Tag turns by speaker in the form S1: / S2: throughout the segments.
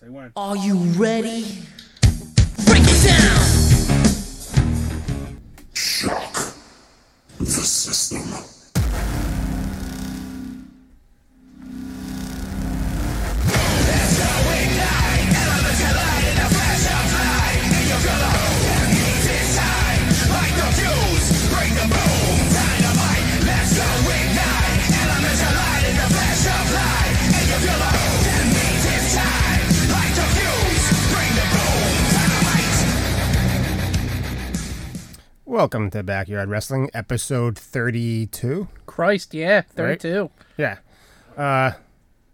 S1: They weren't.
S2: Are you ready? Break it down!
S3: Shock the system.
S4: Welcome to Backyard Wrestling, episode 32.
S1: Christ, yeah,
S4: Right?
S1: 32.
S4: Yeah. Uh,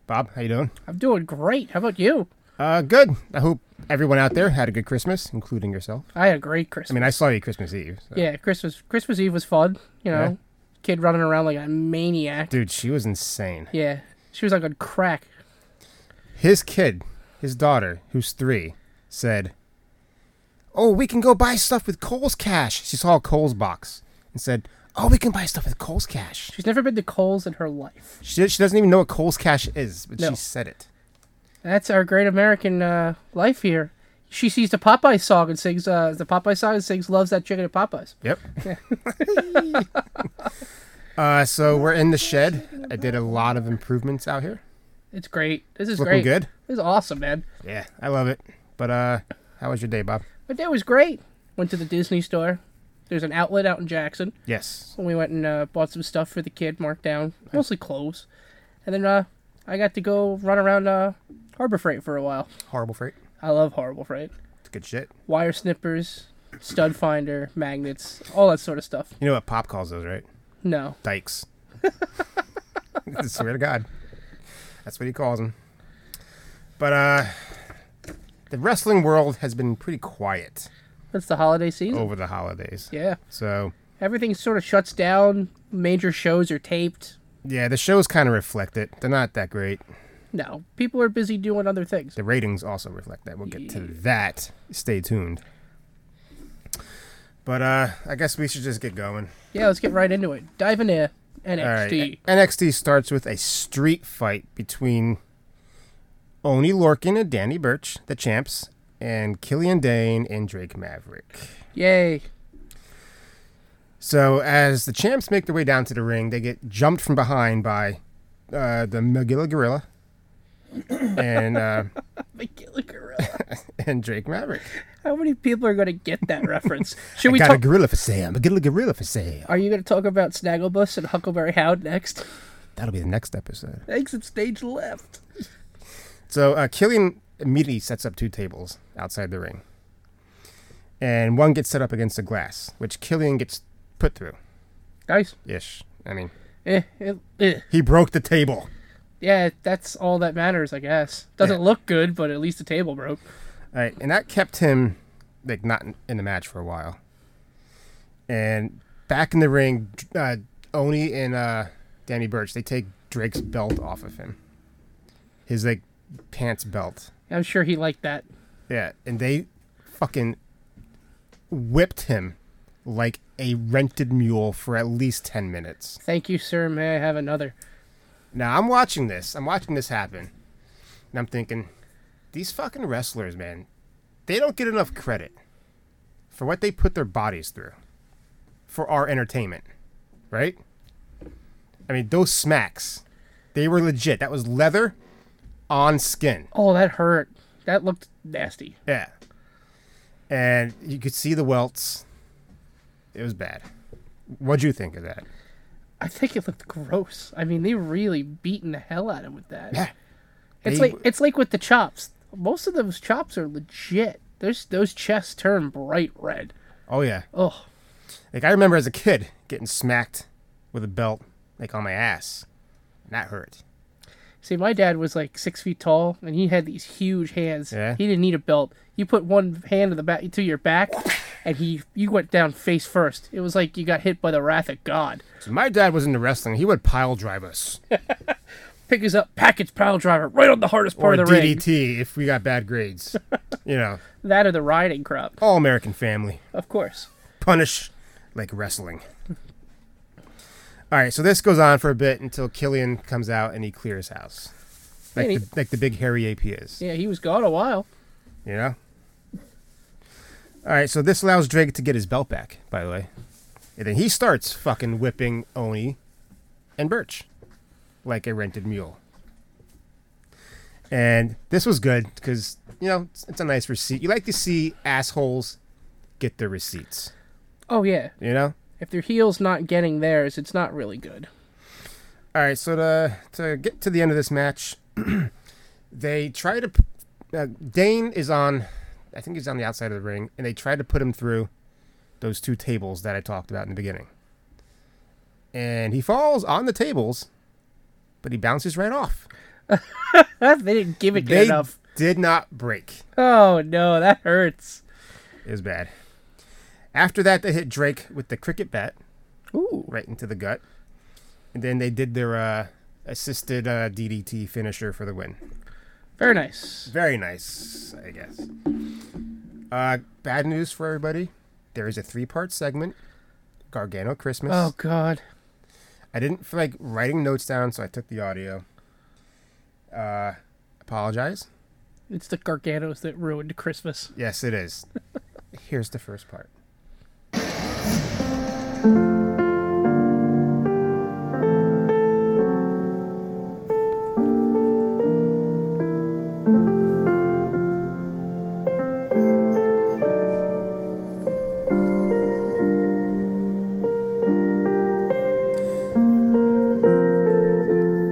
S4: Bob, how you doing?
S1: I'm doing great. How about you?
S4: Uh, good. I hope everyone out there had a good Christmas, including yourself.
S1: I had a great Christmas.
S4: I mean, I saw you Christmas Eve. so-
S1: yeah, Christmas Christmas Eve was fun. You know,
S4: Yeah.
S1: kid running around like a maniac.
S4: Dude, she was insane.
S1: Yeah, she was like on crack.
S4: His kid, his daughter, who's three, said, Oh, we can go buy stuff with Cole's cash. She saw a Cole's box and said, Oh, we can buy stuff with Cole's cash.
S1: She's never been to Cole's in her life.
S4: She, she doesn't even know what Cole's cash is, but
S1: No.
S4: she said it.
S1: That's our great American uh, life here. She sees the Popeye song and sings uh, the Popeye song and sings "Loves That Chicken at Popeyes."
S4: Yep. uh, so we're in the shed. I did a lot of improvements out here.
S1: It's great. This is
S4: Looking
S1: great.
S4: good?
S1: This is awesome, man.
S4: Yeah, I love it. But uh, how was your day, Bob?
S1: My day was great. Went to the Disney store. There's an outlet out in Jackson.
S4: Yes.
S1: And we went and uh, bought some stuff for the kid, marked down, mostly clothes. And then uh, I got to go run around uh, Harbor Freight for a while.
S4: Horrible freight.
S1: I love Harbor Freight.
S4: It's good shit.
S1: Wire snippers, stud finder, magnets, all that sort of stuff.
S4: You know what Pop calls those, right?
S1: No.
S4: Dykes. I swear to God. That's what he calls them. But uh, the wrestling world has been pretty quiet
S1: That's the holiday season.
S4: over the holidays.
S1: Yeah.
S4: So,
S1: Everything sort of shuts down. Major shows are taped.
S4: yeah, the shows kind of reflect it. They're not that great.
S1: No. People are busy doing other things.
S4: The ratings also reflect that. We'll get to that. Stay tuned. But uh I guess we should just get going.
S1: Yeah, let's get right into it. Dive into NXT.
S4: All right. NXT starts with a street fight between Oni Lorkin and Danny Birch, the champs, and Killian Dane and Drake Maverick.
S1: Yay.
S4: So as the champs make their way down to the ring, they get jumped from behind by uh, the Magilla Gorilla and uh,
S1: McGilly Gorilla.
S4: and Drake Maverick.
S1: How many people are going to get that reference? Should we
S4: Got a
S1: talk?
S4: gorilla for sale. Magilla Gorilla for sale.
S1: Are you going to talk about Snagglebus and Huckleberry Hound next?
S4: That'll be the next episode.
S1: Exit stage left.
S4: So uh, Killian immediately sets up two tables outside the ring, and one gets set up against the glass, which Killian gets put through.
S1: Nice.
S4: Ish. I mean,
S1: Eh, eh, eh.
S4: he broke the table.
S1: Yeah, that's all that matters, I guess. Doesn't
S4: Yeah.
S1: look good, but at least the table broke.
S4: All right, and that kept him like not in- in the match for a while. And back in the ring, uh, Oni and uh, Danny Birch they take Drake's belt off of him, his like pants belt.
S1: I'm sure he liked that.
S4: Yeah, and they fucking whipped him like a rented mule for at least 10 minutes.
S1: Thank you, sir. May I have another?
S4: Now, I'm watching this. I'm watching this happen. And I'm thinking, these fucking wrestlers, man, they don't get enough credit for what they put their bodies through for our entertainment, right? I mean, those smacks, they were legit. That was leather on skin.
S1: Oh, that hurt. That looked nasty.
S4: Yeah. And you could see the welts. It was bad. What'd you think of that?
S1: I think it looked gross. I mean, they really beaten the hell out of him with that.
S4: Yeah.
S1: It's
S4: They-
S1: like it's like with the chops. Most of those chops are legit. There's those chests turn bright red.
S4: Oh yeah.
S1: Oh,
S4: Like I remember as a kid getting smacked with a belt like on my ass. And that hurt.
S1: see, my dad was like six feet tall, and he had these huge hands.
S4: Yeah.
S1: He didn't need a belt. You put one hand to the back to your back, and he you went down face first. It was like you got hit by the wrath of God.
S4: So my dad was into wrestling. He would pile drive us
S1: Pick us up, package pile driver right on the hardest
S4: or
S1: part of the ring.
S4: DDT if we got bad grades. you know,
S1: That or the riding crop,
S4: all American family.
S1: of course.
S4: Punish like wrestling. All right, so this goes on for a bit until Killian comes out and he clears house. like,
S1: Yeah, he-
S4: the, like the big hairy ape he is.
S1: Yeah, he was gone a while.
S4: You know? All right, so this allows Drake to get his belt back, by the way. And then he starts fucking whipping Oni and Birch like a rented mule. And this was good because, you know, it's, it's a nice receipt. You like to see assholes get their receipts,
S1: Oh yeah.
S4: you know?
S1: If their heel's not getting theirs, it's not really good.
S4: All right, so to to get to the end of this match, they try to p- uh, Dane is on, I think he's on the outside of the ring, and they try to put him through those two tables that I talked about in the beginning, and he falls on the tables, but he bounces right off.
S1: Ah, they didn't give it good
S4: They
S1: enough.
S4: did not break.
S1: Oh no, that hurts.
S4: It was bad. After that, they hit Drake with the cricket bat
S1: Ooh.
S4: right into the gut, and then they did their uh, assisted uh, DDT finisher for the win.
S1: Very nice.
S4: very nice, I guess. Uh, bad news for everybody. There is a three-part segment, Gargano Christmas.
S1: Oh god.
S4: I didn't feel like writing notes down, so I took the audio. Uh, apologize.
S1: It's the Garganos that ruined Christmas.
S4: Yes, it is. Here's the first part.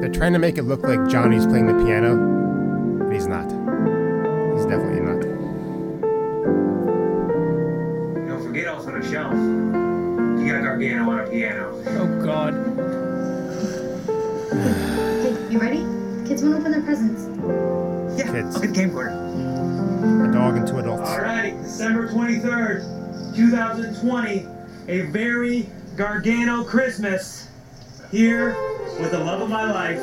S4: They're trying to make it look like Johnny's playing the piano, but he's not. He's definitely not.
S5: Don't forget also the shelf. You got Gargano on a piano.
S1: Oh god.
S6: Hey, you ready? Kids want to open their presents.
S5: Yeah,
S4: Kids.
S5: I'll get the game corner.
S4: a dog and two adults.
S7: All right, December 23rd, 2020, a very Gargano Christmas here with the love of my life,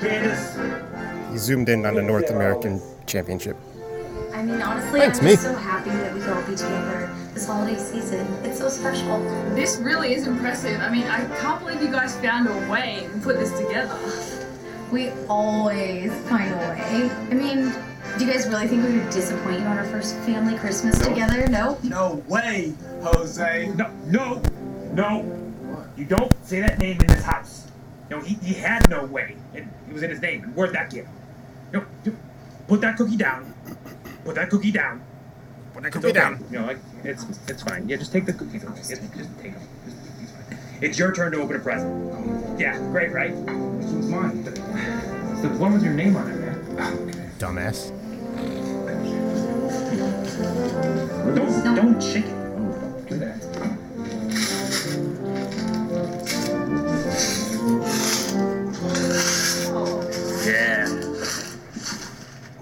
S7: Candace.
S4: He zoomed in on the North American Championship.
S6: I mean, honestly,
S4: Thanks,
S6: I'm
S4: me.
S6: just so happy that we could all be together this holiday season. It's so special.
S8: This really is impressive. I mean, I can't believe you guys found a way and put this together.
S6: We always find a way. I mean, do you guys really think we would disappoint you on our first family Christmas together? No?
S7: No way, Jose. No, no, no. You don't say that name in this house. No, he, he had no way. It, it was in his name. And where'd that get? No, no, put that cookie down. Put that cookie down.
S4: But I
S7: It's okay. No, I, it's it's fine. Yeah, just take the cookies. It's, just take them. Just- it's fine. It's your turn to open a present. Yeah, great, right? This one's mine. It's the one with your name on it, man.
S4: Dumbass.
S7: Don't
S6: No.
S7: don't shake it. Oh, do that.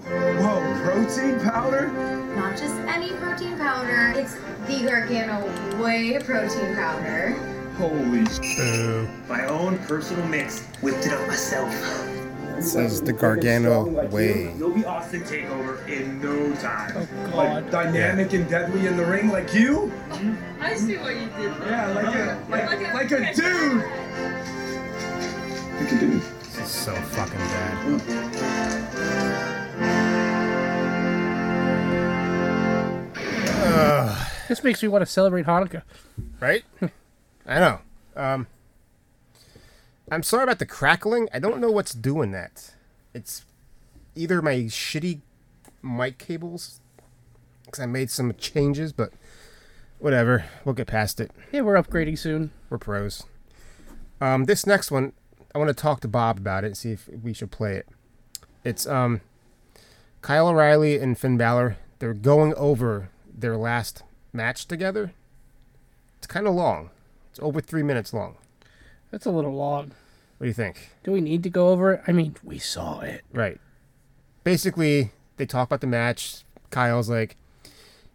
S9: Whoa, protein powder?
S6: Not just any protein powder. It's the Gargano Whey protein powder.
S9: Holy sh-
S4: Boo.
S7: My own personal mix. Whipped it up myself.
S4: Says the Gargano way.
S7: You'll be Austin Takeover in no time.
S1: Oh
S9: like
S1: god.
S9: dynamic and deadly in the ring like you?
S8: I see what you did there.
S9: Yeah, like a
S8: Like a-
S9: like, like a dude. You can do it.
S4: This is so fucking bad.
S1: This makes me want to celebrate Hanukkah.
S4: Right? I know. Um, I'm sorry about the crackling. I don't know what's doing that. It's either my shitty mic cables, because I made some changes, but whatever. We'll get past it.
S1: Yeah, we're upgrading soon.
S4: We're pros. Um, this next one, I want to talk to Bob about it and see if we should play it. It's um, Kyle O'Reilly and Finn Balor. They're going over their last match together. It's kind of long. It's over three minutes long.
S1: That's a little long.
S4: What do you think?
S1: Do we need to go over it? I mean, we saw it.
S4: Right. Basically, they talk about the match. Kyle's like,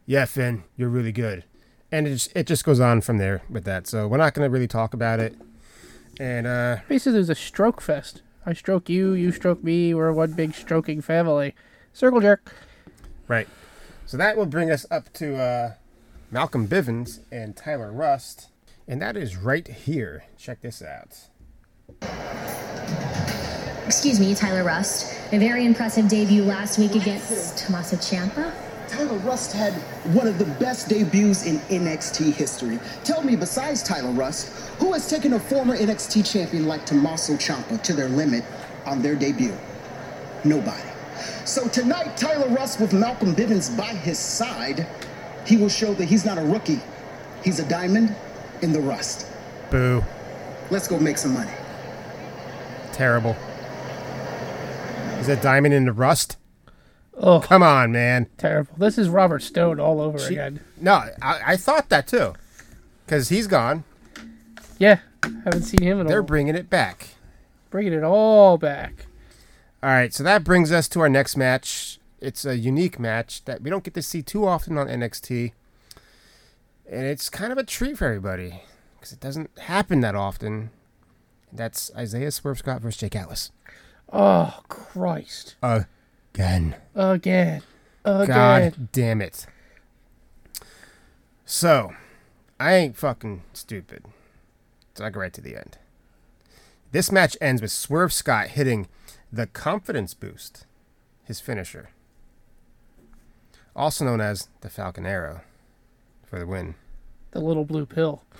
S4: "Yeah, Finn, you're really good," and it just, it just goes on from there with that. So we're not gonna really talk about it. And uh,
S1: Basically, there's a stroke fest. I stroke you, you stroke me. We're one big stroking family. Circle jerk.
S4: Right. So that will bring us up to uh, Malcolm Bivens and Tyler Rust. And that is right here. Check this out.
S10: excuse me, Tyler Rust. A very impressive debut last week against Tommaso Ciampa.
S11: Tyler Rust had one of the best debuts in NXT history. Tell me, besides Tyler Rust, who has taken a former NXT champion like Tommaso Ciampa to their limit on their debut? Nobody. So tonight, Tyler Rust with Malcolm Bivens by his side, he will show that he's not a rookie. He's a diamond in the rust.
S4: Boo.
S11: Let's go make some money.
S4: Terrible. Is that diamond in the rust?
S1: Oh,
S4: come on, man.
S1: Terrible. This is Robert Stone all over
S4: She-
S1: again.
S4: No, I, I thought that too, because he's gone.
S1: Yeah, haven't seen him in a
S4: They're
S1: while.
S4: bringing it back.
S1: Bringing it all back.
S4: All right, so that brings us to our next match. It's a unique match that we don't get to see too often on NXT. And it's kind of a treat for everybody because it doesn't happen that often. That's Isaiah Swerve Scott versus Jake Atlas.
S1: Oh Christ!
S4: Again.
S1: Again. Again.
S4: God damn it. So, I ain't fucking stupid. So I go right to the end. This match ends with Swerve Scott hitting the confidence boost, his finisher, also known as the Falcon Arrow, for the win.
S1: The little blue pill.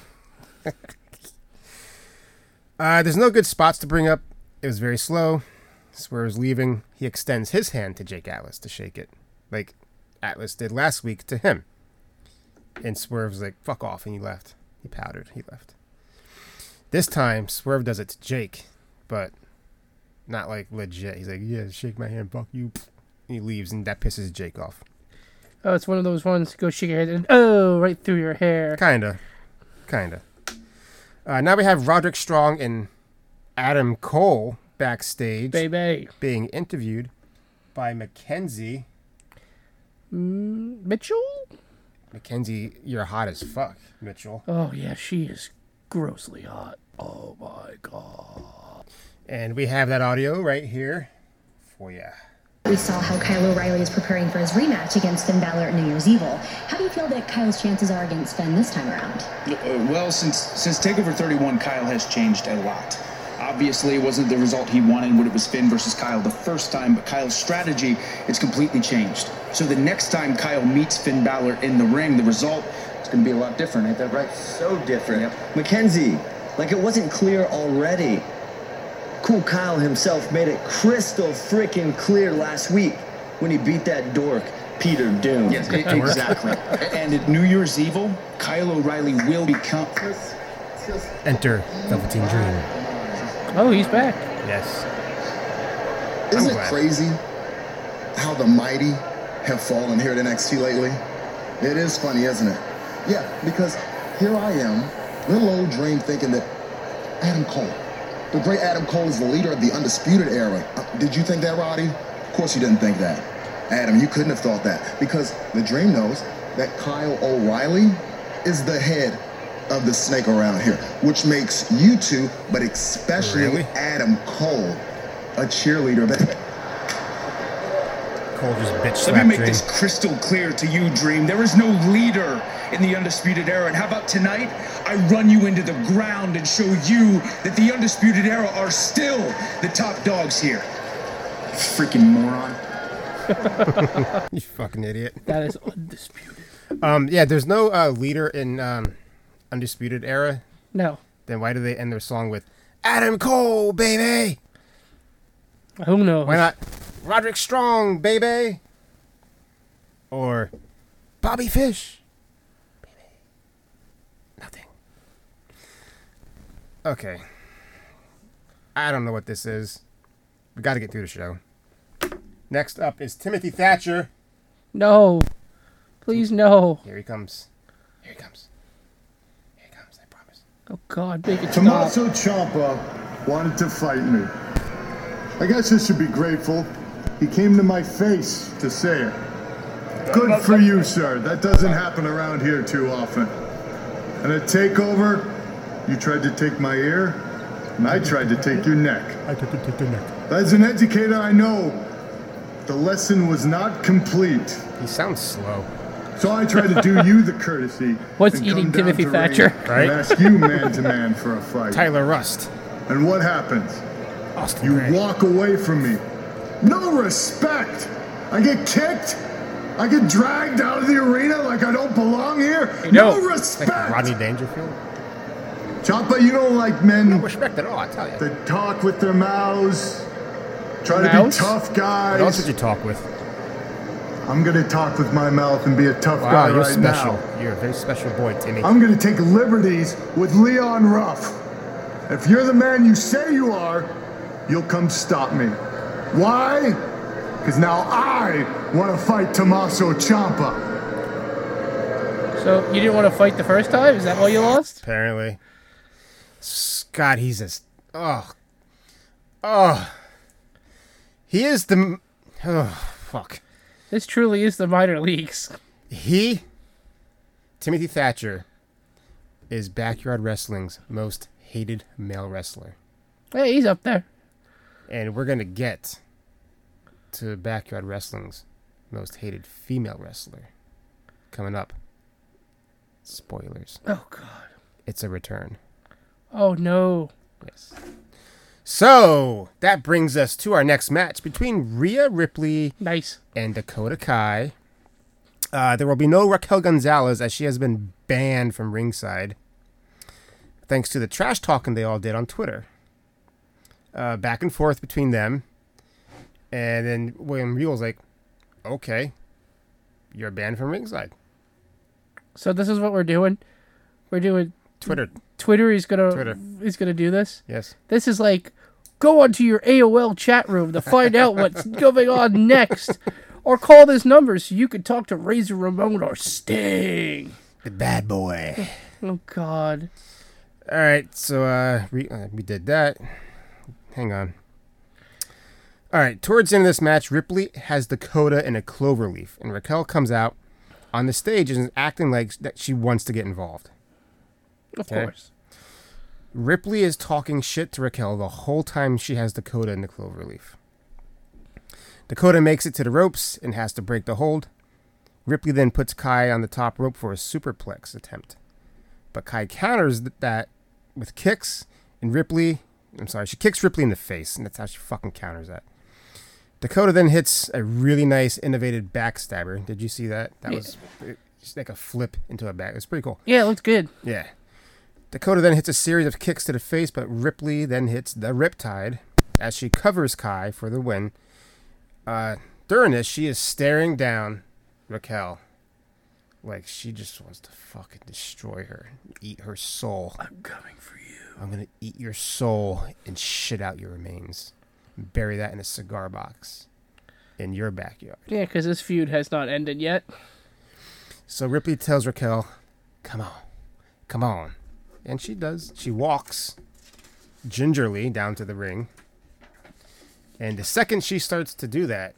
S4: Uh, there's no good spots to bring up. It was very slow. Swerve's leaving. He extends his hand to Jake Atlas to shake it, like Atlas did last week to him. And Swerve's like, fuck off, and he left. He powdered. He left. This time, Swerve does it to Jake, but not like legit. He's like, yeah, shake my hand, fuck you. And he leaves, and that pisses Jake off.
S1: Oh, it's one of those ones. Go shake your head and oh, right through your hair.
S4: Kinda. Kinda. Uh, now we have Roderick Strong and Adam Cole backstage
S1: Baby.
S4: being interviewed by Mackenzie.
S1: Mm, Mitchell.
S4: Mackenzie, you're hot as fuck, Mitchell.
S1: Oh yeah, she is grossly hot. Oh my god.
S4: And we have that audio right here for ya.
S10: We saw how Kyle O'Reilly is preparing for his rematch against Finn Balor at New Year's Evil. How do you feel that Kyle's chances are against Finn this time around?
S6: Uh, Well, since since Takeover 31, Kyle has changed a lot. Obviously, it wasn't the result he wanted when it was Finn versus Kyle the first time, but Kyle's strategy is completely changed. So the next time Kyle meets Finn Balor in the ring, the result is going to be a lot different. Ain't that right?
S12: So different. Mackenzie, like it wasn't clear already. Cool Kyle himself made it crystal freaking clear last week when he beat that dork, Peter Doom.
S6: Yes, e- exactly. and at New Year's Evil, Kyle O'Reilly will become.
S4: Enter Velveteen Dream.
S1: Oh, he's back.
S4: Yes.
S2: Isn't
S4: I'm
S2: it
S4: glad.
S2: crazy how the mighty have fallen here at NXT lately? It is funny, isn't it? Yeah, because here I am, little old dream thinking that Adam Cole, the great Adam Cole, is the leader of the Undisputed Era. Uh, did you think that, Roddy? Of course you didn't think that. Adam, you couldn't have thought that because the dream knows that Kyle O'Reilly is the head of the snake around here, which makes you two, but especially Adam Cole, a cheerleader. baby.
S4: Cole just bitch
S6: Let me
S4: slapped
S6: make
S4: Dream.
S6: this crystal clear to you, Dream. There is no leader in the Undisputed Era. And how about tonight? I run you into the ground and show you that the Undisputed Era are still the top dogs here. Freaking moron.
S4: you fucking idiot.
S1: That is undisputed.
S4: Um, yeah, there's no uh, leader in um, Undisputed Era.
S1: No.
S4: Then why do they end their song with Adam Cole, baby?
S1: Who knows?
S4: Why not Roderick Strong, baby? Or Bobby Fish? Baby. Nothing. Okay. I don't know what this is. We got to get through the show. Next up is Timothy Thatcher.
S1: No. Please no.
S4: Here he comes.
S1: Oh God, make it stop.
S13: Tommaso Ciampa wanted to fight me. I guess I should be grateful. He came to my face to say it. Good for you, sir. That doesn't happen around here too often. And a takeover, you tried to take my ear, and I tried to take your neck. I took to take your neck. As an educator, I know the lesson was not complete.
S4: He sounds slow.
S13: So I try to do you the courtesy.
S1: What's
S13: and
S1: eating
S13: come down
S1: Timothy
S13: to
S1: Thatcher?
S13: ring
S4: Right.
S13: And ask you man to man for a fight.
S4: Tyler Rust.
S13: And what happens? you walk away from me. No respect. I get kicked. I get dragged out of the arena like I don't belong here.
S4: You
S13: no
S4: know,
S13: respect.
S4: Like Rodney Dangerfield.
S13: Champa, you don't like men. No
S4: respect at all, I tell you.
S13: That talk with their mouths. Try
S4: Mouths?
S13: to be tough guys.
S4: What else did you talk with?
S13: I'm gonna talk with my mouth and be a tough
S4: Wow,
S13: guy
S4: you're
S13: right
S4: special.
S13: now.
S4: You're a very special boy, Timmy.
S13: I'm gonna take liberties with Leon Ruff. If you're the man you say you are, you'll come stop me. Why? Because now I want to fight Tommaso Ciampa.
S1: So you didn't want to fight the first time? Is that why you lost?
S4: Apparently. Scott, he's a. Oh. Oh. He is the. m- Oh, fuck.
S1: This truly is the minor leagues.
S4: He, Timothy Thatcher, is Backyard Wrestling's most hated male wrestler.
S1: Hey, he's up there.
S4: And we're going to get to Backyard Wrestling's most hated female wrestler coming up. Spoilers.
S1: Oh, God.
S4: It's a return.
S1: Oh no.
S4: Yes. So that brings us to our next match between Rhea Ripley
S1: nice.
S4: and Dakota Kai. Uh, there will be no Raquel Gonzalez as she has been banned from ringside thanks to the trash talking they all did on Twitter. Uh, back and forth between them. And then William Regal's like, okay, you're banned from ringside.
S1: So this is what we're doing. We're doing
S4: Twitter.
S1: Twitter is gonna
S4: Twitter.
S1: is gonna do this.
S4: Yes.
S1: This is like go onto your AOL chat room to find out what's going on next, or call this number so you can talk to Razor Ramon or Sting.
S4: The bad boy.
S1: Oh God.
S4: All right, so uh, we uh, we did that. Hang on. All right, towards the end of this match, Ripley has Dakota in a clover leaf, and Raquel comes out on the stage and is acting like that she wants to get involved.
S1: Of
S4: Okay.
S1: course.
S4: Ripley is talking shit to Raquel the whole time she has Dakota in the clover leaf. Dakota makes it to the ropes and has to break the hold. Ripley then puts Kai on the top rope for a superplex attempt. But Kai counters th- that with kicks, and Ripley, I'm sorry, she kicks Ripley in the face, and that's how she fucking counters that. Dakota then hits a really nice, innovative backstabber. Did you see that? That
S1: Yeah.
S4: was just like a flip into a back. It was pretty cool.
S1: Yeah, it looks good.
S4: Yeah. Dakota then hits a series of kicks to the face, but Ripley then hits the Riptide as she covers Kai for the win. Uh, during this, she is staring down Raquel like she just wants to fucking destroy her, eat her soul. I'm
S1: coming for you.
S4: I'm gonna eat your soul and shit out your remains. Bury that in a cigar box in your backyard.
S1: Yeah, because this feud has not ended yet.
S4: So Ripley tells Raquel, "Come on, come on," and she does. She walks gingerly down to the ring, and the second she starts to do that,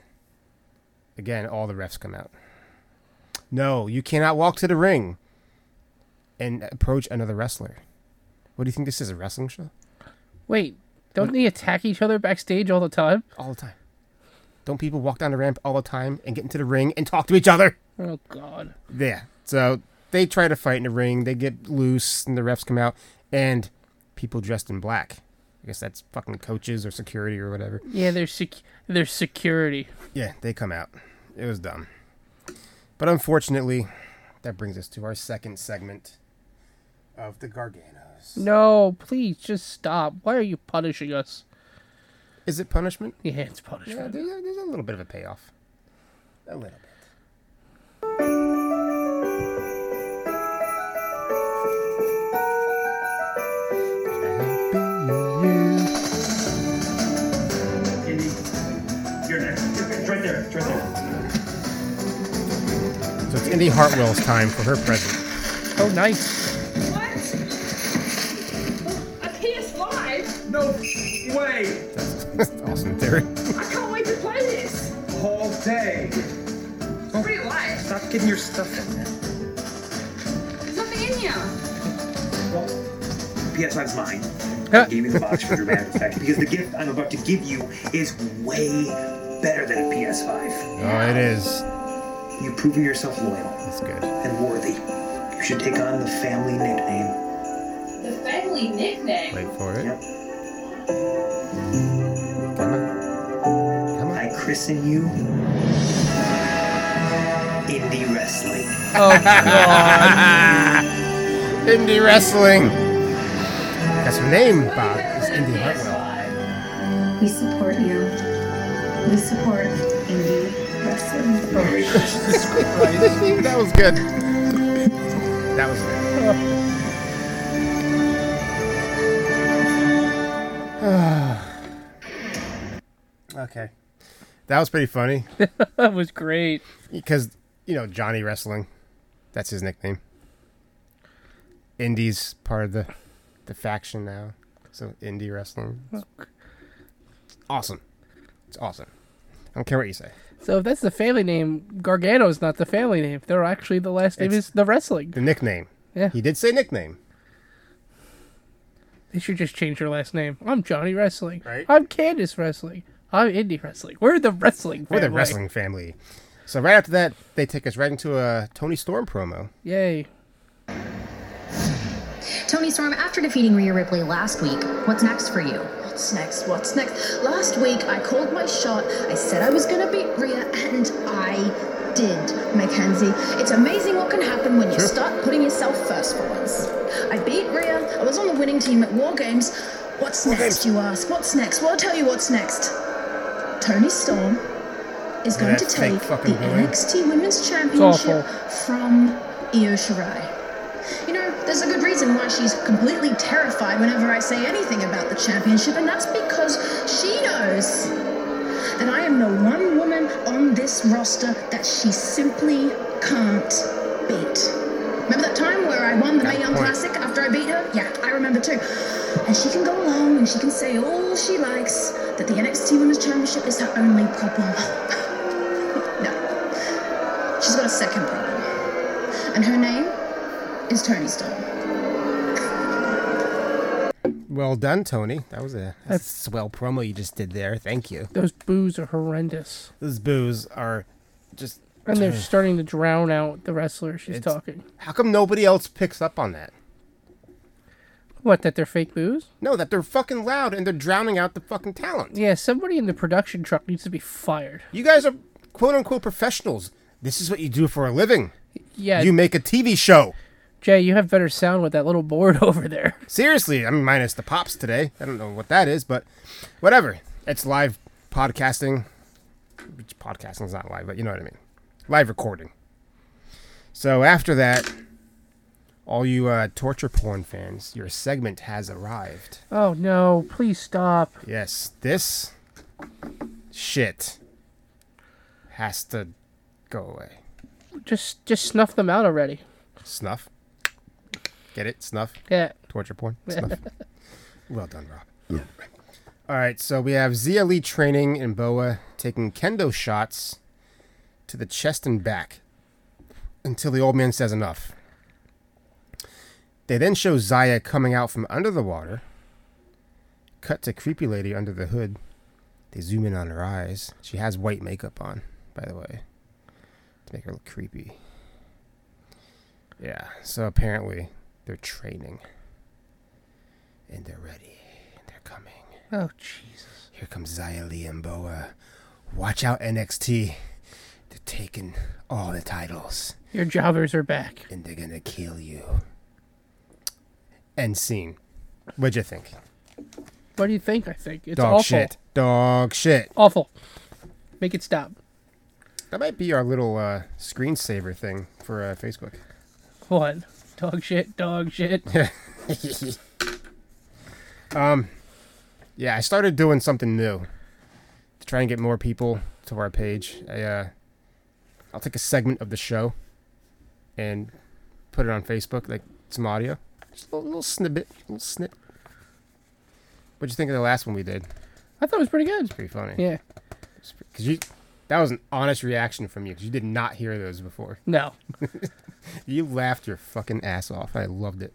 S4: again all the refs come out. No, you cannot walk to the ring and approach another wrestler. What do you think this is a wrestling show?
S1: Wait, don't they attack each other backstage all the time?
S4: All the time. Don't people walk down the ramp all the time and get into the ring and talk to each other?
S1: Oh God.
S4: Yeah. So they try to fight in the ring. They get loose, and the refs come out, and people dressed in black. I guess that's fucking coaches or security or whatever.
S1: Yeah, there's sec- there's security.
S4: Yeah, they come out. It was dumb. But unfortunately, that brings us to our second segment of the Garganos.
S1: No, please just stop. Why are you punishing us?
S4: Is it punishment?
S1: Yeah, it's
S4: Yeah,
S1: punishment.
S4: there's a, there's a little bit of a payoff. A little bit.
S12: You're next. It's right there. It's right there.
S4: So it's Indy Hartwell's time for her present.
S1: Oh, nice.
S10: What? A PS5?
S12: No way.
S4: awesome theory.
S10: I can't wait to play this.
S12: All day.
S10: Wait, why?
S12: Stop getting your stuff in there.
S10: There's nothing in here.
S12: PS5's mine. He gave me the box for dramatic effect because the gift I'm about to give you is way better than a PS5.
S4: Oh, it is.
S12: You've proven yourself loyal. That's
S4: good.
S12: And worthy. You should take on the family nickname.
S10: The family nickname.
S4: Wait for it.
S14: I christen you Indie Wrestling.
S4: Oh, God. Indie Wrestling. That's her name, Bob. It's Indie Hartwell.
S15: We support you. We support indie wrestling.
S4: that was good. That was good. okay. That was pretty funny.
S1: that was great.
S4: Because, you know, Johnny Wrestling. That's his nickname. Indy's part of the the faction now. So indie wrestling. It's awesome. It's awesome. I don't care what you say.
S1: So if that's the family name, Gargano's not the family name. They're actually the last name
S4: It's-
S1: is the wrestling.
S4: The nickname.
S1: Yeah.
S4: He did say nickname.
S1: They should just change their last name. I'm Johnny Wrestling.
S4: Right.
S1: I'm Candace Wrestling. I'm Indie Wrestling. We're the wrestling.
S4: We're the
S1: family.
S4: wrestling family. So right after that, they take us right into a Tony Storm promo.
S1: Yay.
S16: Tony Storm, after defeating Rhea Ripley last week, what's next for you?
S10: What's next? What's next? Last week I called my shot. I said I was gonna beat Rhea, and I did, Mackenzie. It's amazing what can happen when you
S17: Sure.
S10: start putting yourself first for once. I beat Rhea. I was on the winning team at War Games. What's next? You ask. What's next? Well, I'll tell you what's next. Tony Storm is going
S4: That
S10: to
S4: fake
S10: take
S4: fucking
S10: the
S4: booing.
S10: NXT Women's
S4: awful.
S10: Championship from Io Shirai. You know, there's a good reason why she's completely terrified whenever I say anything about the championship, and that's because she knows that I am the one woman on this roster that she simply can't beat. Remember that time where I won the
S17: Got a
S10: Mae Young
S17: point.
S10: Classic after I beat her? Yeah, I remember too. And she can go along and she can say all she likes that the NXT Women's Championship is her only problem. no. She's got a second problem. And her name is Tony Storm.
S4: Well done, Tony. That was a, that's a swell promo you just did there. Thank you.
S1: Those boos are horrendous.
S4: Those boos are just.
S1: And they're starting to drown out the wrestler she's
S4: It's-
S1: talking.
S4: How come nobody else picks up on that?
S1: What, that they're fake boos?
S4: No, that they're fucking loud and they're drowning out the fucking talent.
S1: Yeah, somebody in the production truck needs to be fired.
S4: You guys are quote unquote professionals. This is what you do for a living.
S1: Yeah.
S4: You make a TV show.
S1: Jay, you have better sound with that little board over there.
S4: Seriously, I mean, minus the pops today. I don't know what that is, but whatever. It's live podcasting. Which podcasting's not live, but you know what I mean. Live recording. So after that, all you uh, torture porn fans, your segment has arrived.
S1: Oh no, please stop.
S4: Yes, this shit has to go away.
S1: Just just snuff them out already.
S4: Snuff. Get it? Snuff.
S1: Yeah.
S4: Torture porn. Snuff. well done, Rob. All right, so we have Zia Lee training and Boa taking kendo shots to the chest and back until the old man says enough. They then show Zaya coming out from under the water. Cut to creepy lady under the hood. They zoom in on her eyes. She has white makeup on, by the way, to make her look creepy. Yeah, so apparently they're training. And they're ready. And they're coming.
S1: Oh Jesus.
S4: Here comes Zia Lee and Boa. Watch out, NXT. They're taking all the titles.
S1: Your jobbers are back.
S4: And they're gonna kill you. End scene. What'd you think?
S1: What do you think? I think it's
S4: Dog
S1: awful.
S4: shit. Dog shit.
S1: Awful. Make it stop.
S4: That might be our little uh, screensaver thing for uh, Facebook.
S1: What? Dog shit. Dog shit.
S4: um, yeah, I started doing something new to try and get more people to our page. I, uh, I'll take a segment of the show and put it on Facebook, like some audio, just a little, little snippet, little snip. What'd you think of the last one we did?
S1: I thought it was pretty good. It's
S4: pretty funny.
S1: Yeah.
S4: Cause you, that was an honest reaction from you, because you did not hear those before.
S1: No.
S4: you laughed your fucking ass off. I loved it.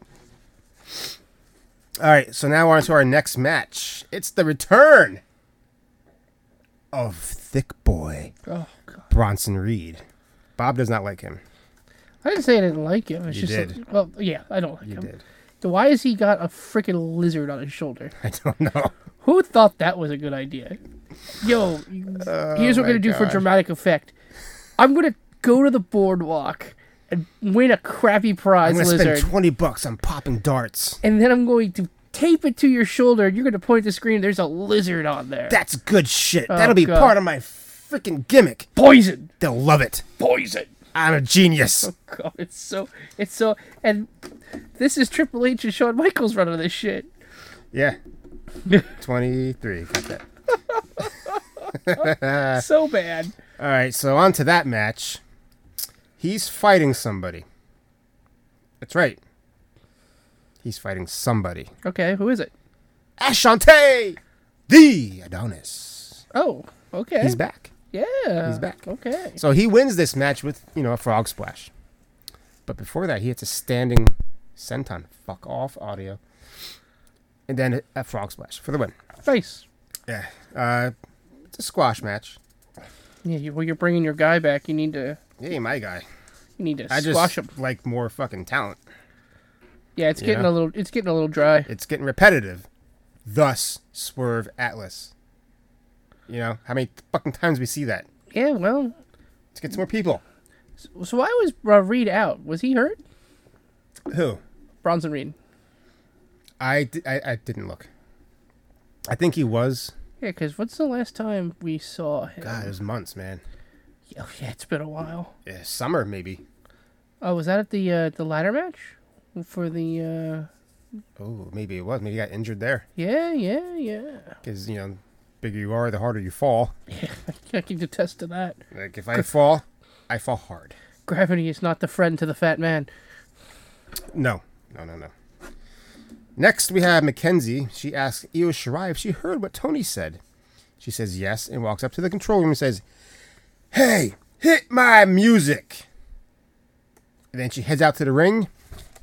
S4: All right, so now on to our next match. It's the return of Thick Boy
S1: Oh,
S4: Bronson Reed. Bob does not like him.
S1: I didn't say I didn't like him. It's
S4: You
S1: just
S4: did.
S1: well, yeah, I don't like him. Why has he got a freaking lizard on his shoulder?
S4: I don't know.
S1: Who thought that was a good idea? Yo, here's what we're
S4: Oh my
S1: gonna do for
S4: gosh.
S1: dramatic effect. I'm gonna go to the boardwalk and win a crappy
S4: I'm
S1: prize
S4: gonna
S1: lizard,
S4: spend twenty bucks on popping darts.
S1: and then I'm going to tape it to your shoulder, and you're gonna point at the screen. There's a lizard on there.
S4: That's good shit.
S1: Oh,
S4: That'll be
S1: God.
S4: part of my freaking gimmick.
S1: Poison.
S4: They'll love it.
S1: Poison.
S4: I'm a genius.
S1: Oh god, it's so it's so and this is Triple H and Shawn Michaels running this shit.
S4: Yeah. Twenty-three. Got that.
S1: so bad.
S4: All right, so on to that match. He's fighting somebody. That's right. He's fighting somebody.
S1: Okay, who is it?
S4: Ashante, the Adonis.
S1: Oh, okay.
S4: He's back.
S1: Yeah.
S4: He's back.
S1: Uh, Okay.
S4: So he wins this match with, you know, a frog splash. But before that, he hits a standing senton. Fuck off audio. And then a frog splash for the win.
S1: Nice.
S4: Yeah. Uh, it's a squash match.
S1: Yeah, you, well, you're bringing your guy back. You need to.
S4: Yeah, my guy.
S1: You need to
S4: I just
S1: squash him.
S4: like more fucking talent.
S1: Yeah, it's
S4: you
S1: getting
S4: know?
S1: a little. It's getting a little dry.
S4: It's getting repetitive. Thus, Swerve Atlas. You know, how many fucking times we see that?
S1: Yeah. Well,
S4: Let's get some more people.
S1: so why was uh, Reed out? Was he hurt?
S4: Who?
S1: Bronson Reed.
S4: I, di- I, I didn't look. I think he was.
S1: Yeah, because what's the last time we saw him?
S4: God, it was months, man.
S1: Oh, yeah, it's been a while.
S4: Yeah, summer, maybe.
S1: Oh, was that at the uh, the ladder match? For the. Uh...
S4: Oh, maybe it was. Maybe he got injured there.
S1: Yeah, yeah, yeah.
S4: Because, you know, the bigger you are, the harder you fall.
S1: I can attest to that.
S4: Like, if I fall, I fall hard.
S1: Gravity is not the friend to the fat man.
S4: No, no, no, no. Next, we have Mackenzie. She asks Io Shirai if she heard what Tony said. She says yes and walks up to the control room and says, Hey, hit my music. And then she heads out to the ring,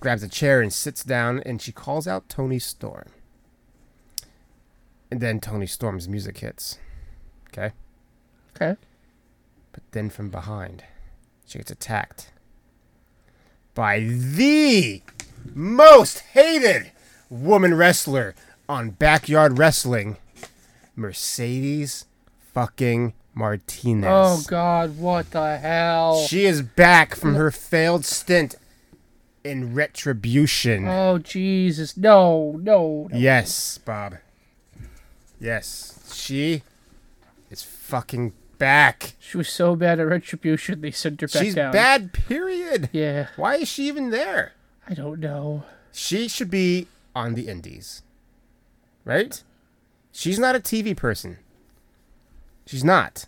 S4: grabs a chair and sits down, and she calls out Tony Storm. And then Tony Storm's music hits. Okay?
S1: Okay.
S4: But then from behind, she gets attacked by the most hated woman wrestler on backyard wrestling, Mercedes fucking Martinez.
S1: Oh God, what the hell?
S4: She is back from her failed stint in retribution.
S1: Oh Jesus, no, no, no.
S4: Yes, Bob. Yes, she is fucking back.
S1: She was so bad at retribution they sent her back
S4: She's
S1: down.
S4: bad, period.
S1: Yeah.
S4: Why is she even there?
S1: I don't know.
S4: She should be on the indies. Right? She's not a TV person. She's not.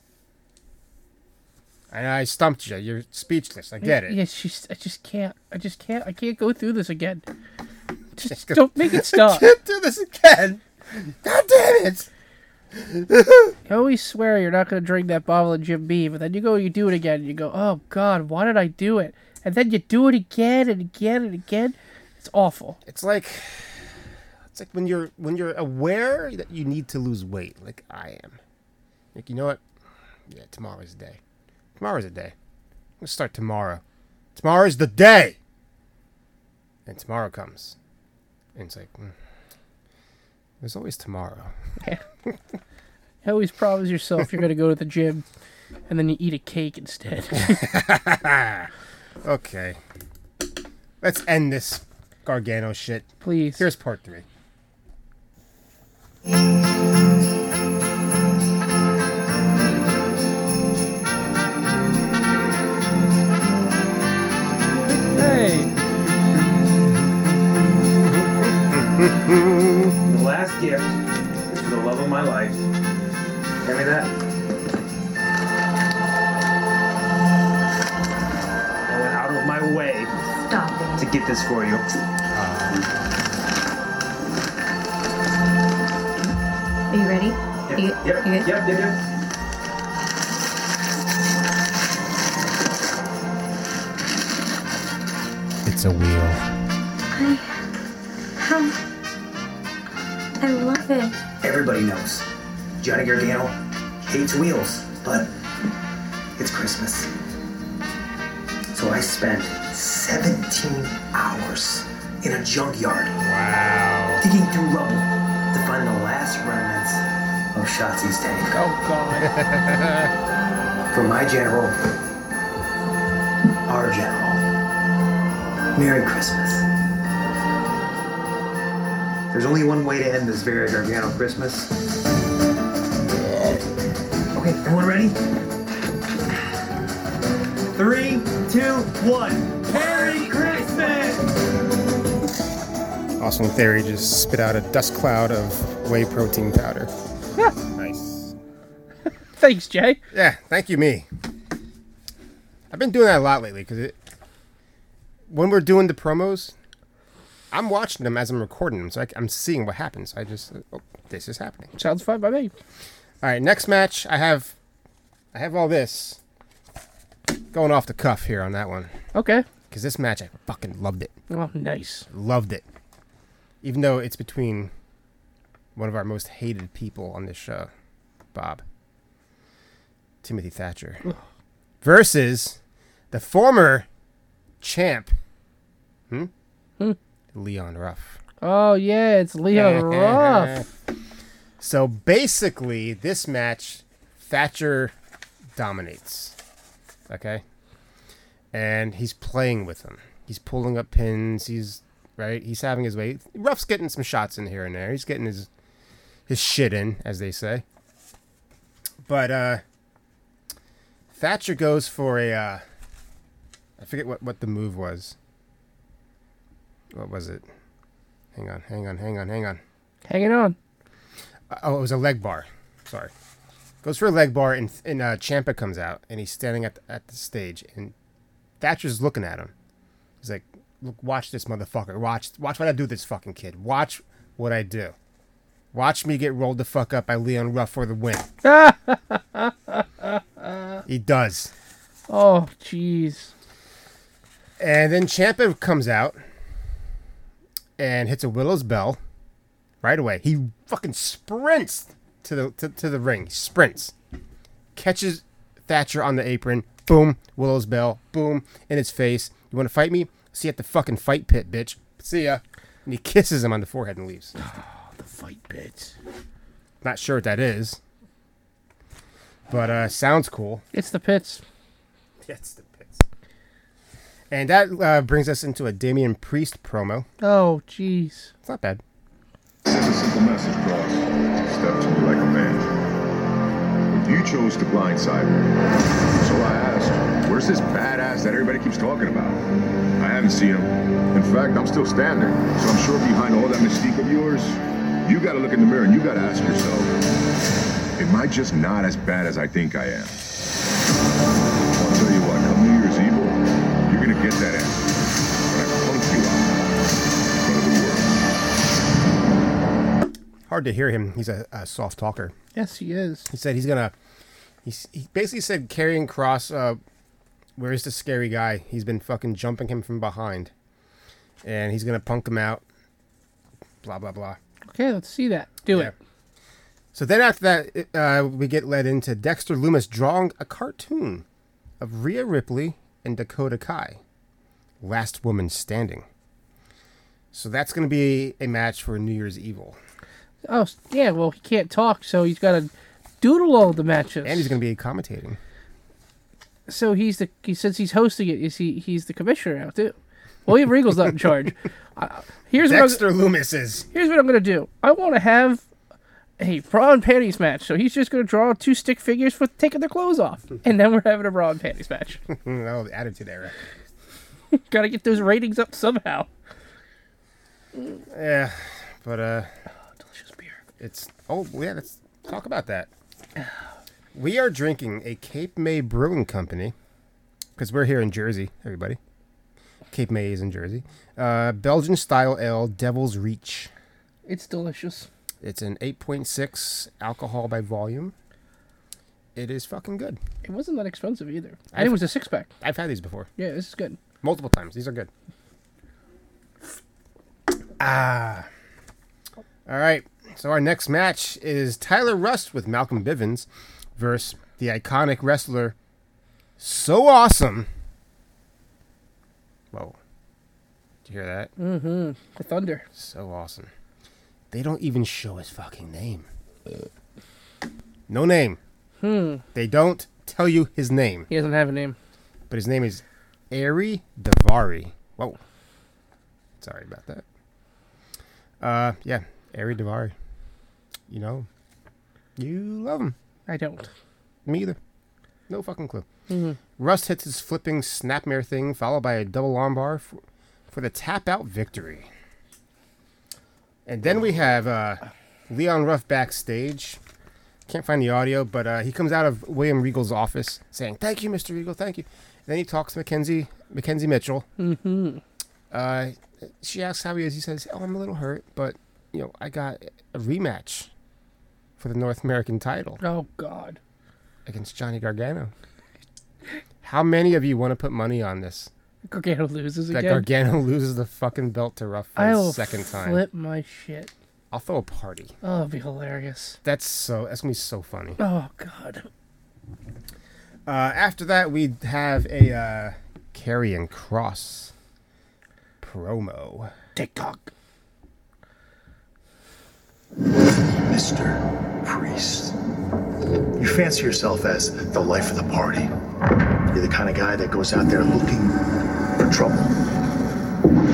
S4: I know I stumped you. You're speechless. I get it.
S1: Yeah, she's. I just can't. I just can't. I can't go through this again. Just don't make it stop.
S4: Can't do this again. God damn it.
S1: You always swear you're not going to drink that bottle of Jim Beam, and then you go, you do it again, and you go, oh God, why did I do it? And then you do it again and again and again. It's awful.
S4: It's like it's like when you're when you're aware that you need to lose weight, like I am. Like you know what? Yeah, tomorrow's the day. Tomorrow's the day. Let's start tomorrow. Tomorrow's the day. And tomorrow comes, and it's like mm, there's always tomorrow.
S1: You always promise yourself you're going to go to the gym, and then you eat a cake instead.
S4: Okay. Let's end this Gargano shit.
S1: Please.
S4: Here's part three.
S1: hey.
S8: The last gift is for the love of my life. Hand me that. I went out of my way
S15: Stop
S8: to get this for you.
S15: it. Are you ready? Are you,
S8: Yep,
S15: you
S8: yep,
S15: good?
S8: yep, yep.
S4: It's a wheel.
S15: I, I, I love it.
S14: Everybody knows. Johnny Gargano hates wheels, but it's Christmas. So I spent 17 hours in a junkyard.
S4: Wow.
S14: Digging through rubble to find the last remnants of Shotzi's tank.
S1: Oh, God.
S14: For my general, our general, Merry Christmas. There's only one way to end this very Gargano Christmas. Okay, everyone ready? Three, two, one. Merry Christmas!
S4: Austin Theory just spit out a dust cloud of whey protein powder. nice.
S1: Thanks, Jay.
S4: Yeah, thank you, me. I've been doing that a lot lately because it. When we're doing the promos, I'm watching them as I'm recording them, so I, am seeing what happens. I just, oh, this is happening.
S1: Sounds fun by me.
S4: All right, next match. I have, I have all this. Going off the cuff here on that one.
S1: Okay.
S4: Because this match, I fucking loved it.
S1: Oh, nice.
S4: Loved it. Even though it's between one of our most hated people on this show, Bob, Timothy Thatcher, versus the former champ, hmm?
S1: Hmm.
S4: Leon Ruff.
S1: Oh, yeah, it's Leo Ruff.
S4: So basically, this match, Thatcher dominates. Okay? And he's playing with him. He's pulling up pins. He's right. He's having his way. Ruff's getting some shots in here and there. He's getting his his shit in, as they say. But uh Thatcher goes for a uh I forget what what the move was. What was it? Hang on, hang on, hang on, hang on.
S1: Hanging on.
S4: Uh, oh, it was a leg bar. Sorry. Goes for a leg bar, and, and uh, Champa comes out, and he's standing at the, at the stage, and Thatcher's looking at him. He's like, "Look, watch this motherfucker. Watch, watch what I do to this fucking kid. Watch what I do. Watch me get rolled the fuck up by Leon Ruff for the win." he does,
S1: Oh, jeez.
S4: and then Champa comes out and hits a Willow's Bell right away. He fucking sprints to the to, to the ring. Sprints. Catches Thatcher on the apron. Boom. Willow's bell. Boom. In his face. You want to fight me? See you at the fucking fight pit, bitch. See ya. And he kisses him on the forehead and leaves.
S1: the fight pit.
S4: Not sure what that is. But uh sounds cool.
S1: It's the pits.
S4: That's the pits. And that uh, brings us into a Damian Priest promo.
S1: Oh, jeez.
S4: It's not bad.
S17: Send a simple message, boss. Step to me like a man. You chose to blindside me. So I asked, where's this badass that everybody keeps talking about? I haven't seen him. In fact, I'm still standing. So I'm sure behind all that mystique of yours, you gotta look in the mirror and you gotta ask yourself, am I just not as bad as I think I am? I'll tell you what, come New Year's Evil, you're gonna get that answer. When I punk you out in front of the world.
S4: Hard to hear him. He's a, a soft talker.
S1: Yes, he is.
S4: He said he's gonna. He's, he basically said carrying cross. Uh, where is the scary guy? He's been fucking jumping him from behind, and he's gonna punk him out. Blah blah blah.
S1: Okay, let's see that. Do it.
S4: So then after that, it, uh, we get led into Dexter Loomis drawing a cartoon of Rhea Ripley and Dakota Kai, Last Woman Standing. So that's gonna be a match for New Year's Evil.
S1: Oh, s- yeah, well, he can't talk, so he's got to doodle all the matches.
S4: And he's going to be commentating.
S1: So he's the he since he's hosting it, is he he's the commissioner now too? William Regal's not in charge. Uh, here's
S4: Dexter
S1: what I'm,
S4: Loomis is.
S1: Here's what I'm gonna do. I want to have a bra and panties match. So he's just gonna draw two stick figures with taking their clothes off,
S4: Hmm.
S1: and then we're having a bra and panties match.
S4: oh, the attitude era.
S1: Gotta get those ratings up somehow.
S4: Yeah, Eh, but uh, delicious beer. It's oh yeah, let's talk about that. We are drinking a Cape May Brewing Company because we're here in Jersey, everybody. Cape May is in Jersey. Uh, Belgian style ale, Devil's Reach.
S1: It's delicious.
S4: It's an 8.6 alcohol by volume. It is fucking good.
S1: It wasn't that expensive either, and it was a six pack.
S4: I've had these before.
S1: Yeah, this is good.
S4: Multiple times. These are good. Ah. All right. So our next match is Tyler Rust with Malcolm Bivens versus the iconic wrestler So Awesome. Whoa. you hear that?
S1: Mm-hmm. The thunder.
S4: So awesome. They don't even show his fucking name. No name.
S1: Hmm.
S4: They don't tell you his name.
S1: He doesn't have a name.
S4: But his name is Ari Davari. Whoa. Sorry about that. Uh, yeah, Ari Davari. You know, you love him.
S1: I don't.
S4: Me either. No fucking clue.
S1: Mhm.
S4: Rust hits his flipping snapmare thing, followed by a double armbar for, for the tap out victory. And then we have uh, Leon Ruff backstage. Can't find the audio, but uh, he comes out of William Regal's office saying, "Thank you, Mr. Regal. Thank you." And then he talks to Mackenzie Mackenzie Mitchell.
S1: Mm-hmm.
S4: Uh, she asks how he is. He says, "Oh, I'm a little hurt, but you know, I got a rematch for the North American title."
S1: Oh God.
S4: against Johnny Gargano. How many of you want to put money on this?
S1: Gargano loses
S4: That
S1: again.
S4: Gargano loses the fucking belt to Ruff for
S1: I
S4: the
S1: will
S4: second time.
S1: flip my shit.
S4: I'll throw a party.
S1: Oh, it'd be hilarious.
S4: That's so. That's gonna be so funny.
S1: Oh God.
S4: Uh, after that, we have a uh, carrion cross promo.
S1: TikTok.
S18: Mr. Priest. You fancy yourself as the life of the party. You're the kind of guy that goes out there looking for trouble,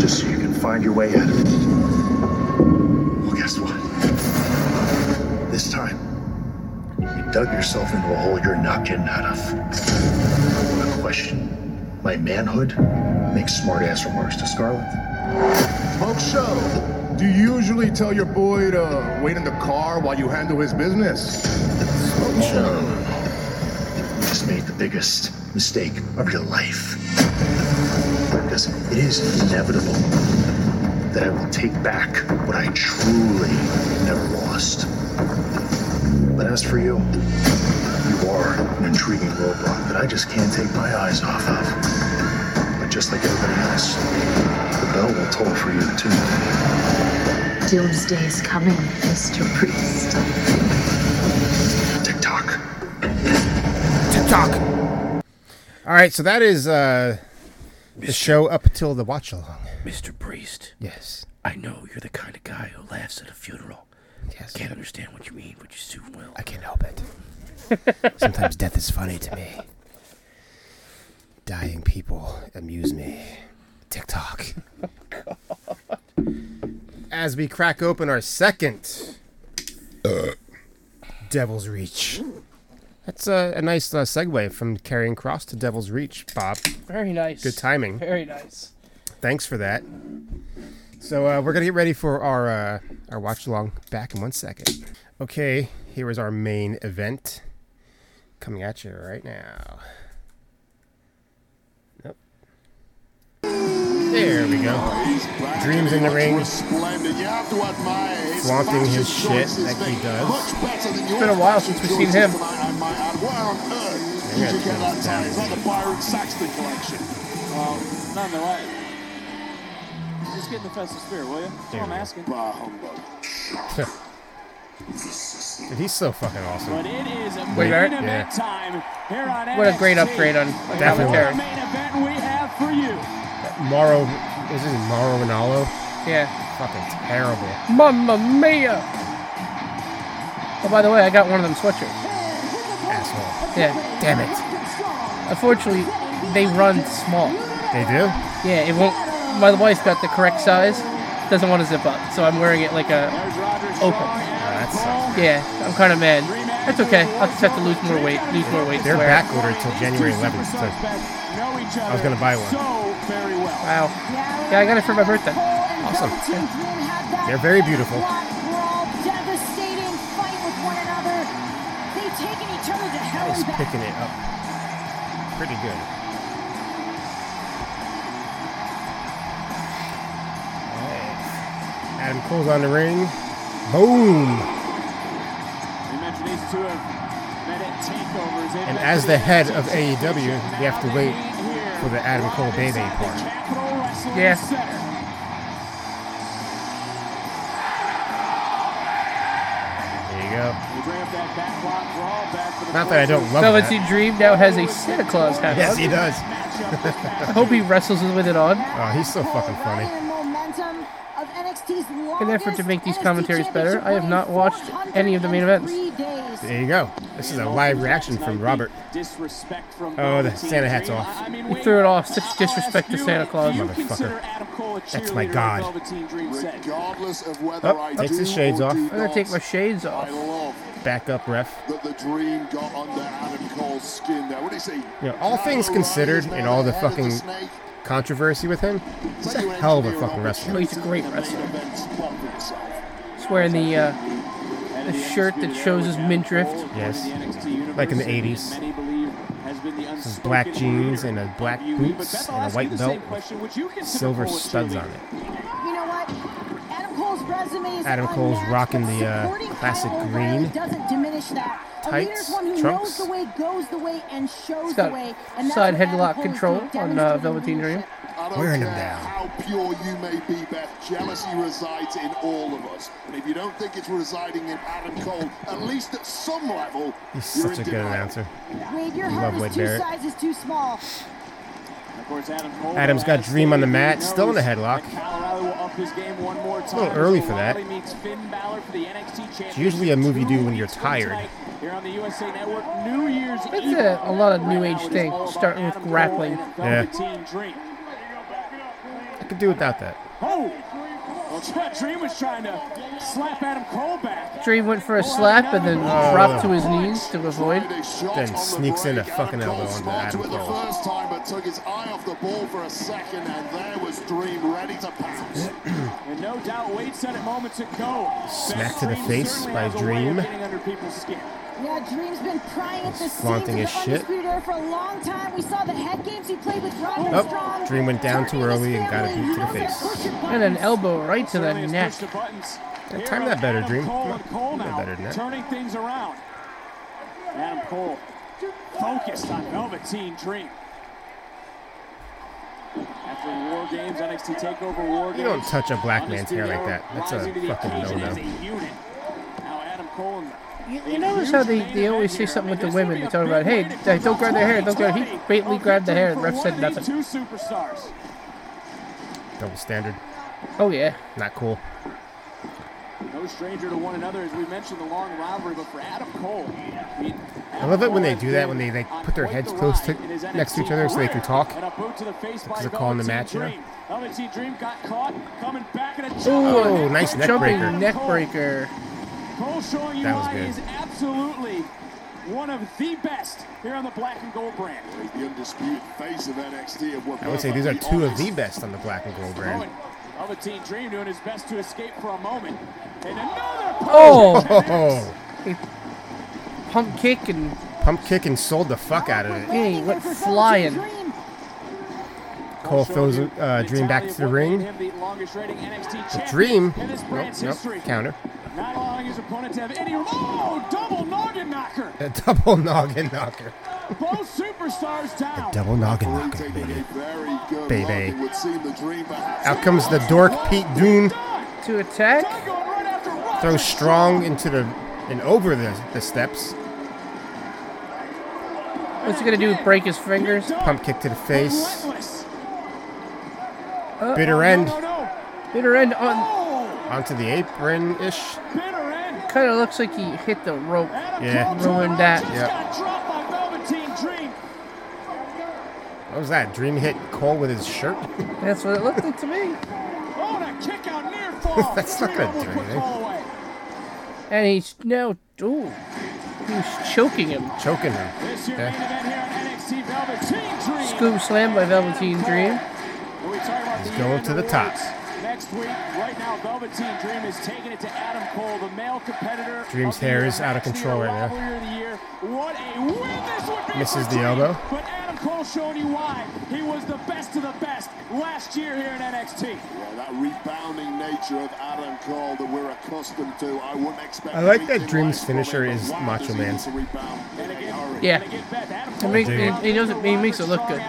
S18: just so you can find your way out of it. Well, guess what? This time, you dug yourself into a hole you're not getting out of. What a question. My manhood makes smart ass remarks to Scarlet.
S13: Smoke show. Do you usually tell your boy to wait in the car while you handle his business? Smoke show.
S18: You just made the biggest mistake of your life. Because it is inevitable that I will take back what I truly never lost. But as for you, you are an intriguing roadblock that I just can't take my eyes off of. But just like everybody else, the bell will toll for you too.
S19: Doomsday is coming, Mr. Priest.
S18: TikTok.
S4: TikTok. All right, so that is uh, the show up till the watch along.
S1: Mr. Priest.
S4: Yes.
S1: I know you're the kind of guy who laughs at a funeral.
S4: Yes.
S1: Can't understand what you mean, but you soon will.
S4: I can't help it. Sometimes death is funny to me. Dying people amuse me. TikTok. As we crack open our second uh, Devil's Reach. That's a, a nice uh, segue from Carrying Cross to Devil's Reach, Bob.
S1: Very nice.
S4: Good timing.
S1: Very nice.
S4: Thanks for that. So uh, we're gonna get ready for our uh, our watch along. Back in one second. Okay, here is our main event coming at you right now. Nope. There we go. Dreams in the ring, flaunting his shit like he does.
S1: It's been a while since we've seen him.
S4: Maybe I turn this down.
S20: Byron Saxton collection. Um, none the way. Just get in the festive spirit, will you? That's all I'm asking.
S4: Dude, he's so fucking awesome.
S20: But it is a
S4: Wait,
S20: main
S4: right?
S20: event
S4: Yeah.
S20: time here on
S1: What a great
S20: NXT.
S1: upgrade on
S20: Look at
S4: Definitely.
S20: what a main event we have for you.
S4: Mauro, is it Mauro Ronaldo?
S1: Yeah.
S4: Fucking terrible.
S1: Mamma mia! Oh, by the way, I got one of them sweatshirts.
S4: Asshole.
S1: Yeah.
S4: Damn it.
S1: Unfortunately, they run small.
S4: They do?
S1: Yeah, it won't. My wife got the correct size. Doesn't want to zip up, so I'm wearing it like a open.
S4: Oh,
S1: Yeah, I'm kind of mad. That's okay. I just have to lose more weight. Lose more weight. to
S4: They're
S1: wear it.
S4: back ordered till January 11th. So I was gonna buy one.
S1: Wow. Yeah, I got it for my birthday.
S4: Awesome. They're very beautiful.
S21: Devastating fight with one another. They've taken each other to hell
S4: He's
S21: and back.
S4: picking it up pretty good. Alright. Adam Cole's on the ring. Boom!
S20: We mentioned these two have met at takeovers. They've
S4: And
S20: been
S4: as
S20: to
S4: the head of E AEW, we have to wait for the Adam Cole Bay Bay part.
S20: Capital Wrestling
S1: Yeah.
S20: Center.
S4: There you go.
S20: We bring up that back block brawl back for the
S4: Not that I don't love that.
S1: Velveteen Dream now has a Santa Claus hat.
S4: Yes, he does.
S1: I hope he wrestles with it on.
S4: Oh, he's so fucking funny.
S21: NXT's
S1: In an effort to make these commentaries better, I have not watched any of the main events.
S4: There you go. This is a live reaction from Robert.
S20: Disrespect from
S4: Oh, the Santa hat's off.
S1: He threw it off. Such disrespect to Santa Claus.
S4: Motherfucker. That's my god.
S2: Regardless of whether
S4: Oh,
S2: I
S4: takes
S2: do
S4: his shades
S2: or
S4: off. Eh,
S2: do
S1: I'm gonna
S2: not,
S1: take my shades off.
S2: I love
S4: Back up, ref.
S2: that the dream got under Adam Cole's skin there. What do you say?
S4: You know, all things considered, and all the fucking controversy with him, he's a hell of a fucking wrestler.
S1: He's a great wrestler. He's wearing the uh, the shirt that shows his midriff.
S4: Yes. Like in the 80s. Some black jeans and a black boots and a white belt with silver studs on it.
S21: You know what? Adam Cole's resume is
S4: Adam Cole's
S21: unmatched,
S4: rocking
S21: but
S4: the, uh,
S21: supporting
S4: classic
S21: Kyle
S4: green
S21: O'Reilly doesn't diminish that. A
S4: tights,
S21: leader's one who
S4: trunks.
S21: knows the way, goes the way, and shows
S1: He's
S21: the
S1: got
S21: way. And that's
S1: side
S21: what Adam
S1: headlock
S21: Cole
S1: control
S21: has
S1: on
S21: done,
S1: uh,
S21: demonstrating
S1: Velveteen Dream.
S2: I don't
S1: Wearing
S2: care
S1: him down.
S2: how pure you may be, Beth, jealousy resides in all of us. And if you don't think it's residing in Adam Cole, at least at some level,
S4: He's
S2: you're
S4: such
S2: in
S4: a good
S2: denial.
S4: announcer.
S21: Wade, your
S4: I
S21: heart
S4: love
S21: is
S4: Wade
S21: two
S4: Barrett.
S21: sizes too small.
S20: Of course, Adam Cole
S4: Adam's got
S20: has
S4: Dream on the
S20: stated
S4: mat,
S20: he
S4: still in a
S20: knows
S4: headlock.
S20: that Kyle O'Reilly will up his game one more
S4: It's a little
S20: time.
S4: early for that.
S20: O'Reilly meets Finn Balor for the NXT
S4: It's
S20: championship
S4: usually a move you do when you're
S20: tonight
S4: tired.
S20: Here on the USA Network, New Year's Eve.
S1: It's a, a lot of new age thing, starting with grappling.
S4: Yeah.
S20: Team Dream.
S4: I could do without that.
S20: Oh! Well, Tra- Dream was trying to slap Adam Cole back.
S1: Dream went for a slap and then
S4: Oh.
S1: dropped to his knees to avoid.
S4: Then sneaks in a fucking elbow onto Adam Cole.
S2: First time, but took his eye off the ball for a second, and there was Dream ready to pounce.
S20: And no doubt Wade said it moments ago.
S4: Smack
S20: that
S4: to the
S20: Dream
S4: face
S20: certainly
S4: by
S20: has a way of
S4: Dream.
S20: getting under people's skin.
S21: Yeah, Dream's been prying at the
S4: flaunting
S21: seams
S4: his
S21: of
S4: shit.
S21: the Undisputed Era for a long time. We saw the head games he played with Rodman
S4: Oh,
S21: Strong.
S4: Dream went down too early and got a boot to the face.
S1: And an elbow right to the neck.
S4: Yeah, time that better, Dream. Come on,
S20: Cole
S4: do that
S20: now
S4: better than that.
S20: turning things around. Adam Cole focused on Velveteen Dream. After War Games, NXT Takeover War Games.
S4: You don't touch a black man's hair like that. That's a
S20: rising to the
S4: fucking
S20: occasion
S4: no-no.
S20: as a unit. Now Adam Cole. and-
S1: You, you notice how they, they always say something with the women. They talk about, hey, d- don't grab their hair, don't grab. He blatantly grabbed the hair. The ref said nothing.
S20: Two superstars.
S4: Double standard.
S1: Oh yeah.
S4: Not cool.
S20: No stranger to one another, as we mentioned, the long rivalry. But for Adam Cole, I mean,
S4: I love it when they do that when they like put their heads close to next to each other so they can talk.
S20: and a boot to the face by
S4: Because they're calling the
S20: Velveteen
S4: match, you know?
S20: Dream. Velveteen Dream got caught, coming back in a jump.
S4: Oh, nice neck
S1: jumping
S4: breaker.
S1: neck breaker.
S20: Cole showing you
S4: That was
S20: why
S4: good.
S20: he is absolutely one of the best here on the black and gold brand.
S2: The undisputed face of NXT of what
S4: I would say these are two of the best on the black and gold brand.
S20: Velveteen Dream doing his best to escape for a moment. And another
S4: Oh!
S1: Pump kick and
S4: pump kick and sold the fuck out of it.
S1: he went flying.
S4: Cole throws uh, Dream back to the ring.
S20: the longest rating NXT champion
S4: Dream.
S20: in this
S4: Nope,
S20: brand's history.
S4: nope. Counter.
S20: Not allowing his opponent to have any. Oh, double noggin knocker.
S4: A double noggin knocker.
S20: Both superstars down.
S4: Double noggin knocker, baby. Baby.
S2: It would seem the Dream perhaps
S4: Out comes the dork Pete Dune.
S1: To attack.
S4: Throws strong into the and over the, the steps.
S1: What's he gonna do? Break his fingers?
S4: Pump kick to the face.
S1: Uh,
S4: Bitter end.
S1: Bitter end on.
S4: Onto the apron ish.
S1: Kind of looks like he hit the rope.
S4: Yeah.
S1: Ruined that.
S4: Yeah.
S20: Dropped by Velveteen Dream.
S4: What was that? Dream hit Cole with his shirt?
S1: That's what it looked like to me.
S20: Oh, and a kick out near fall.
S4: That's not
S20: Dream
S4: gonna
S20: almost
S4: do
S20: put
S4: anything.
S20: Cole away.
S1: And he's now. Ooh. He's choking him.
S4: Choking him.
S20: This year main
S4: Yeah.
S20: event here on NXT Velveteen Dream.
S1: Scoop slam by Velveteen Dream.
S20: And we talk about
S4: He's
S20: the
S4: going
S20: year-end
S4: to the top.
S20: awards Next week, right now, Velveteen Dream is taking it to Adam Cole, the male competitor.
S4: Dream's
S20: of the
S4: hair
S20: year,
S4: is out of
S20: NXT
S4: control right now.
S20: Rivalry of the year. What a win this would be
S4: Misses
S20: for
S4: the
S20: Dream,
S4: elbow.
S20: But Adam Cole showing you why he was the best of the best last year here in NXT.
S2: Yeah, that rebounding nature of Adam Cole that we're accustomed to, I wouldn't expect.
S4: I like
S2: anything
S4: that Dream's
S2: less
S4: finisher
S2: from him,
S4: is
S2: but wow, does
S4: Macho
S2: he
S4: Man.
S2: need to rebound in a hurry.
S1: Yeah. It makes, he, he does it, he makes it look good.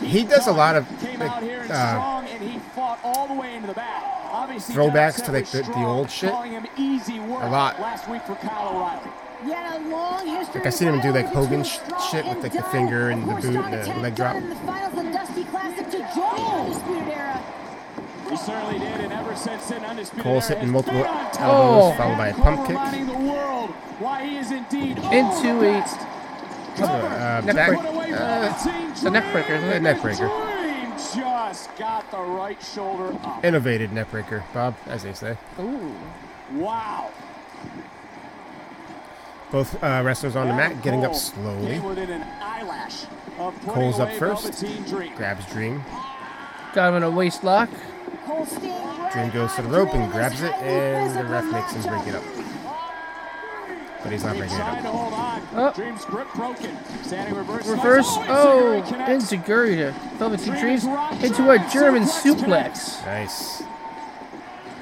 S4: He does a lot of
S20: Came
S4: like,
S20: out here and
S4: uh,
S20: strong, and he fought all the way into the back. Obviously,
S4: throwbacks
S20: Dowsett
S4: to like
S20: was
S4: the, the
S20: strong,
S4: old shit.
S20: calling him easy work
S4: A lot.
S20: Last week for Kyle O'Reilly.
S21: Yet a long history.
S4: Like I seen him do like Hogan sh- shit with like the finger and the boot and the leg drop.
S21: in the finals of the Dusty Classic to join the Undisputed Era.
S20: He certainly did, and ever since then, Undisputed
S4: Cole's
S20: Era
S4: hitting
S20: has
S4: multiple
S20: been on top.
S4: elbows,
S20: Oh.
S4: followed by a
S20: Cole
S4: pump kick.
S20: reminding the world why he is indeed all
S1: Into
S20: the
S1: a
S20: best.
S4: Uh,
S1: neck
S4: back,
S1: break. Uh, it's a neck breaker, isn't
S4: uh,
S1: it?
S4: neck breaker.
S20: Dream just got the right shoulder up.
S4: Innovated neck breaker, Bob, as they say.
S1: Ooh.
S20: Wow.
S4: Both uh, wrestlers on the mat getting up
S20: Cole
S4: slowly.
S20: came within an eyelash of putting
S4: Cole's up
S20: away
S4: first.
S20: Velveteen Dream.
S4: Grabs Dream.
S1: Got him in a waist lock.
S20: Cole staying
S4: Dream goes to the rope and grabs it, and the ref makes him break it up. But he's not breaking it
S20: trying to
S4: up.
S20: hold on. Dream's grip broken. Standing reverse.
S1: Reverse.
S20: slice.
S1: Oh,
S20: Inzaguri connects.
S1: into Garita. Velveteen Dreams into a German suplex.
S4: Nice.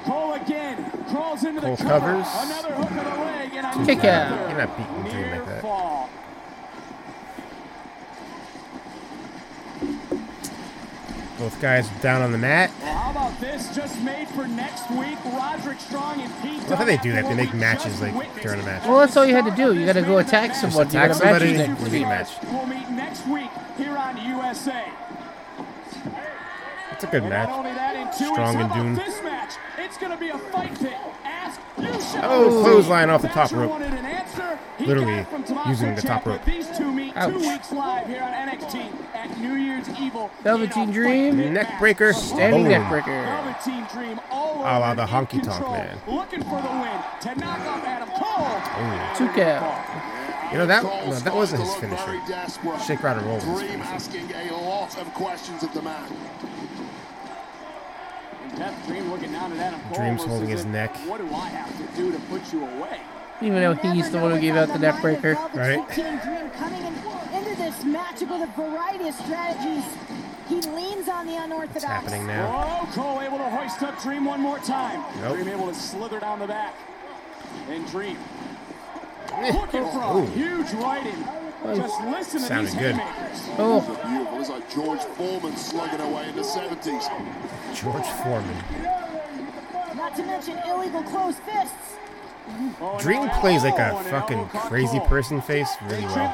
S20: Cole again crawls into
S4: Cole
S20: the cover.
S4: covers.
S20: Another hook of the leg and
S4: Two
S20: another
S4: count. You're not beating Dream
S20: near
S4: like that.
S20: fall.
S4: Both guys down on the mat.
S20: Well, how about this? Just made for next week. Roderick Strong and Pete.
S4: I love how they do that. They make matches like during a match.
S1: Well, that's all you had to do. You got to go attack
S4: Just
S1: someone. You
S4: attack
S1: got a match
S4: somebody,
S1: next
S4: you
S1: week.
S4: get a match.
S20: We'll meet next week here on USA.
S4: It's a good match.
S20: That in two
S4: Strong
S20: weeks. How
S4: and
S20: about
S4: Dune.
S20: this match? It's going to be a fight pit. Ask you shall
S4: Oh,
S20: receive.
S4: clothesline off the top
S20: Thatcher
S4: rope.
S20: wanted an answer. He
S4: Literally
S20: got it from Tommaso
S4: using the top
S20: Ciampa.
S4: rope.
S20: These two meet
S4: Ouch.
S20: two weeks live here on NXT at New Year's Evil.
S1: Velveteen Dream.
S4: Neck breaker. Oh.
S1: Standing
S4: Boom.
S1: neck breaker.
S20: Velveteen Dream all
S4: A la
S20: over
S4: the honky tonk
S20: control,
S4: man.
S20: looking for the win to knock off Adam Cole.
S4: Ooh.
S1: Two count.
S4: You know that no, that wasn't his finisher. Shake rattle roll. was his
S2: Dream asking a lot of questions of the man.
S20: And Death Dream looking down at Adam Cole.
S4: Dream's
S20: versus
S4: holding his
S20: it.
S4: neck.
S20: What do I have to do to put you away?
S1: Even though he's the one who gave out the neck breaker.
S20: Right.
S21: Dream coming in, into this match with a variety of strategies. He leans on the unorthodox. What's
S4: happening now?
S20: Oh, Cole able to hoist up Dream one more time.
S4: Nope.
S20: Dream able to slither down the back. And Dream. Looking for a
S4: Ooh.
S20: huge right in. Just listen to
S4: Sounded
S20: these
S4: good.
S20: haymakers.
S1: Oh.
S2: Beautiful. It's like George Foreman slugging away in the 70s.
S4: George Foreman.
S21: Not to mention illegal closed fists.
S20: Oh,
S4: Dream plays like a fucking crazy person face really well.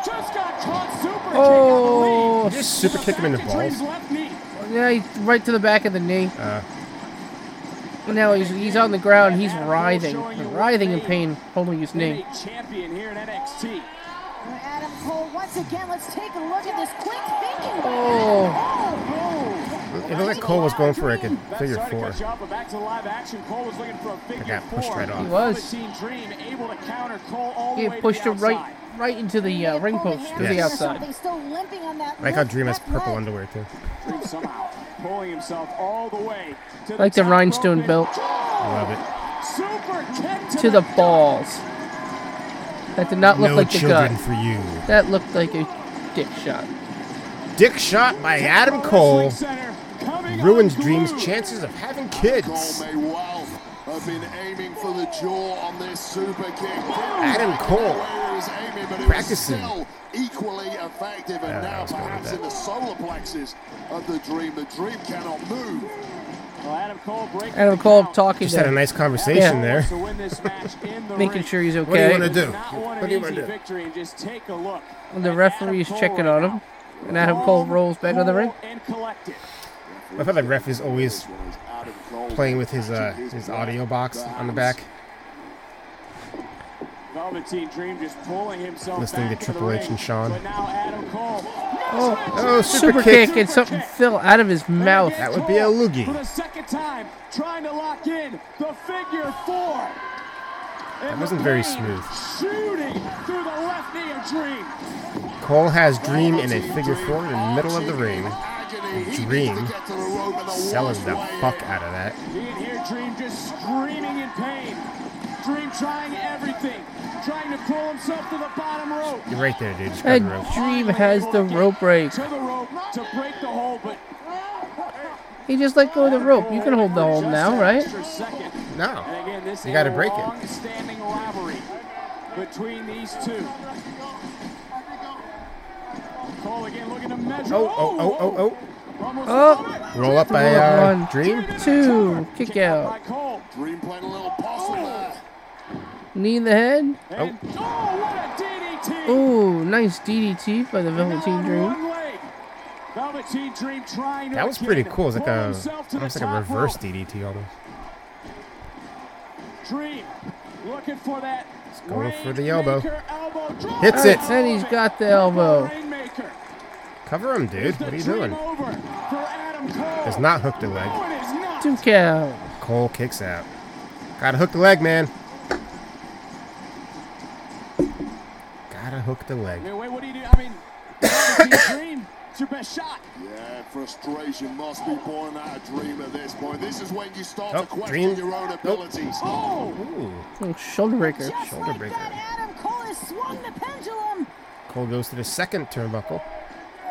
S1: Oh.
S4: Did you just super kick him in the balls?
S1: Yeah, he, right to the back of the knee.
S4: Uh,
S1: Now he's, he's on the ground. He's writhing, writhing in pain, holding his knee.
S20: Champion here in NXT.
S21: Adam Cole, once again, let's take a look at this quick thinking.
S1: Oh.
S4: it looked like Cole was going for like a figure four.
S20: Cut you off, but back to the live action. Cole was looking for a
S4: I
S20: figure
S4: got pushed
S20: four.
S4: right off.
S1: He was.
S20: Velveteen Dream able to counter Cole all the
S1: He
S20: way to
S1: pushed
S20: the
S1: him right,
S20: outside.
S1: right into the uh, ring post through the
S4: Yes.
S1: outside.
S21: He's still limping on that.
S4: I like how
S21: left
S4: Dream has
S21: left
S4: purple
S21: leg.
S4: underwear too.
S20: Dream somehow pulling himself all the way to
S1: Like the
S20: top
S1: rhinestone
S20: rope and
S1: belt.
S4: Love it.
S20: Super kick to,
S1: To the balls. That did not look
S4: No
S1: like the
S4: children
S1: gut.
S4: for you.
S1: That looked like a dick shot.
S4: Dick shot by Adam Cole ruins Dream's chances of having kids.
S2: May well have been aiming for the jaw on this super kick.
S4: Adam Cole
S2: Where he was aiming, but it
S4: practicing.
S2: was still equally effective. And now perhaps in the solar plexus of the dream. The dream cannot move.
S20: Well, Adam Cole breaks
S1: Adam Cole talking.
S4: Just
S1: to
S4: had a
S1: him.
S4: nice conversation
S1: Yeah.
S20: to win this match in the
S1: Making
S20: ring.
S1: sure he's okay.
S4: What do you wanna do?
S20: Not
S4: What
S20: want
S4: do
S20: an
S4: you wanna
S20: easy
S4: do?
S20: victory and just take a look.
S1: And the referee is checking on him, and Adam Cole rolls back on the ring.
S20: And collected.
S4: I thought the ref is always playing with his uh, his audio box on the back.
S20: Velveteen Dream just pulling himself
S4: Listening
S20: back
S4: to
S20: the
S4: Triple H
S20: ring.
S4: and Shawn.
S20: But now Adam Cole.
S1: Oh,
S4: Oh, super
S1: super
S4: kick.
S1: kick, and something fell out of his mouth.
S4: That would be a
S20: For the
S4: loogie.
S20: second time, trying to lock in the figure four.
S4: That wasn't very smooth.
S20: Shooting through the left knee of Dream.
S4: Cole has Dream in a figure four in the middle of the ring. and Dream selling the fuck out of that.
S20: You can hear Dream just screaming in pain. Dream trying everything, trying to pull himself to the bottom rope.
S4: You're right there, dude. Just grab
S1: And
S4: the rope.
S1: Dream has the rope break.
S20: To the rope to break the hold, but
S1: He just let go of the rope. You can hold the hold now, right?
S20: extra second.
S4: No.
S20: And again, this
S4: You gotta
S20: is a
S4: break it.
S20: long-standing rivalry between these two. Cole again looking to measure.
S4: Oh, oh, oh, oh,
S20: Almost
S1: Oh.
S4: oh. Roll up by
S1: Roll up
S4: uh,
S1: one,
S4: Dream.
S1: two, kick
S20: by
S1: out, Oh.
S20: Cole.
S2: Dream playing a little possum there.
S1: knee in the head.
S20: And oh, what a DDT!
S1: Ooh, nice DDT by the Velveteen Dream.
S20: One leg. Velveteen Dream trying to
S4: That was pretty
S20: again
S4: cool. It's like
S20: pull
S4: a
S20: himself to the
S4: almost like a
S20: top
S4: reverse
S20: rope.
S4: DDT almost.
S20: Dream looking for that
S4: Going for the elbow.
S20: drop.
S4: Hits it.
S1: And he's got the elbow.
S4: Cover him, dude. What are you doing? Does not hook the leg.
S1: Two count.
S4: Cole kicks out. Gotta hook the leg, man. Gotta hook the leg.
S20: Wait, what do you do? I mean, Velveteen Dream, it's your best shot.
S2: Yeah, frustration must be born out of dream at this point. This is when you start
S4: Oh,
S2: to question
S4: Dream.
S2: your own abilities. Oh.
S4: Ooh.
S1: Little shoulder breaker.
S4: Shoulder breaker.
S21: Adam Cole has swung the pendulum.
S4: Cole goes to the second turnbuckle,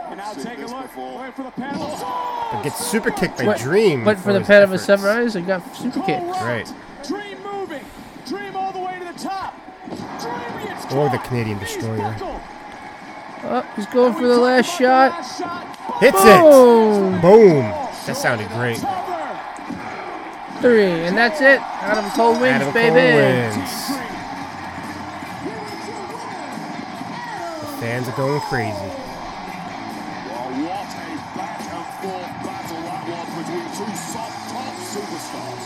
S20: And now take a look. Wait for the panel. Oh,
S4: but gets super kicked by
S1: But-
S4: Dream.
S1: But for the
S4: his
S1: pad of a
S4: efforts.
S1: sunrise, it got super kicked.
S4: Right.
S20: Dream moving. Dream all the way to the top. Dream gets
S4: Or the Canadian Destroyer.
S1: Oh, he's going for the last shot.
S4: Hits it! Boom!
S20: Oh.
S4: That sounded great.
S1: Three, and that's it. Adam Cole wins,
S4: Adam Cole
S1: baby.
S4: wins. The fans are going crazy.
S2: Well, what a back and forth battle that was between two soft top superstars.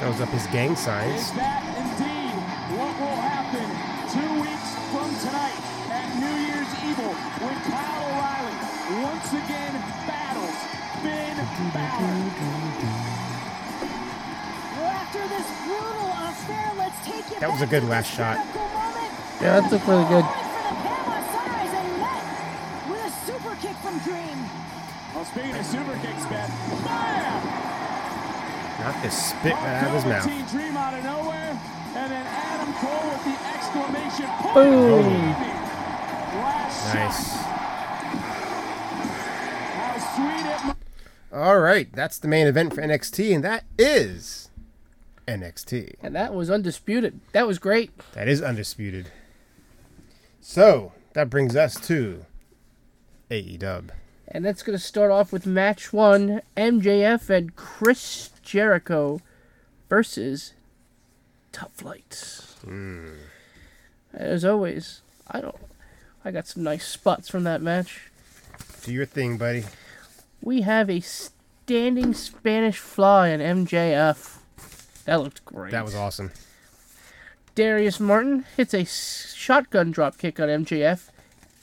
S4: Throws up his gang signs.
S20: Indeed, what will happen two weeks from tonight at New Year's Evil when Kyle O'Reilly once again battles Finn Balor?
S21: Well, after this brutal affair, let's take you
S4: That was a good last shot.
S1: Yeah, that looked really good.
S21: sunrise and net with a super kick from Dream.
S20: Well, speaking of super kicks, Ben,
S4: Not the spit right out of his mouth.
S20: Velveteen Dream out of nowhere, and then Adam Cole with the exclamation point.
S4: Boom.
S20: Last shot.
S4: Nice.
S20: How sweet it must
S4: All right, that's the main event for NXT, and that is NXT.
S1: And that was undisputed. That was great.
S4: That is undisputed. So that brings us to AE Dub.
S1: And that's going to start off with match one MJF and Chris Jericho versus Tough Flights. As always, I don't. I got some nice spots from that match.
S4: Do your thing, buddy.
S1: We have a standing Spanish fly in MJF. That looked great.
S4: That was awesome.
S1: Darius Martin hits a s- shotgun drop kick on MJF,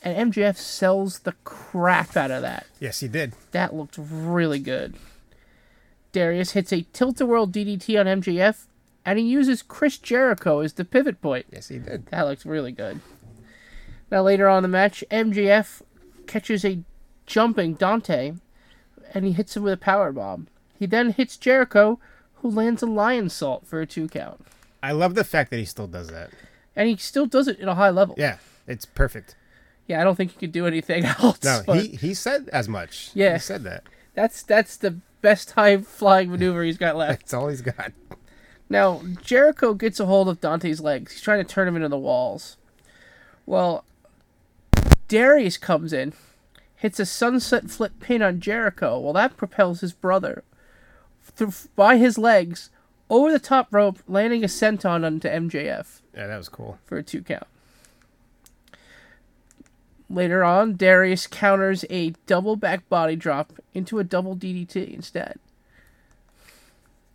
S1: and MJF sells the crap out of that.
S4: Yes, he did.
S1: That looked really good. Darius hits a tilt a world DDT on MJF, and he uses Chris Jericho as the pivot point.
S4: Yes, he did.
S1: That looked really good. Now, later on in the match, MJF catches a jumping Dante, and he hits him with a power bomb. He then hits Jericho, who lands a lion salt for a two count.
S4: I love the fact that he still does that.
S1: And he still does it at a high level.
S4: Yeah, it's perfect.
S1: Yeah, I don't think he could do anything else.
S4: No,
S1: but-
S4: he, he said as much.
S1: Yeah.
S4: He said that.
S1: That's that's the best high flying maneuver he's got left.
S4: That's all he's got.
S1: Now Jericho gets a hold of Dante's legs. He's trying to turn him into the walls. Well, Darius comes in, hits a sunset flip pin on Jericho. Well, that propels his brother through by his legs over the top rope, landing a senton onto MJF
S4: Yeah, that was cool.
S1: for a two count. Later on, Darius counters a double back body drop into a double DDT instead.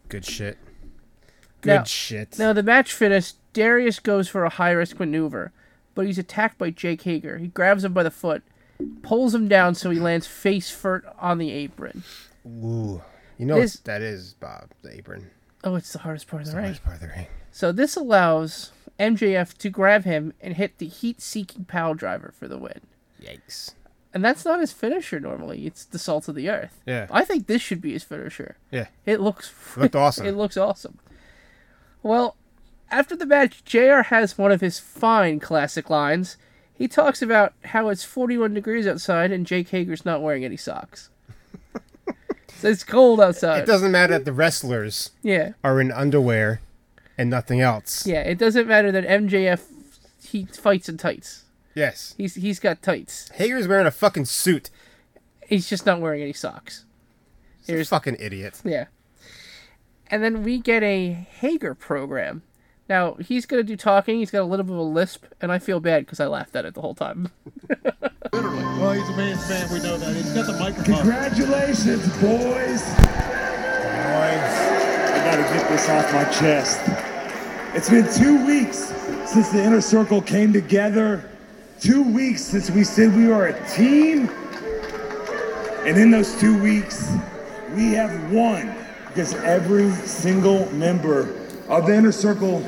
S4: Good shit. Good
S1: Now-
S4: shit.
S1: Now the match finished. Darius goes for a high risk maneuver, but he's attacked by Jake Hager. He grabs him by the foot, pulls him down so he lands face first on the apron.
S4: Ooh. You know what
S1: This-
S4: that is, Bob, the apron.
S1: Oh, it's the hardest part of the ring.
S4: Part of the ring.
S1: So this allows MJF to grab him and hit the heat-seeking pile driver for the win.
S4: Yikes.
S1: And that's not his finisher normally. It's the salt of the earth.
S4: Yeah.
S1: I think this should be his finisher.
S4: Yeah.
S1: It looks
S4: Looked awesome.
S1: it looks awesome. Well, after the match, JR has one of his fine classic lines. He talks about how it's 41 degrees outside and Jake Hager's not wearing any socks. so it's cold outside.
S4: It doesn't matter that the wrestlers
S1: Yeah.
S4: are in underwear and nothing else.
S1: Yeah, it doesn't matter that MJF he fights in tights.
S4: Yes.
S1: He's he's got tights.
S4: Hager's wearing a fucking suit.
S1: He's just not wearing any socks.
S4: He's a fucking idiot.
S1: Yeah. And then we get a Hager program Now he's gonna do talking. He's got a little bit of a lisp, and I feel bad because I laughed at it the whole time.
S3: Well, he's a man's man. We know that. He's got the microphone.
S7: Congratulations, boys. Boys, I gotta get this off my chest. It's been two weeks since the inner circle came together. Two weeks since we said we are a team. And in those two weeks, we have won because every single member of the inner circle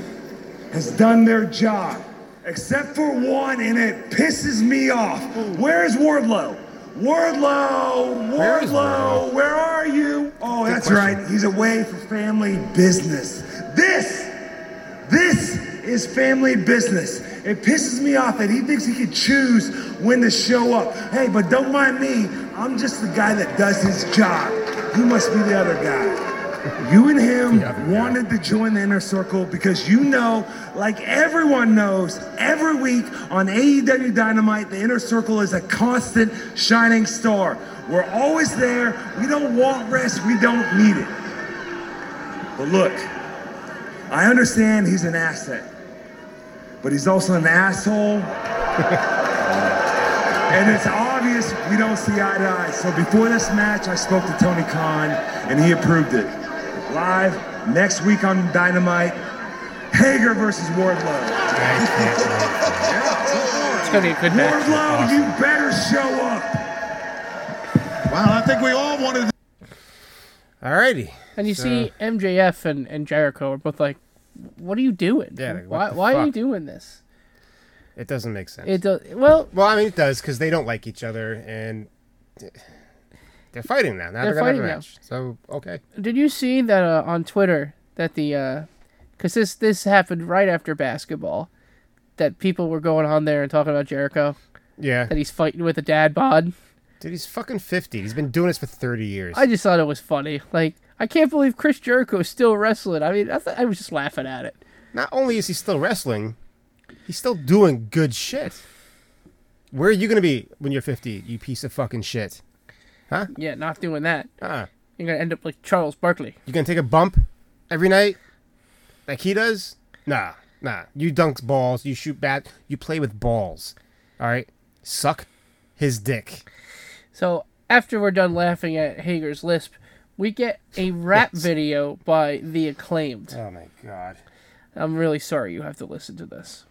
S7: has done their job except for one, and it pisses me off. Where is Wardlow? Wardlow,
S22: Where is
S7: Wardlow,
S22: Wardlow?
S7: where are you? Oh,
S22: Good
S7: that's
S22: question.
S7: right. He's away for family business. This, this is family business. It pisses me off that he thinks he can choose when to show up. Hey, but don't mind me. I'm just the guy that does his job. You must be the other guy. You and him wanted to join the inner circle because you know, like everyone knows, every week on AEW Dynamite, the inner circle is a constant shining star. We're always there. We don't want rest, we don't need it. But look, I understand he's an asset, but he's also an asshole. And it's obvious we don't see eye to eye. So before this match, I spoke to Tony Khan and he approved it. Live next week on Dynamite, Hager versus Wardlow.
S1: It's gonna be a good match.
S7: Wardlow, you better show up.
S3: Wow, I think we all wanted.
S4: Alrighty.
S1: And you
S4: So-
S1: see MJF and, and Jericho are both like, "What are you doing?
S4: Yeah, like, what
S1: why
S4: the
S1: why are you
S4: fuck?"
S1: doing this?"
S4: It doesn't make sense.
S1: It does well.
S4: Well, I mean, it does because they don't like each other, and they're fighting now. Now
S1: They're
S4: they're, gonna have a
S1: fighting now.
S4: match. So okay,
S1: Did you see that uh, on Twitter that the because this this happened right after basketball that people were going on there and talking about Jericho.
S4: Yeah.
S1: That he's fighting with a dad bod.
S4: dude, he's fucking fifty. He's been doing this for thirty years.
S1: I just thought it was funny. Like I can't believe Chris Jericho is still wrestling. I mean, I, th- I was just laughing at it.
S4: Not only is he still wrestling, he's still doing good shit. Where are you gonna be when you're fifty? You piece of fucking shit. Huh?
S1: Yeah, not doing that.
S4: Uh,
S1: You're gonna end up like Charles Barkley.
S4: You gonna take a bump every night, like he does? Nah, nah. You dunk balls. You shoot bat. You play with balls. All right. Suck his dick.
S1: So after we're done laughing at Hager's lisp, we get a rap video by the acclaimed.
S4: Oh my god.
S1: I'm really sorry you have to listen to this.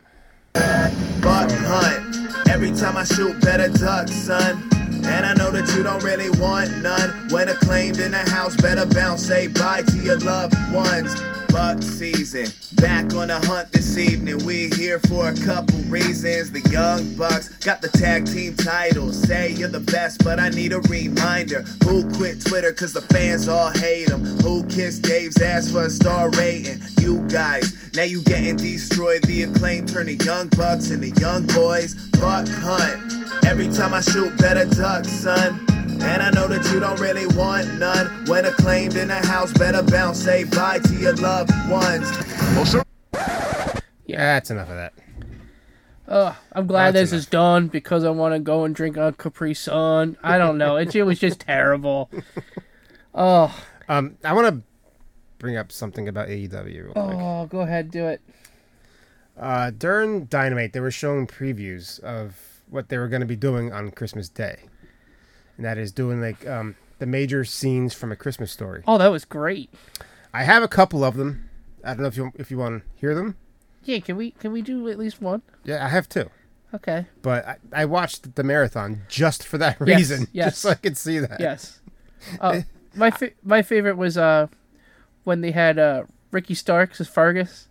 S23: Buck hunt. Every time I shoot, better duck, son. And I know that you don't really want none. When acclaimed in the house, better bounce. Say bye to your loved ones. Buck season. Back on the hunt this evening. We here for a couple reasons. The Young Bucks got the tag team title. Say you're the best, but I need a reminder. Who quit Twitter? Cause the fans all hate him. Who kissed Dave's ass for a star rating? You guys. Now you getting destroyed. The acclaim turn the young bucks into young boys. Buck hunt. Every time I shoot, better duck, son. And I know that you don't really want none. When acclaimed in the house, better bounce. Say bye to your loved ones.
S4: Yeah, that's enough of that.
S1: Ugh, I'm glad
S4: That's
S1: this is done because I want to go and drink a Capri Sun. I don't know. It, it was just terrible. Oh.
S4: Um, I want to bring up something about AEW. Real quick.
S1: Oh, go ahead, do it.
S4: Uh, during Dynamite, they were showing previews of what they were going to be doing on Christmas Day, and that is doing like um, the major scenes from A Christmas Story.
S1: Oh, that was great.
S4: I have a couple of them. I don't know if you if you want to hear them.
S1: Yeah, can we can we do at least one?
S4: Yeah, I have two.
S1: Okay.
S4: But I, I watched the marathon just for that
S1: Yes,
S4: reason,
S1: yes.
S4: just so I could see that.
S1: Yes. Uh, my fa- my favorite was uh when they had uh Ricky Starks as Fergus,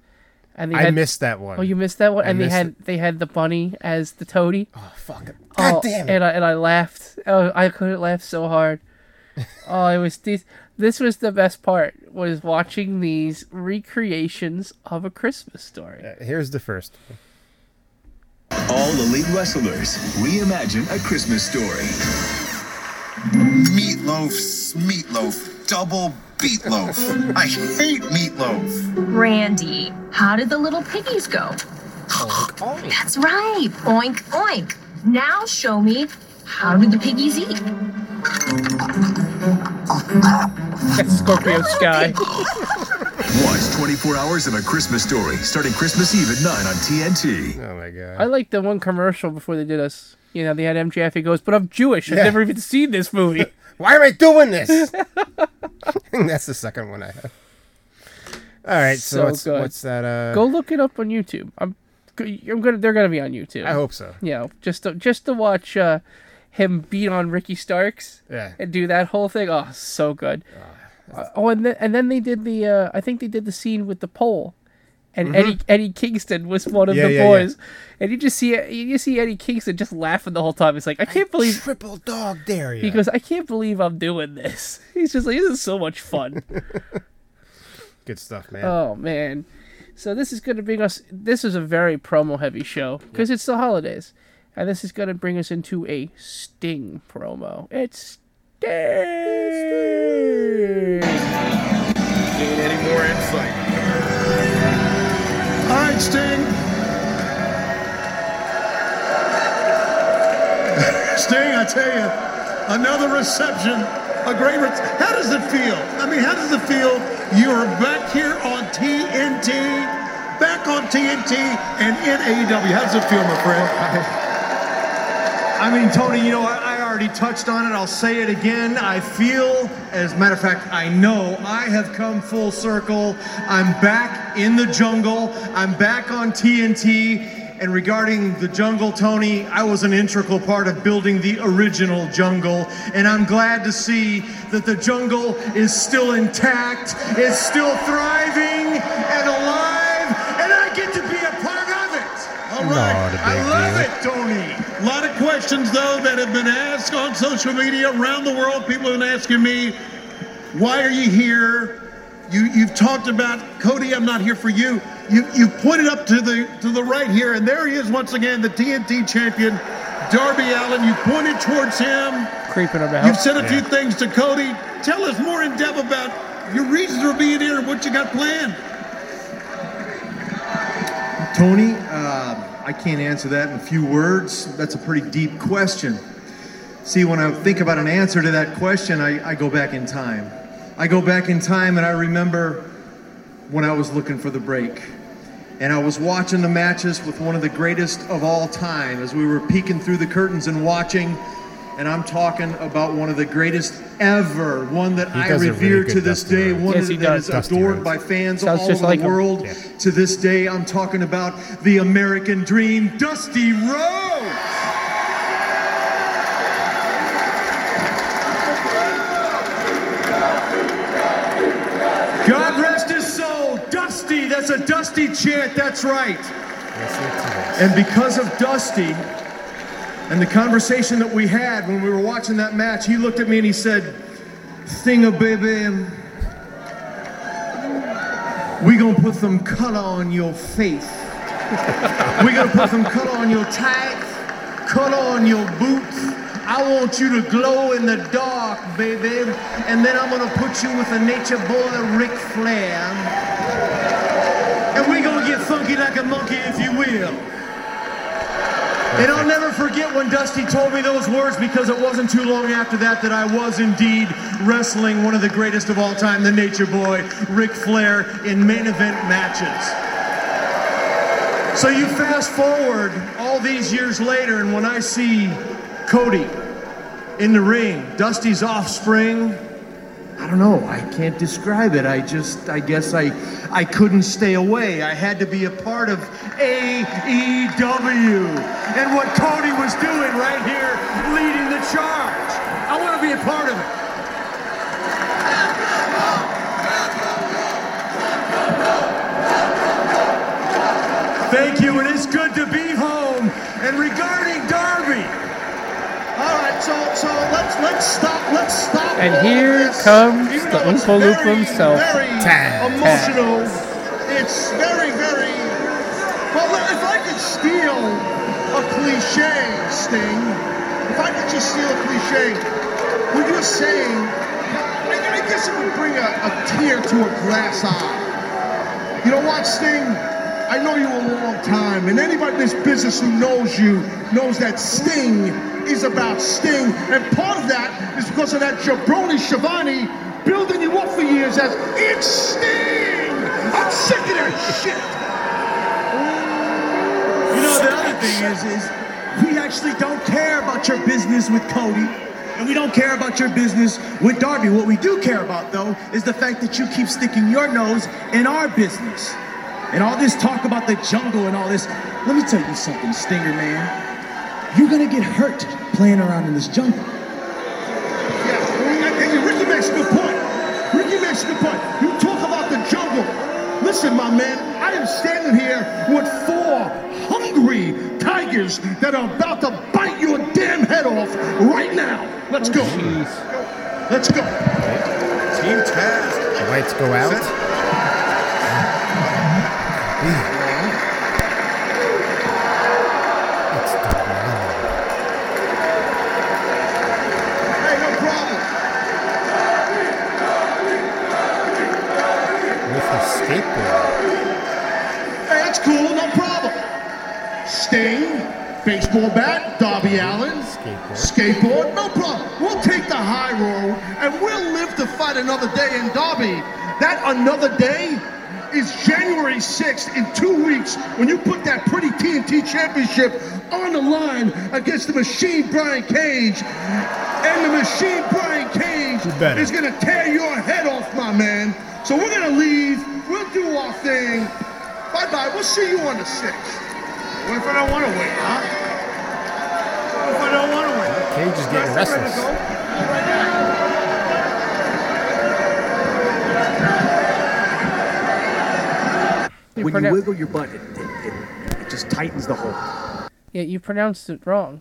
S1: and they
S4: I
S1: had-
S4: missed that one.
S1: Oh, you missed that one,
S4: I
S1: and they
S4: missed
S1: had they had the bunny as the toady.
S4: Oh fuck!
S1: God damn it! And I and I laughed. Oh, I couldn't laugh so hard. oh, it was this. This was the best part was watching these recreations of a Christmas story.
S4: Here's the first.
S24: All Elite Wrestlers reimagine a Christmas story.
S25: Meatloaf's meatloaf. Double beatloaf. I hate meatloaf.
S19: Randy, how did the little piggies go?
S3: Oh.
S19: That's right. Oink, oink. Now show me how did the piggies eat?
S1: Scorpio Sky.
S24: Watch 24 hours of a Christmas story starting Christmas Eve at 9 on TNT.
S4: Oh my god.
S1: I like the one commercial before they did us. You know, they had MJF. He goes, "But I'm Jewish. I've never even seen this movie.
S4: Why am I doing this?" That's the second one I have. All right, so,
S1: So
S4: what's,
S1: good.
S4: what's that? Uh,
S1: Go look it up on YouTube. I'm, I'm gonna. They're gonna be on YouTube.
S4: I hope so.
S1: You know, just to, just to watch uh, him beat on Ricky Starks.
S4: Yeah.
S1: And do that whole thing. Oh, so good. Uh, oh, and then and then they did the. Uh, I think they did the scene with the pole, and
S4: Mhm.
S1: Eddie Eddie Kingston was one of
S4: Yeah,
S1: the
S4: yeah, yeah.
S1: boys, and you just see you just see Eddie Kingston just laughing the whole time. It's like I can't believe
S4: triple dog dare
S1: He goes, I can't believe I'm doing this. He's just like, this is so much fun.
S4: Good stuff, man.
S1: Oh man. So this is going to bring us. This is a very promo-heavy show because it's the holidays, and this is going to bring us into a Sting promo. It's Sting.
S26: Need any more insight? All right, Sting.
S3: Sting, I tell you, another reception, a great. Re- how does it feel? I mean, how does it feel? You are back here on TNT, back on TNT, and in AEW. How does it feel, my friend?
S27: I mean, Tony, you know, I, I already touched on it. I'll say it again. I feel, as a matter of fact, I know I have come full circle. I'm back in the jungle. I'm back on TNT. And regarding the jungle, Tony, I was an integral part of building the original jungle. And I'm glad to see that the jungle is still intact, it's still thriving and alive, and I get to be a part of it.
S3: All right,
S27: I love it,
S3: Tony. A lot of questions though that have been asked on social media around the world. People have been asking me, why are you here? You you've talked about Cody. I'm not here for you. You you pointed up to the to the right here, and there he is once again, the TNT champion, Darby Allen. You pointed towards him.
S1: Creeping about.
S3: You've said a few things to Cody. Tell us more in depth about your reasons for being here and what you got planned.
S27: Tony, uh, I can't answer that in a few words. That's a pretty deep question. See, when I think about an answer to that question, I, I go back in time. I go back in time and I remember when I was looking for the break. And I was watching the matches with one of the greatest of all time as we were peeking through the curtains and watching. And I'm talking about one of the greatest ever, one that He I does a really revere good to this Dusty day, Rhodes. one Yes, he that that is does. Dusty adored Rhodes. by fans Sounds all just over like the him. world. Yeah. To this day, I'm talking about the American dream, Dusty Rhodes. God rest his soul, Dusty. That's a Dusty chant. That's right. And because of Dusty and the conversation that we had when we were watching that match, he looked at me and he said, Stinger, baby, we gonna put some color on your face. we gonna put some color on your tights, color on your boots. I want you to glow in the dark, baby. And then I'm gonna put you with a nature boy, Ric Flair. And we gonna get funky like a monkey, if you will. And I'll never forget when Dusty told me those words because it wasn't too long after that that I was indeed wrestling one of the greatest of all time, the Nature Boy, Ric Flair, in main event matches. So you fast forward all these years later, and when I see Cody in the ring, Dusty's offspring, I don't know. I can't describe it. I just, I guess I, I couldn't stay away. I had to be a part of AEW and what Cody was doing right here, leading the charge. I want to be a part of it. Thank you, and it's good to be home. And regarding Darby, all right, so so let's let's stop, let's stop. all
S1: And here comes the Oompa Loompa himself.
S3: very
S1: Tag.
S3: emotional. It's very, very. Well, if I could steal a cliche, Sting, if I could just steal a cliche, when you're saying, I, I guess it would bring a, a tear to a glass eye. You know what, Sting? I know you a long time, and anybody in this business who knows you knows that Sting is about Sting, and part of that is because of that jabroni Shivani building you up for years as it's Sting. I'm sick of their shit. You know, the other thing is, is we actually don't care about your business with Cody. And we don't care about your business with Darby. What we do care about, though, is the fact that you keep sticking your nose in our business. And all this talk about the jungle and all this. Let me tell you something, Stinger Man. You're gonna get hurt playing around in this jungle. Yeah, and- and Ricky makes a good point. Ricky makes a good point. You talk about the jungle. Listen, my man, I am standing here with four hungry tigers that are about to bite your damn head off right now. Let's go. Let's go.
S4: Oh, Team Taz. The lights go out.
S3: Hey, no problem.
S4: With his skateboard.
S3: Hey, that's cool, no problem. Sting, baseball bat, Darby Allen, skateboard. no problem. We'll take the high road and we'll live to fight another day in Derby. That another day is January 6th in two weeks when you put that pretty TNT championship on the line against the machine Brian Cage. And the machine Brian Cage
S4: better.
S3: is gonna tear your head off, my man. So we're gonna leave, we'll do our thing. Bye bye, we'll see you on the 6th. What if I don't wanna wait, huh? What if I don't wanna wait?
S4: Cage is getting restless.
S12: When you wiggle your butt, it, it, it, it just tightens the hole.
S1: Yeah, you pronounced it wrong.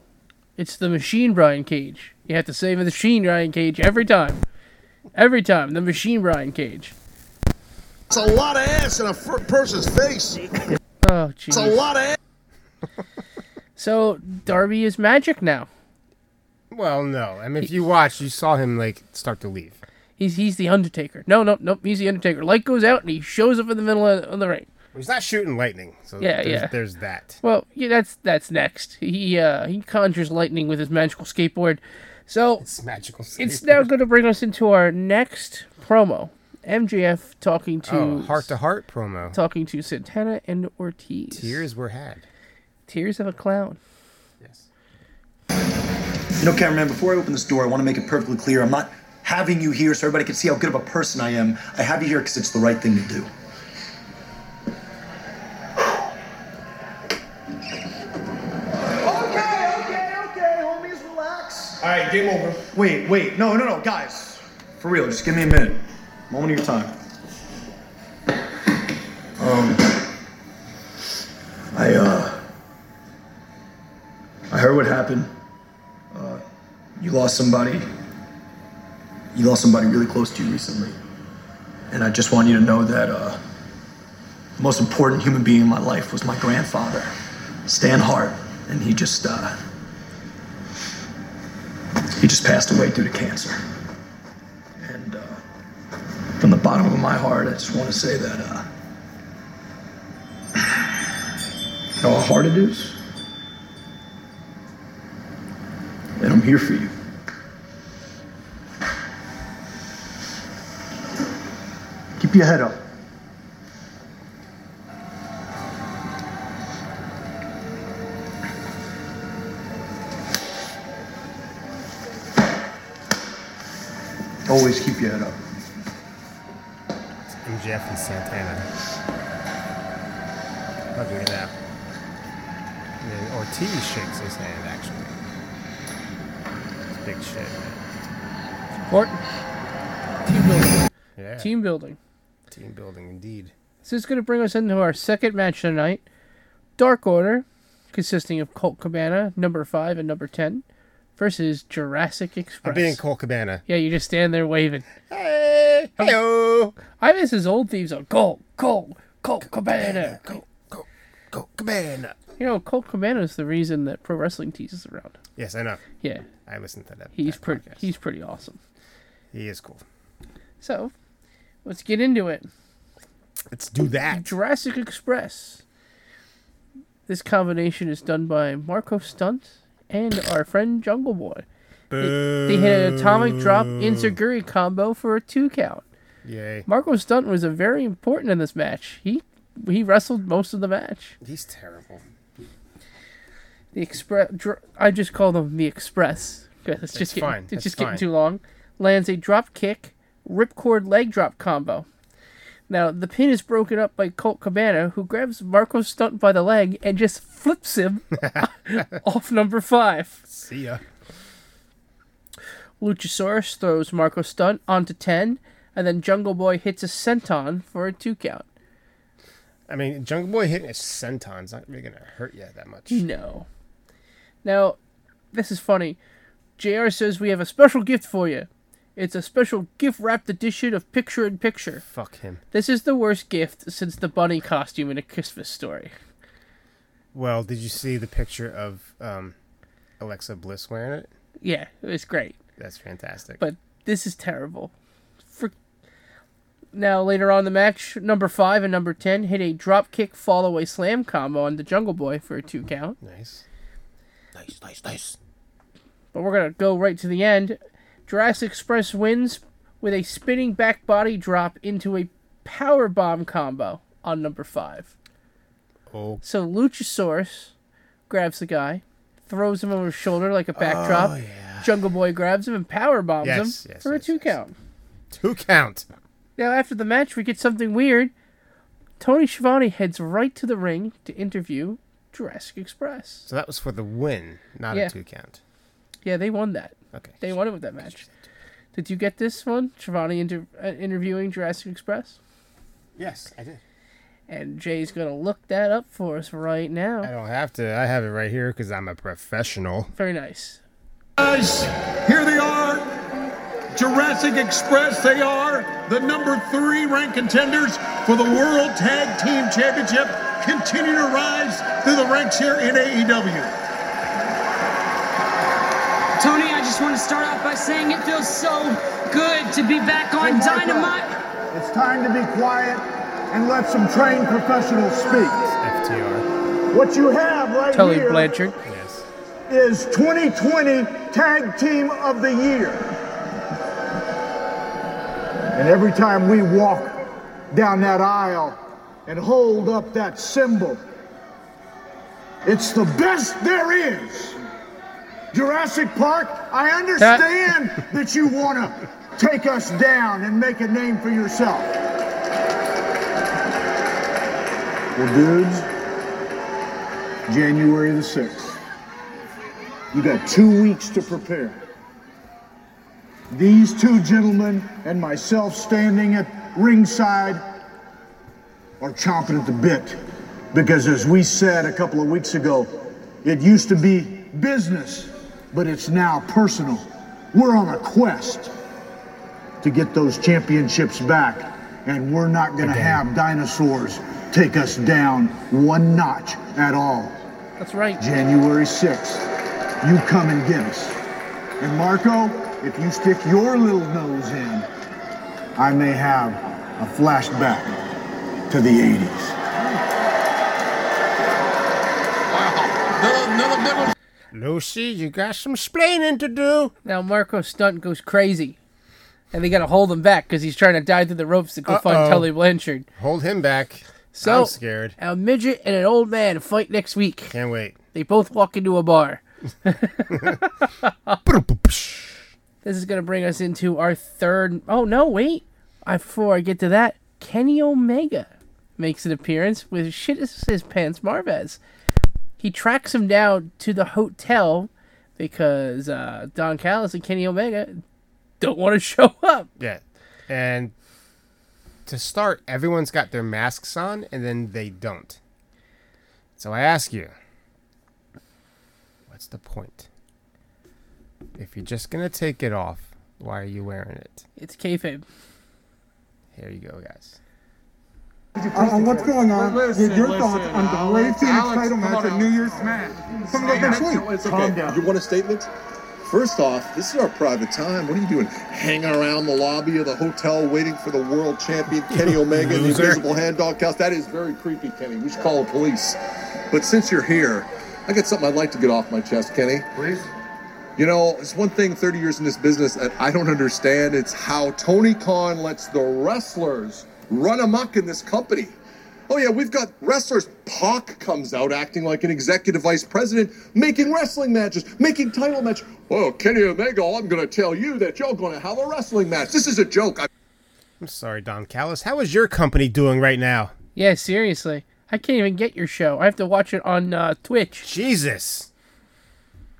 S1: It's the machine Brian Cage. You have to say the machine Brian Cage every time. Every time, the machine Brian Cage.
S3: It's a lot of ass in a fir- person's face.
S1: Oh, jeez.
S3: It's a lot of ass.
S1: So Darby is magic now.
S4: Well, no. I mean, if you watched, you saw him like start to leave.
S1: He's he's the Undertaker. No, no, no. He's the Undertaker. Light goes out and he shows up in the middle of, of the ring.
S4: He's not shooting lightning, so
S1: Yeah,
S4: there's,
S1: yeah.
S4: there's that.
S1: Well, yeah, that's that's next. He uh, he conjures lightning with his magical skateboard. So it's
S4: magical.
S1: It's now going to bring us into our next promo. MJF talking to
S4: Oh, heart-to-heart promo.
S1: talking to Santana and Ortiz.
S4: Tears were had.
S1: Tears of a clown.
S12: You know, cameraman, before I open this door, I want to make it perfectly clear I'm not having you here so everybody can see how good of a person I am. I have you here because it's the right thing to do.
S3: All right, game over.
S12: Wait, wait, no, no, no, guys. For real, just give me a minute. Moment of your time.
S6: Um, I uh, I heard what happened. Uh, you lost somebody. You lost somebody really close to you recently, and I just want you to know that uh, the most important human being in my life was my grandfather, Stan Hart, and he just uh, he just passed away due to cancer. And uh, from the bottom of my heart, I just want to say that. Uh, You know how hard it is? And I'm here for you.
S12: Keep your head up. Always keep your head up.
S4: It's MJF and Santana. Look at that. And then Ortiz shakes his hand, actually. It's big shit.
S1: Important. Team building.
S4: Yeah.
S1: Team building.
S4: Team building, indeed.
S1: So this is going to bring us into our second match of the night. Dark Order, consisting of Colt Cabana, number 5 and number 10, versus Jurassic Express.
S4: I'm being Cole Cabana.
S1: Yeah, you just stand there waving.
S4: Hey! Hello!
S1: I miss his old theme song. Colt, Colt, Colt Cabana. Colt,
S4: Colt, Colt Cabana.
S1: You know, Colt Cabana is the reason that pro wrestling teases around.
S4: Yes, I know.
S1: Yeah.
S4: I listened to that.
S1: He's pretty. He's pretty awesome.
S4: He is cool.
S1: So, let's get into it.
S4: Let's do that.
S1: Jurassic Express. This combination is done by Marco Stunt and our friend Jungle Boy. They, they hit an atomic drop
S4: Boo.
S1: inzaguri combo for a two count.
S4: Yay.
S1: Marco Stunt was a very important in this match. He he wrestled most of the match.
S4: He's terrible.
S1: The express, dr- I just call them the express. 'cause It's
S4: That's
S1: just getting,
S4: fine,
S1: It's just
S4: that's
S1: getting
S4: fine.
S1: too long. Lands a drop kick, ripcord leg drop combo. Now the pin is broken up by Colt Cabana, who grabs Marco Stunt by the leg and just flips him off number five.
S4: See ya.
S1: Luchasaurus throws Marco Stunt onto 10, and then Jungle Boy hits a senton for a two count.
S4: I mean, Jungle Boy hitting a senton's not really gonna hurt you that much.
S1: No. Now, this is funny. JR says we have a special gift for you. It's a special gift wrapped edition of Picture in Picture.
S4: Fuck him.
S1: This is the worst gift since the bunny costume in a Christmas story.
S4: Well, did you see the picture of um, Alexa Bliss wearing it?
S1: Yeah, it was great.
S4: That's fantastic.
S1: But this is terrible. For... Now, later on in the match, number 5 and number 10 hit a dropkick fall away slam combo on the Jungle Boy for a two count.
S4: Nice. Nice, nice, nice.
S1: But we're going to go right to the end. Jurassic Express wins with a spinning back body drop into a power bomb combo on number 5.
S4: Oh.
S1: So Luchasaurus grabs the guy, throws him over his shoulder like a backdrop. Jungle Boy grabs him and power bombs
S4: Oh, Yes,
S1: him
S4: yes,
S1: for a two count.
S4: Two count.
S1: Now, after the match, we get something weird. Tony Schiavone heads right to the ring to interview Jurassic Express.
S4: So that was for the win, not
S1: Yeah.
S4: a two count.
S1: Yeah, they won that.
S4: Okay.
S1: They won it with that match. Did you get this one? Shivani inter- uh, interviewing Jurassic Express?
S4: Yes, I did.
S1: And Jay's going to look that up for us right now.
S4: I don't have to. I have it right here because I'm a professional.
S1: Very nice.
S10: Guys, here they are. Jurassic Express, they are the number three ranked contenders for the World Tag Team Championship. Continue to rise through the ranks here in E AEW.
S16: Tony, I just want to start off by saying it feels so good to be back on
S28: Hey, Michael,
S16: Dynamite.
S28: It's time to be quiet and let some trained professionals speak. FTR. What you have right
S1: Tully
S28: here
S1: Blanchard.
S28: is 2020 Tag Team of the Year. And every time we walk down that aisle and hold up that symbol, it's the best there is. Jurassic Park, I understand that you want to take us down and make a name for yourself. Well, dudes, January the 6th. You got two weeks to prepare. These two gentlemen and myself standing at ringside are chomping at the bit because, as we said a couple of weeks ago, it used to be business, but it's now personal. We're on a quest to get those championships back, and we're not going to have dinosaurs take us down one notch at all.
S1: That's right.
S28: January 6th, you come and get us. And Marco, if you stick your little nose in, I may have a flashback to the 80s.
S4: Lucy, you got some splaining to do.
S1: Now, Marco Stunt goes crazy. And they got to hold him back because he's trying to dive through the ropes to go find
S4: Uh-oh.
S1: Tully Blanchard.
S4: Hold him back.
S1: So,
S4: I'm scared.
S1: A midget and an old man fight next week.
S4: Can't wait.
S1: They both walk into a bar. this is going to bring us into our third. Oh, no, wait. I, before I get to that, Kenny Omega makes an appearance with shit is his pants Marvez. He tracks him down to the hotel because uh, Don Callis and Kenny Omega don't want to show up.
S4: Yeah. And to start, everyone's got their masks on, and then they don't. So I ask you, what's the point? If you're just gonna take it off, why are you wearing it?
S1: It's kayfabe.
S4: Here you go, guys.
S6: on, on Uh, what's going on, your, your thoughts on the way Phoenix title match at New Year's match. Coming up next week. Calm down.
S29: You want a statement? First off, this is our private time. What are you doing? Hanging around the lobby of the hotel waiting for the world champion Kenny Omega and the
S6: Loser.
S29: invisible hand dog house. That is very creepy, Kenny. We should call the police. But since you're here, I got something I'd like to get off my chest, Kenny.
S6: Please.
S29: You know, it's one thing 30 years in this business that I don't understand. It's how Tony Khan lets the wrestlers run amok in this company. Oh, yeah, we've got wrestlers. Pac comes out acting like an executive vice president, making wrestling matches, making title match. Oh, Kenny Omega, I'm going to tell you that you're going to have a wrestling match. This is a joke. I-
S4: I'm sorry, Don Callis. How is your company doing right now?
S1: Yeah, seriously. I can't even get your show. I have to watch it on uh, Twitch.
S4: Jesus.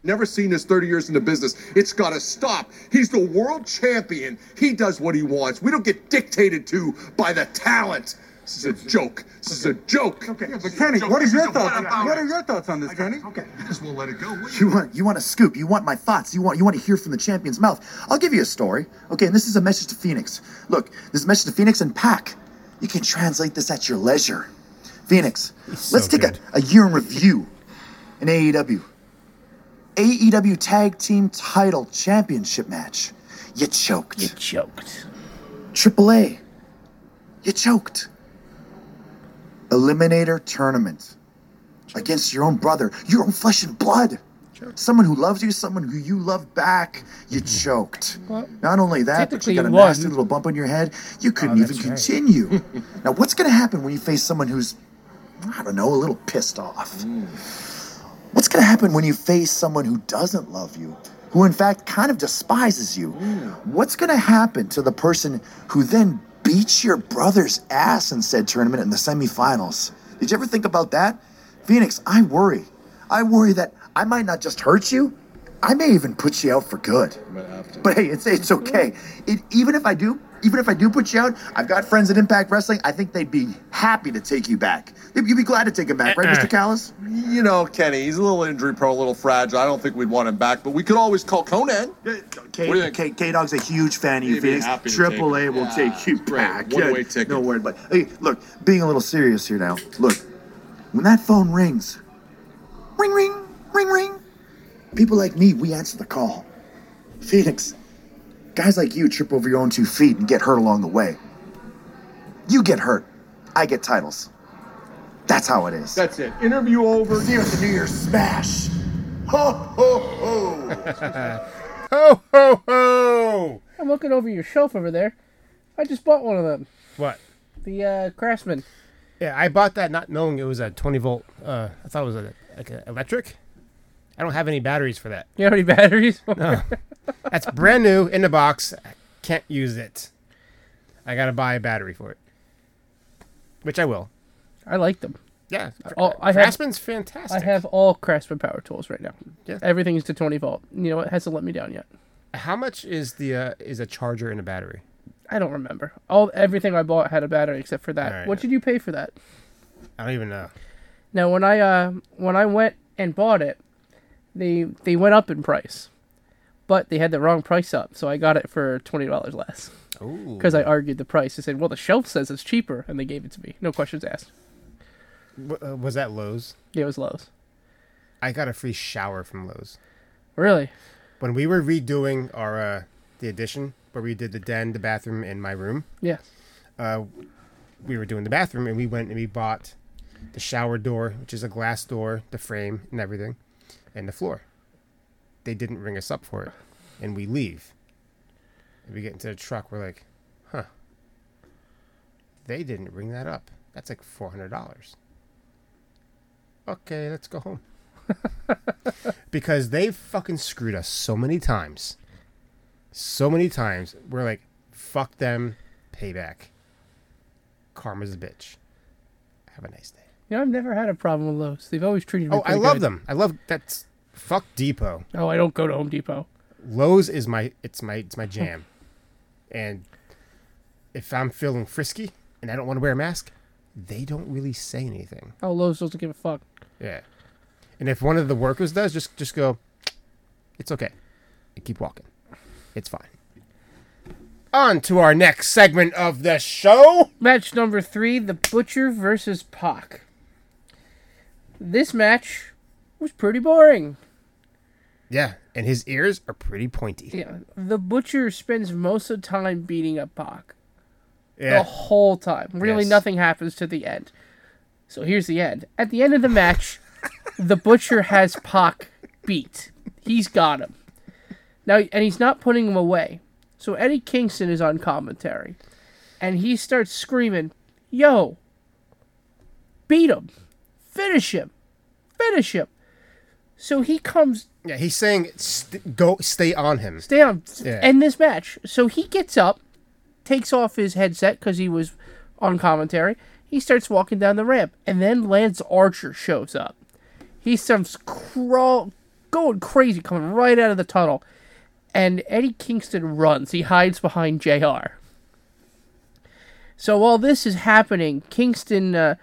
S29: Never seen this 30 years in the business. It's got to stop. He's the world champion. He does what he wants. We don't get dictated to by the talent. This is a joke. This is a joke.
S6: Okay, but Kenny, what is your thoughts? What are your thoughts on this, Kenny? Okay,
S29: just won't let it go.
S12: You want you want a scoop. You want my thoughts. You want you want to hear from the champion's mouth. I'll give you a story. Okay, and this is a message to Phoenix. Look, this is a message to Phoenix and Pack. You can translate this at your leisure. Phoenix, let's take a, a year in review in E AEW. AEW E Tag Team Title Championship match. You choked. You
S1: choked.
S12: AAA. You choked. Eliminator Tournament. Against your own brother, your own flesh and blood. Someone who loves you, someone who you love back, you choked. Not only that, but you
S1: Technically
S12: got a
S1: Mm-hmm. you won.
S12: nasty little bump on your head. You couldn't
S1: Oh,
S12: even
S1: that's right.
S12: continue. now, what's going to happen when you face someone who's, I don't know, a little pissed off?
S1: Mm.
S12: What's going to happen when you face someone who doesn't love you, who in fact kind of despises you? What's going to happen to the person who then beats your brother's ass in said tournament in the semifinals? Did you ever think about that? Phoenix, I worry. I worry that I might not just hurt you, I may even put you out for good. But hey, it's it's okay. It, even if I do, even if I do put you out, I've got friends at Impact Wrestling. I think they'd be happy to take you back. You'd you'd be glad to take him back, right, Mr. Callis?
S29: You know, Kenny, he's a little injury prone, a little fragile. I don't think we'd want him back, but we could always call Conan.
S12: K,
S29: What do you think?
S12: K, K Dog's a huge fan of
S29: He'd
S12: you,
S29: be
S12: Phoenix.
S29: happy to
S12: Triple
S29: take
S12: A
S29: it.
S12: will
S29: Yeah,
S12: take you
S29: right.
S12: back.
S29: One-way ticket.
S12: No word, but hey, look, being a little serious here now. Look, when that phone rings, ring, ring, ring, ring, people like me, we answer the call. Phoenix, guys like you trip over your own two feet and get hurt along the way. You get hurt, I get titles. That's how it is.
S29: That's it. Interview over.
S12: Here's the New Year's smash. Ho, ho, ho.
S4: ho, ho, ho.
S1: I'm looking over your shelf over there. I just bought one of them.
S4: What?
S1: The uh, Craftsman.
S4: Yeah, I bought that not knowing it was a 20 volt. Uh, I thought it was a, like a electric. I don't have any batteries for that.
S1: You have any batteries?
S4: No. That's brand new in the box. I can't use it. I gotta buy a battery for it, which I will.
S1: I like them.
S4: Yeah,
S1: Oh, I have-
S4: Craftsman's fantastic.
S1: I have all Craftsman power tools right now.
S4: Yeah.
S1: Everything's to 20 volt. You know, it hasn't let me down yet.
S4: How much is the uh, is a charger and a battery?
S1: I don't remember. All everything I bought had a battery except for that.
S4: Alright.
S1: What did you pay for that?
S4: I don't even know.
S1: Now when I uh, when I went and bought it, they they went up in price, but they had the wrong price up, so I got it for twenty dollars less.
S4: Ooh.
S1: Because I argued the price. They said, "Well, the shelf says it's cheaper," and they gave it to me, no questions asked.
S4: W- uh, was that Lowe's?
S1: Yeah, it was Lowe's.
S4: I got a free shower from Lowe's.
S1: Really?
S4: When we were redoing our uh, the addition, where we did the den, the bathroom, and my room,
S1: Yeah.
S4: uh, we were doing the bathroom, and we went and we bought the shower door, which is a glass door, the frame, and everything, and the floor. They didn't ring us up for it, and we leave. And we get into the truck. We're like, huh? They didn't ring that up. That's like four hundred dollars. Okay, let's go home. because they fucking screwed us so many times. So many times. We're like, fuck them, payback. Karma's a bitch. Have a nice day.
S1: You know, I've never had a problem with Lowe's. They've always treated me.
S4: Oh, I
S1: pretty
S4: love
S1: good.
S4: them. I love that's fuck Depot.
S1: Oh, I don't go to Home Depot.
S4: Lowe's is my it's my it's my jam. and if I'm feeling frisky and I don't want to wear a mask, they don't really say anything.
S1: Oh, Lowe's doesn't give a fuck.
S4: Yeah. And if one of the workers does, just just go, it's okay. And keep walking. It's fine. On to our next segment of the show.
S1: Match number three: The Butcher versus Pac. This match was pretty boring.
S4: Yeah. And his ears are pretty pointy.
S1: Yeah, the butcher spends most of the time beating up Pac.
S4: Yeah.
S1: The whole time. Really,
S4: Yes.
S1: nothing happens to the end. So here's the end. At the end of the match, the butcher has Pac beat. He's got him. Now, and he's not putting him away. So Eddie Kingston is on commentary, and he starts screaming, "Yo, beat him, finish him, finish him!" So he comes.
S4: Yeah, he's saying st- go stay on him.
S1: Stay on.
S4: Yeah.
S1: End this match. So he gets up, takes off his headset because he was on commentary. He starts walking down the ramp, and then Lance Archer shows up. He starts crawl, going crazy, coming right out of the tunnel, and Eddie Kingston runs. He hides behind Jr. So while this is happening, Kingston, uh,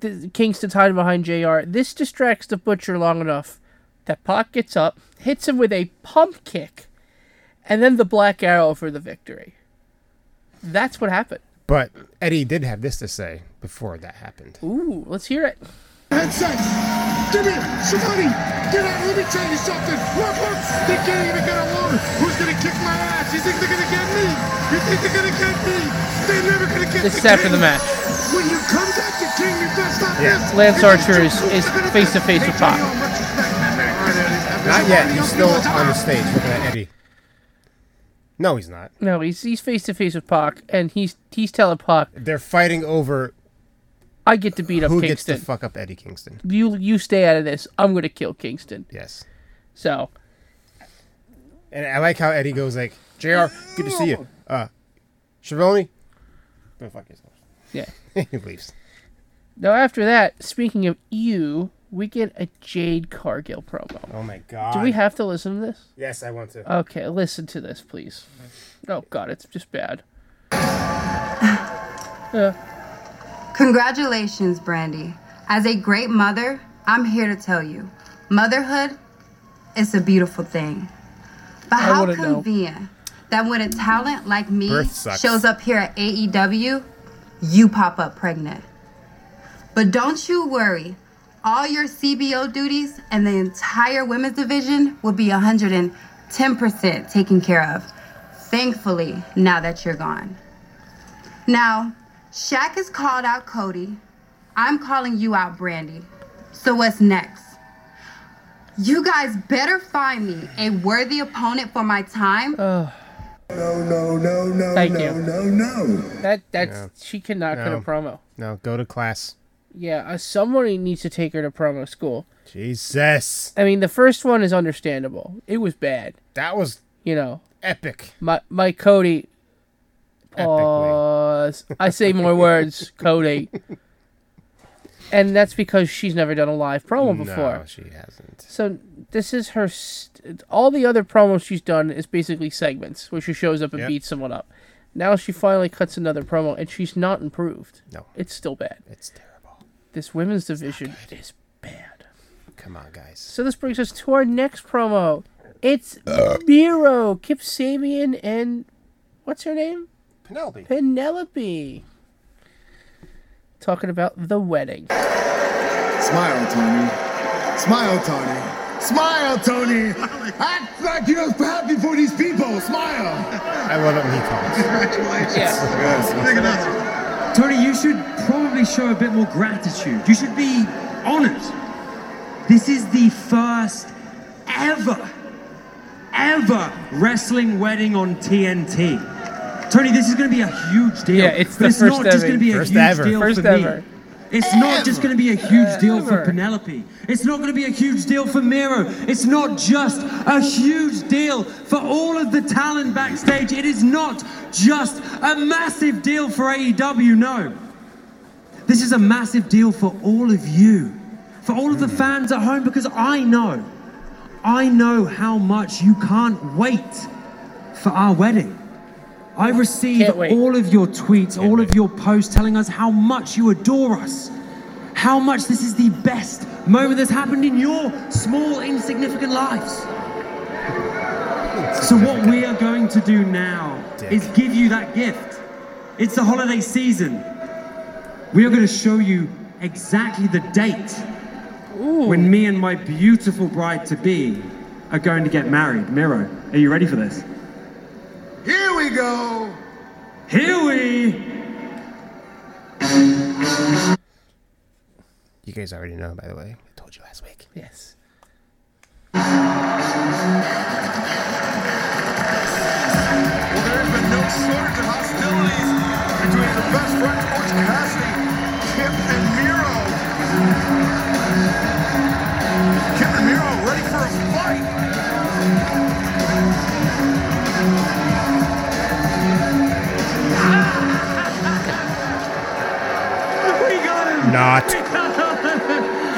S1: th- Kingston's hiding behind Jr. This distracts the butcher long enough that Pac gets up, hits him with a pump kick, and then the Black Arrow for the victory. That's what happened.
S4: But Eddie did have this to say before that happened.
S1: Ooh, let's hear it.
S2: Headset! Give it! Somebody! Get out! Let me tell you something! Look, look! They can't even get a water! Who's gonna kick my ass? You think they're gonna get me? You think they're gonna get me? They're never gonna get
S1: This
S2: the
S1: is
S2: king.
S1: after the match.
S2: When you come back to king, you best not
S1: Yeah.
S2: miss.
S1: Lance
S2: And
S1: Archer is, is face to face with Pac.
S4: Not yet. He's still on the stage looking at Eddie. No, he's not.
S1: No, he's he's face to face with Pac, and he's he's telling Pac
S4: they're fighting over.
S1: I get to beat up
S4: Who gets
S1: Kingston.
S4: to fuck up Eddie Kingston?
S1: you you stay out of this. I'm gonna kill Kingston.
S4: Yes.
S1: So
S4: And I like how Eddie goes like, "Jr., good to see you." Uh, Schiavone, go fuck yourself.
S1: Yeah.
S4: he leaves.
S1: now after that, speaking of you, we get a Jade Cargill promo.
S4: Oh my God.
S1: Do we have to listen to this?
S4: Yes, I want to.
S1: Okay, listen to this, please. Oh God, it's just bad.
S8: Congratulations, Brandy. As a great mother, I'm here to tell you motherhood is a beautiful thing. But
S1: I
S8: how
S1: wanna know.
S8: convenient that when a talent like me Birth sucks. shows up here at AEW, you pop up pregnant. But don't you worry, all your CBO duties and the entire women's division will be 110% taken care of. Thankfully, now that you're gone. Now, Shaq has called out Cody. I'm calling you out, Brandy. So what's next? You guys better find me a worthy opponent for my time.
S29: No, no, no, no,
S1: Thank
S29: no,
S1: you.
S29: no, no.
S1: That that's she cannot cut
S4: No.
S1: a promo.
S4: No, go to class.
S1: Yeah, uh, somebody needs to take her to promo school.
S4: Jesus.
S1: I mean, the first one is understandable. It was bad.
S4: That was
S1: you know
S4: epic.
S1: My my Cody. Pause. I say more words, Cody. And that's because she's never done a live promo
S4: No,
S1: before.
S4: she hasn't.
S1: So this is her. St- all the other promos she's done is basically segments where she shows up and
S4: Yep.
S1: beats someone up. Now she finally cuts another promo, and she's not improved.
S4: No.
S1: it's still bad.
S4: It's terrible.
S1: This women's division is
S4: Come on, guys.
S1: so this brings us to our next promo. It's Miro, Kip Sabian, and what's her name?
S4: Penelope.
S1: Penelope. Talking about the wedding.
S7: Smile, Tony. Smile, Tony. Smile, Tony. Act like you're happy for these people. Smile.
S4: I love it when he talks.
S7: Congratulations.
S15: Tony, you should probably show a bit more gratitude. You should be honored. This is the first ever, ever wrestling wedding on TNT. Tony, this is going to be a huge deal.
S1: Yeah, it's
S15: but
S1: the
S15: it's
S1: first
S15: not just
S1: ever.
S15: going to be a
S1: First
S15: huge
S1: ever.
S15: deal
S1: First
S15: for
S1: ever.
S15: me. It's not just going to be a huge deal for Penelope. It's not going to be a huge deal for Miro. It's not just a huge deal for all of the talent backstage. It is not just a massive deal for AEW, no. This is a massive deal for all of you, for all of the fans at home, because I know, I know how much you can't wait for our wedding. I receive all of your tweets, all of your posts telling us how much you adore us, how much this is the best moment that's happened in your small, insignificant lives. So, what we are going to do now is give you that gift. It's the holiday season. We are going to show you exactly the date when me and my beautiful bride to be are going to get married. Miro, are you ready for this?
S7: Here we go.
S15: Here we.
S1: Oh,
S4: You guys already know, by the way. I told you last week.
S1: Yes.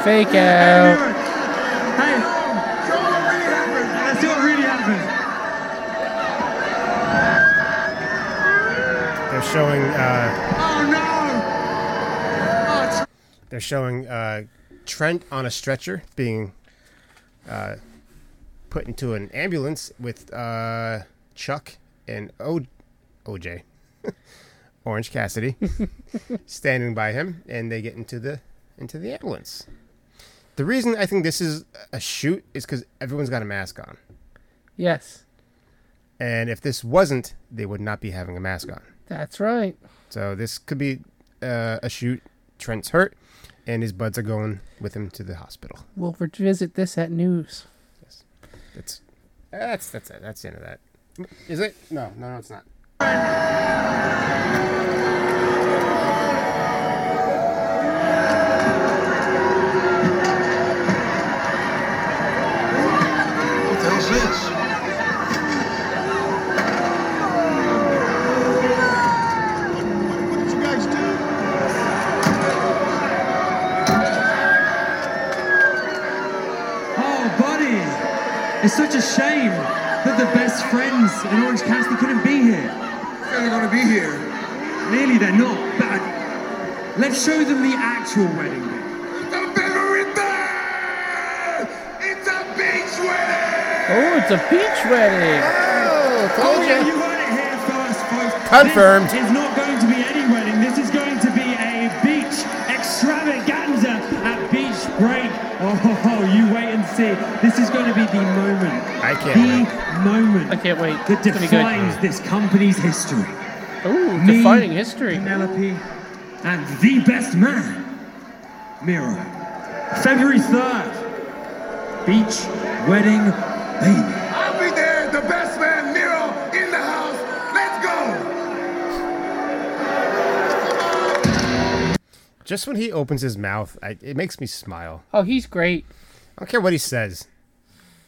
S1: Fake out.
S15: Let's see what really happened.
S4: They're showing. Uh,
S15: Oh no!
S4: they're showing uh, Trent on a stretcher being uh, put into an ambulance with uh, Chuck and o- OJ, Orange Cassidy, standing by him, and they get into the into the ambulance. The reason I think this is a shoot is because everyone's got a mask on,
S1: Yes,
S4: and if this wasn't, they would not be having a mask on.
S1: that's right.
S4: So this could be uh, a shoot. Trent's hurt, and his buds are going with him to the hospital.
S1: We'll revisit this at news.
S4: That's that's that's it. That's the end of that. Is it? No, no, no, it's not.
S25: What the hell's this?
S3: What you guys do?
S15: Oh, buddy, it's such a shame that the best friends in Orange Cassidy couldn't be here. They're going to be here. Really, they're not. But let's show them the actual wedding.
S3: It's a beach wedding!
S1: Oh, it's a beach wedding.
S4: Oh,
S15: oh yeah, you heard it here first, folks.
S1: Confirmed.
S15: This is not going to be any wedding. This is going to be a beach extravaganza at Beach Break. Oh, ho, ho, you wait and see. This is going to be the moment.
S4: I can't
S15: the moment. I
S1: can't wait.
S15: That
S1: gonna be good.
S15: defines this company's history.
S1: Ooh,
S15: Me,
S1: defining history.
S15: Penelope, and the best man, Miro. February 3rd, beach wedding baby.
S3: I'll be there, the best man, Nero, in the house. Let's go!
S4: Just when he opens his mouth, I, it makes me smile.
S1: Oh, he's great.
S4: I don't care what he says.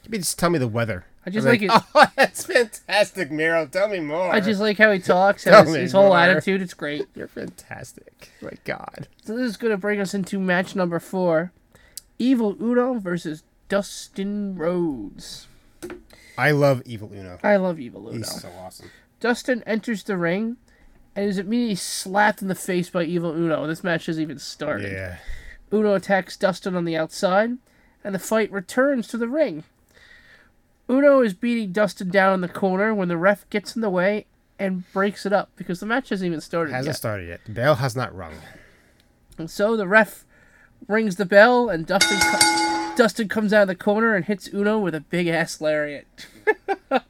S4: You can just tell me the weather.
S1: I just
S4: I'm
S1: like, it.
S4: Oh, that's fantastic, Miro. Tell me more.
S1: I just like how he talks
S4: Tell
S1: and his,
S4: me
S1: his whole
S4: more.
S1: attitude. It's great.
S4: You're fantastic. My God.
S1: So this is going to bring us into match number four: Evil Uno versus Dustin Rhodes.
S4: I love Evil Uno.
S1: I love Evil Uno.
S4: He's so awesome.
S1: Dustin enters the ring and is immediately slapped in the face by Evil Uno. This match has even started.
S4: Yeah.
S1: Uno attacks Dustin on the outside, and the fight returns to the ring. Uno is beating Dustin down in the corner when the ref gets in the way and breaks it up because the match hasn't even started
S4: Hasn't
S1: yet.
S4: started yet. The bell has not rung.
S1: And so the ref rings the bell, and Dustin co- Dustin comes out of the corner and hits Uno with a big ass lariat.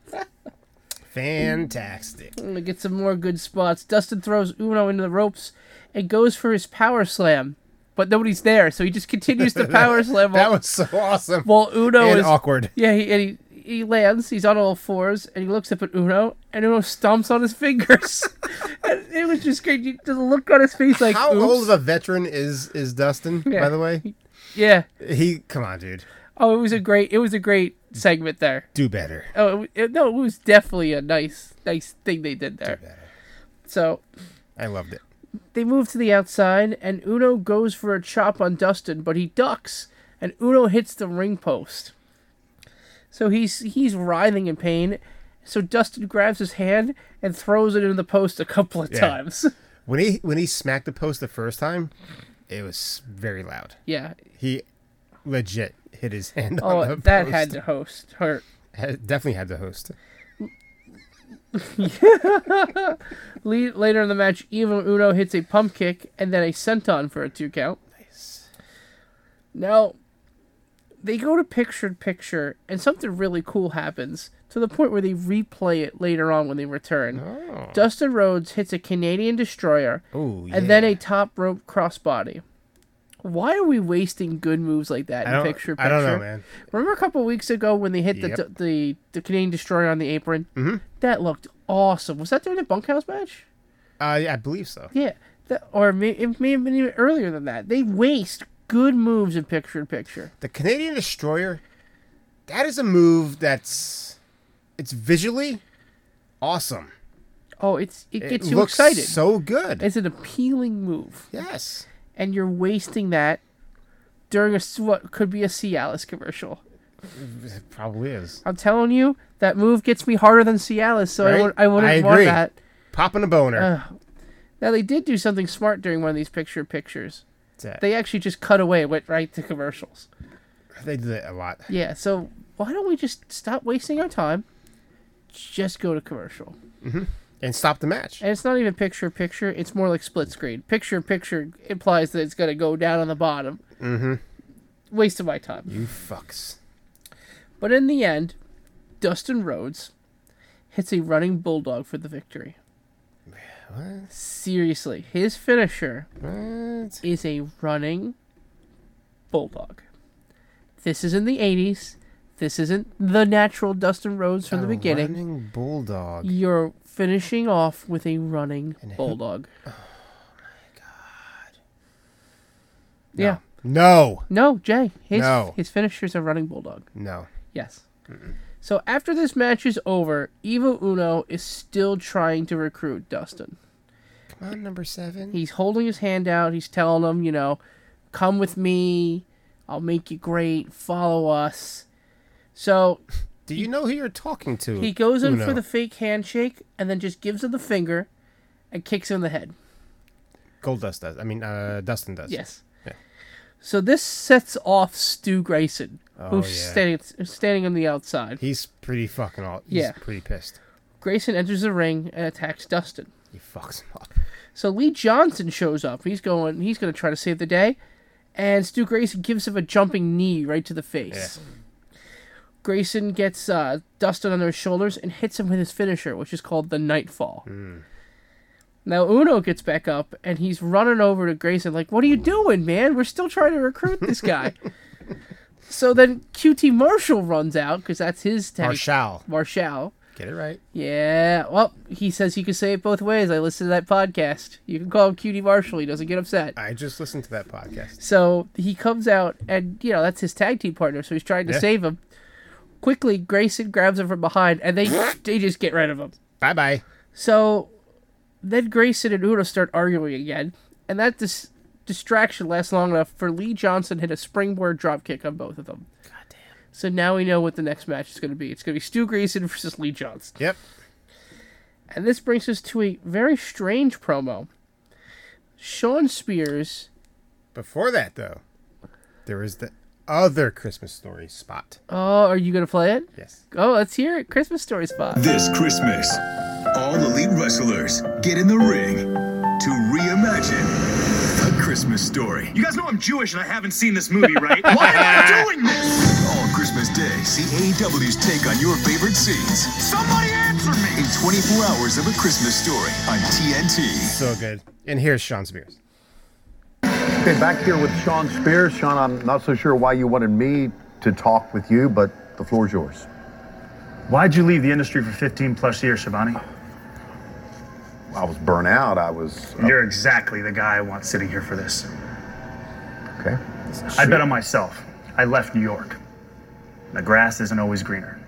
S4: Fantastic.
S1: And we get some more good spots. Dustin throws Uno into the ropes and goes for his power slam, but nobody's there, so he just continues to power slam.
S4: That
S1: while-
S4: was so awesome.
S1: Well, Uno
S4: And
S1: is
S4: awkward.
S1: Yeah, he, and he he lands. He's on all fours, and he looks up at Uno, and Uno stomps on his fingers. and it was just great. You- The look on his face, like
S4: How
S1: "Oops."
S4: old of a veteran is is Dustin?
S1: Yeah.
S4: By the way,
S1: Yeah.
S4: he come on, dude,
S1: Oh, it was a great. It was a great segment there.
S4: do better.
S1: Oh, it, it, no, it was definitely a nice, nice thing they did there. So
S4: I loved it.
S1: they move to the outside, and Uno goes for a chop on Dustin, but he ducks, and Uno hits the ring post. So he's he's writhing in pain. So Dustin grabs his hand and throws it into the post a couple of
S4: Yeah.
S1: times.
S4: When he when he smacked the post the first time, it was very loud.
S1: Yeah.
S4: He legit hit his hand on
S1: Oh,
S4: the
S1: that
S4: post.
S1: had to host hurt.
S4: Had- definitely had to host.
S1: Le- Later in the match, Evil Uno hits a pump kick and then a senton for a two count. Nice. Now, they go to picture in picture, and something really cool happens to the point where they replay it later on when they return. Dustin Rhodes hits a Canadian destroyer
S4: Oh. Ooh,
S1: and then a top rope crossbody. Why are we wasting good moves like that
S4: I
S1: in
S4: don't-
S1: picture in
S4: I
S1: picture?
S4: don't know, man.
S1: Remember a couple weeks ago when they hit the,
S4: Yep.
S1: the the Canadian destroyer on the apron? Mm-hmm. That looked awesome. Was that during the bunkhouse match?
S4: Uh, yeah, I believe so.
S1: Yeah, that, or may, it may have been even earlier than that. They waste good moves in picture in picture.
S4: The Canadian destroyer, that is a move that's it's visually awesome.
S1: Oh, it's it gets you
S4: looks
S1: excited.
S4: So good.
S1: It's an appealing move.
S4: yes.
S1: and you're wasting that during a s- what could be a Cialis commercial.
S4: It probably is.
S1: I'm telling you, that move gets me harder than Cialis, so I,
S4: Right?
S1: would, I wouldn't
S4: I
S1: want
S4: agree.
S1: that.
S4: Popping a boner.
S1: Ugh. Uh, now they did do something smart during one of these picture pictures.
S4: that?
S1: They actually just cut away, went right to commercials.
S4: They do that a lot.
S1: Yeah, so why don't we just stop wasting our time? Just go to commercial.
S4: hmm And stop the match.
S1: And it's not even picture in picture, it's more like split screen. Picture in picture implies that it's going to go down on the bottom.
S4: Mm-hmm.
S1: Waste of my time.
S4: You fucks.
S1: But in the end, Dustin Rhodes hits a running bulldog for the victory. Seriously, his finisher is a running bulldog. This is in the 80s. This isn't the natural Dustin Rhodes from the beginning.
S4: Running bulldog.
S1: You're finishing off with a running bulldog. Oh my god. Yeah.
S4: No.
S1: No, Jay. His
S4: No.
S1: his finisher's a running bulldog.
S4: No.
S1: Yes. So after this match is over, Evil Uno is still trying to recruit Dustin.
S4: Come on, number seven.
S1: He's holding his hand out. He's telling him, you know, come with me. I'll make you great. Follow us. So
S4: Do you know who you're talking to?
S1: he goes in
S4: Uno?
S1: for the fake handshake and then just gives him the finger and kicks him in the head.
S4: Goldust does. I mean, uh, Dustin does.
S1: Yes.
S4: Yeah.
S1: So this sets off Stu Grayson,
S4: Oh,
S1: who's
S4: yeah.
S1: standing who's standing on the outside.
S4: He's pretty fucking all. He's
S1: Yeah.
S4: pretty pissed.
S1: Grayson enters the ring and attacks Dustin.
S4: He fucks him up.
S1: So Lee Johnson shows up. He's going. He's going to try to save the day, and Stu Grayson gives him a jumping knee right to the face. Grayson gets uh, Dustin on his shoulders and hits him with his finisher, which is called the Nightfall.
S4: Hmm.
S1: Now Uno gets back up and he's running over to Grayson like, "What are you doing, man? We're still trying to recruit this guy." so then QT Marshall runs out because that's his tag.
S4: Marshall.
S1: Marshall.
S4: Get it right.
S1: Yeah, well, he says you can say it both ways. I listened to that podcast. You can call him Cutie Marshall. He doesn't get upset.
S4: I just listened to that podcast.
S1: So he comes out, and, you know, that's his tag team partner, so he's trying to
S4: Yeah.
S1: save him. Quickly, Grayson grabs him from behind, and they, they just get rid of him.
S4: Bye bye.
S1: So then Grayson and Uno start arguing again, and that dis- distraction lasts long enough for Lee Johnson hit a springboard dropkick on both of them. Goddamn. So now we know what the next match is going to be. It's going to be Stu Grayson versus Lee Johnson.
S4: Yep.
S1: And this brings us to a very strange promo. Sean Spears.
S4: Before that, though, there is the other Christmas story spot.
S1: Oh, are you going to play it?
S4: Yes.
S1: Oh, let's hear it. Christmas story spot.
S24: This Christmas, all elite wrestlers get in the ring to reimagine the Christmas story.
S25: You guys know I'm Jewish and I haven't seen this movie, right? Why am I doing this?
S24: All Christmas Day, see AEW's take on your favorite scenes. Somebody answer me! In 24 hours of a Christmas story on TNT.
S4: So good. And here's Sean Spears.
S13: Okay, back here with Sean Spears. Sean, I'm not so sure why you wanted me to talk with you, but the floor's yours.
S14: Why'd you leave the industry for 15 plus years, Shivani?
S13: I was burnt out. I was.
S14: You're exactly the guy I want sitting here for this.
S13: Okay.
S14: I bet on myself. I left New York. The grass isn't always greener.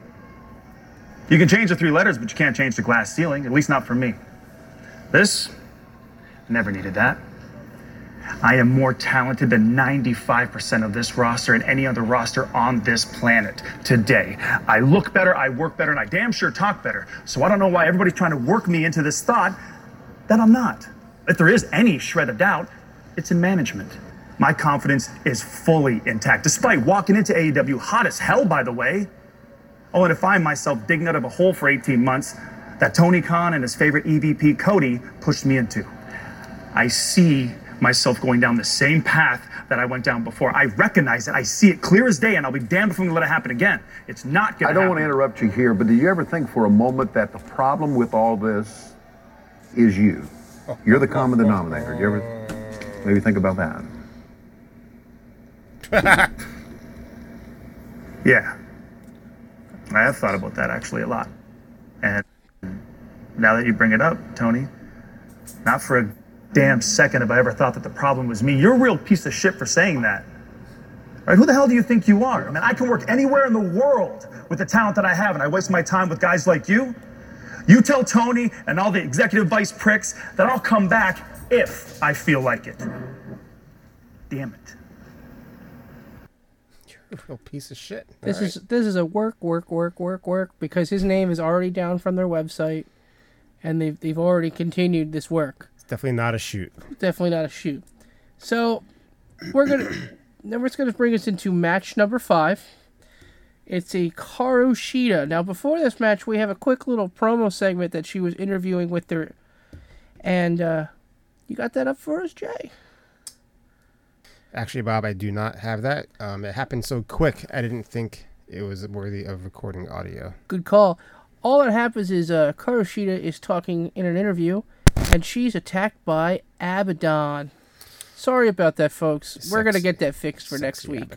S14: You can change the three letters, but you can't change the glass ceiling, at least not for me. This? Never needed that. I am more talented than 95% of this roster and any other roster on this planet today. I look better, I work better, and I damn sure talk better. So I don't know why everybody's trying to work me into this thought that I'm not. If there is any shred of doubt, it's in management. My confidence is fully intact, despite walking into AEW hot as hell, by the way. Only to find myself digging out of a hole for 18 months that Tony Khan and his favorite EVP, Cody, pushed me into. I see myself going down the same path that I went down before. I recognize it. I see it clear as day, and I'll be damned if I'm gonna let it happen again. It's not gonna
S13: I don't
S14: happen.
S13: want to interrupt you here, but did you ever think for a moment that the problem with all this is you?
S4: Oh.
S13: You're the common denominator. You ever maybe think about that?
S14: Yeah. I have thought about that actually a lot. And now that you bring it up, Tony, not for a damn second have I ever thought that the problem was me. You're a real piece of shit for saying that. Right? Who the hell do you think you are? I mean, I can work anywhere in the world with the talent that I have, and I waste my time with guys like you. You tell Tony and all the executive vice pricks that I'll come back if I feel like it. Damn it.
S4: Little piece of shit.
S1: This
S4: All
S1: is this is a work, work, work, work, work because his name is already down from their website, and they've they've already continued this work.
S4: It's definitely not a shoot.
S1: Definitely not a shoot. So we're gonna then we're just gonna bring us into match number five. It's a Karushita. Now before this match, we have a quick little promo segment that she was interviewing with their, and uh, you got that up for us, Jay.
S4: Actually, Bob, I do not have that. Um, it happened so quick, I didn't think it was worthy of recording audio.
S1: Good call. All that happens is uh, Karushita is talking in an interview, and she's attacked by Abaddon. Sorry about that, folks. We're gonna get that fixed for next week.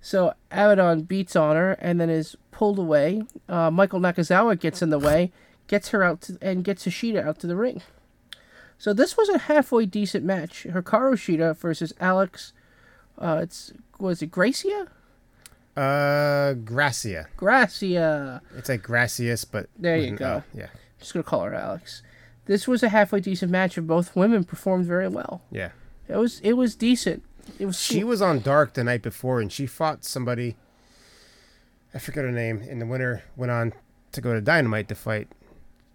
S1: So Abaddon beats on her, and then is pulled away. Uh, Michael Nakazawa gets in the way, gets her out, to, and gets Ishida out to the ring. So this was a halfway decent match. Hikaru Shida versus Alex. Uh, it's was it Gracia?
S4: Uh, Gracia.
S1: Gracia.
S4: It's like Gracius, but
S1: There you
S4: with an
S1: go.
S4: O. Yeah,
S1: just gonna call her Alex. This was a halfway decent match, and both women performed very well.
S4: yeah.
S1: It was it was decent. It was
S4: She was on Dark the night before, and she fought somebody. I forget her name. And the winner went on to go to Dynamite to fight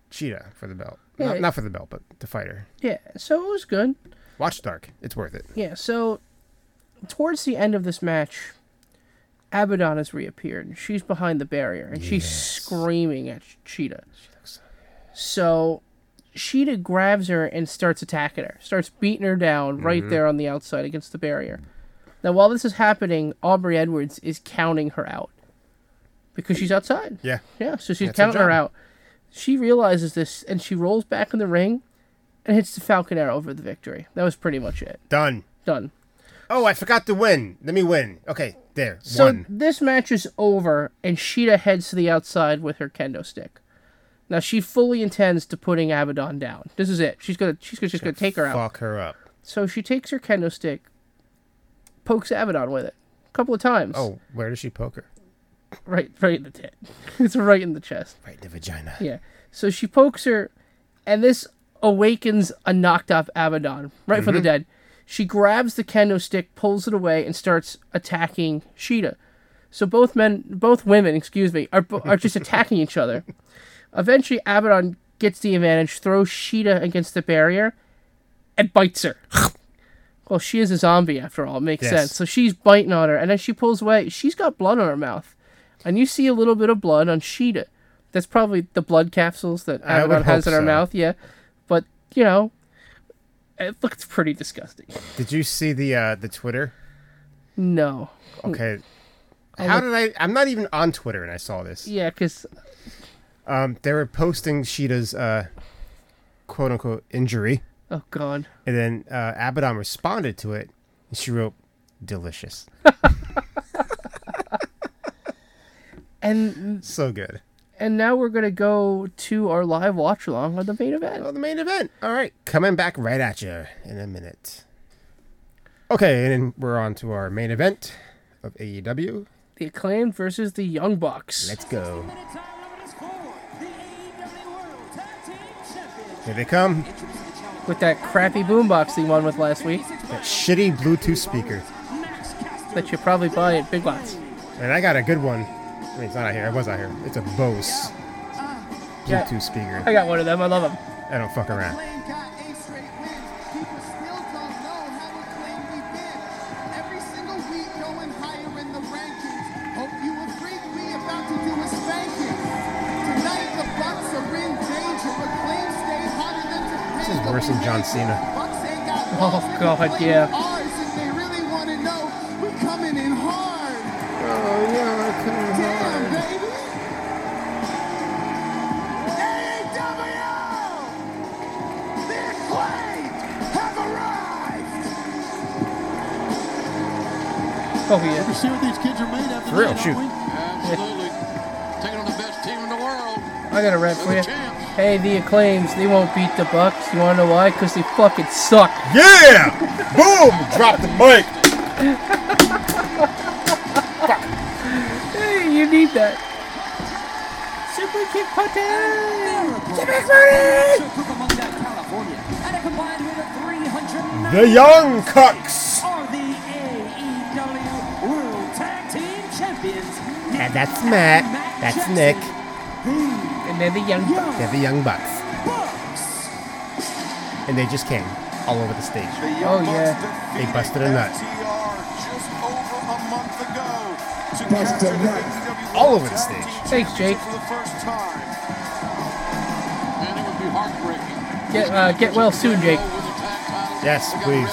S4: Cheetah for the belt.
S1: Yeah.
S4: Not, not for the belt, but to fight her.
S1: yeah. So it was good.
S4: Watch Dark. It's worth it.
S1: Yeah, so towards the end of this match, Abaddon has reappeared. and She's behind the barrier and she's screaming at Cheetah. So Cheetah grabs her and starts attacking her, starts beating her down right
S16: Mhm.
S1: there on the outside against the barrier. Now, while this is happening, Aubrey Edwards is counting her out because she's outside.
S4: Yeah.
S1: Yeah, so she's
S4: That's her
S1: counting her
S4: job.
S1: out. She realizes this and she rolls back in the ring and hits the Falcon Arrow over the victory. That was pretty much it.
S4: Done.
S1: Done.
S4: Oh, I forgot to win. Let me win. Okay, there.
S1: So
S4: One.
S1: this match is over, and Sheeta heads to the outside with her kendo stick. Now she fully intends to putting Abaddon down. This is it. She's gonna she's gonna, just gonna take her out.
S4: Fuck her up.
S1: So she takes her kendo stick, pokes Abaddon with it a couple of times.
S4: Oh, where does she poke her?
S1: right, right in the tit. it's right in the chest.
S4: Right in the vagina.
S1: Yeah. So she pokes her, and this awakens a knocked up Abaddon, right for the
S4: Mhm.
S1: dead. She grabs the kendo stick, pulls it away, and starts attacking Sheeta. So both men, both women, excuse me, are, bo- are just attacking each other. Eventually, Abaddon gets the advantage, throws Sheeta against the barrier, and bites her. well, she is a zombie after all. It makes
S16: Yes.
S1: sense. So she's biting on her, and then she pulls away. She's got blood on her mouth, and you see a little bit of blood on Sheeta. That's probably the blood capsules that
S16: I would
S1: Abaddon has in
S16: hope
S1: her
S16: so.
S1: mouth. Yeah, but you know, it looked pretty disgusting.
S4: Did you see the uh, the Twitter?
S1: No.
S4: Okay.
S1: I'll
S4: How
S1: Oh. look-
S4: did I? I'm not even on Twitter, and I saw this.
S1: Yeah, because
S4: Um, they were posting Sheeta's uh, quote unquote injury.
S1: Oh God!
S4: And then uh, Abaddon responded to it, and she wrote, "Delicious."
S1: and
S4: so good.
S1: and now we're gonna go to our live watch along on the main event.
S4: Oh, the main event. All right, coming back right at you in a minute. Okay, and then we're on to our main event of AEW.
S1: The Acclaimed versus the Young Bucks.
S4: Let's go. Here they come.
S1: With that crappy boombox they won with last week.
S4: That shitty Bluetooth speaker.
S1: That you probably buy at Big Lots.
S4: And I got a good one. I mean, it's not out here. It was out here. It's a Bose Bluetooth
S1: Yeah.
S4: speaker.
S1: I got one of them. I love them.
S4: I don't fuck around.
S2: Every single week going higher in the rankings. Hope you agree we about to do a spanking. Tonight the Bucks are in danger, but claim stay hotter than
S4: This is worse than John Cena.
S2: Bucks ain't got
S1: Oh God, yeah.
S2: ours if they really want to know. We coming in hard.
S4: Oh yeah, coming
S2: Damn, baby.
S25: E
S1: Oh yeah.
S17: see what these kids are made of.
S4: For real,
S17: tonight,
S4: shoot.
S17: aren't we? Absolutely. Taking on the best team in the world.
S1: I got a rap for you. Hey, the Acclaims, they won't beat the Bucks. You wanna know why? Because they fucking suck.
S4: Yeah! Boom! Drop the mic!
S1: hey, you need that. Super kick punting! Super kick
S16: At a combined rate of 309
S4: The Young Cucks!
S16: are the AEW World Tag Team
S4: That's Matt. That's Nick.
S1: And they're the young bucks.
S4: They're the young bucks. And they just came all over the stage.
S1: Oh yeah.
S4: They busted a nut.
S28: Bust a nut.
S4: All over the stage.
S1: Thanks, Jake. Get uh, get well soon, Jake.
S4: Yes, please.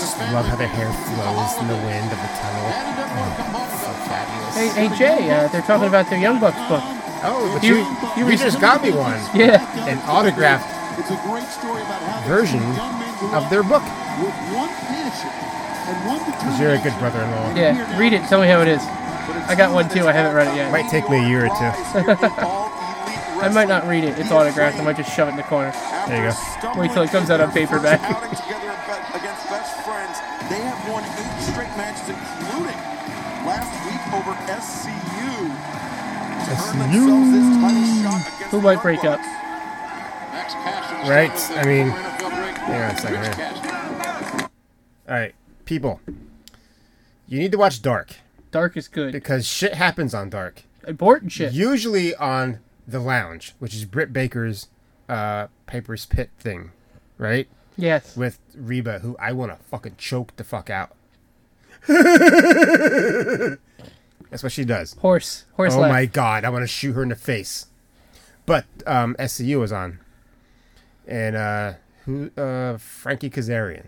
S4: Just love how their hair flows in the wind of the tunnel. Oh, it's so fabulous.
S1: Hey, hey Jay, uh, they're talking about their Young Bucks book.
S4: Oh, but you, you, just got me one.
S1: Yeah.
S4: An autographed version of their book. Because you're a good brother in law.
S1: Yeah, read it. Tell me how it is. I got one too. I haven't read it yet.
S4: Might take me a year or two.
S1: I might not read it. It's autographed. I might just shove it in the corner.
S4: There you go.
S1: Wait till it comes out on paperback.
S26: They have won eight straight matches, including last week over SCU.
S1: Who might break up?
S4: Right? I mean, hang on a second here. All right, people, you need to watch Dark
S1: Dark is good.
S4: because shit happens on Dark.
S1: Important shit.
S4: Usually on the lounge, which is Britt Baker's uh, Piper's Pit thing, right?
S1: Yes.
S4: With Reba, who I want to fucking choke the fuck out. That's what she does.
S1: Horse. Horse
S4: Oh
S1: laugh.
S4: my god, I want to shoot her in the face. But um, SCU was on, and uh, who? Uh, Frankie Kazarian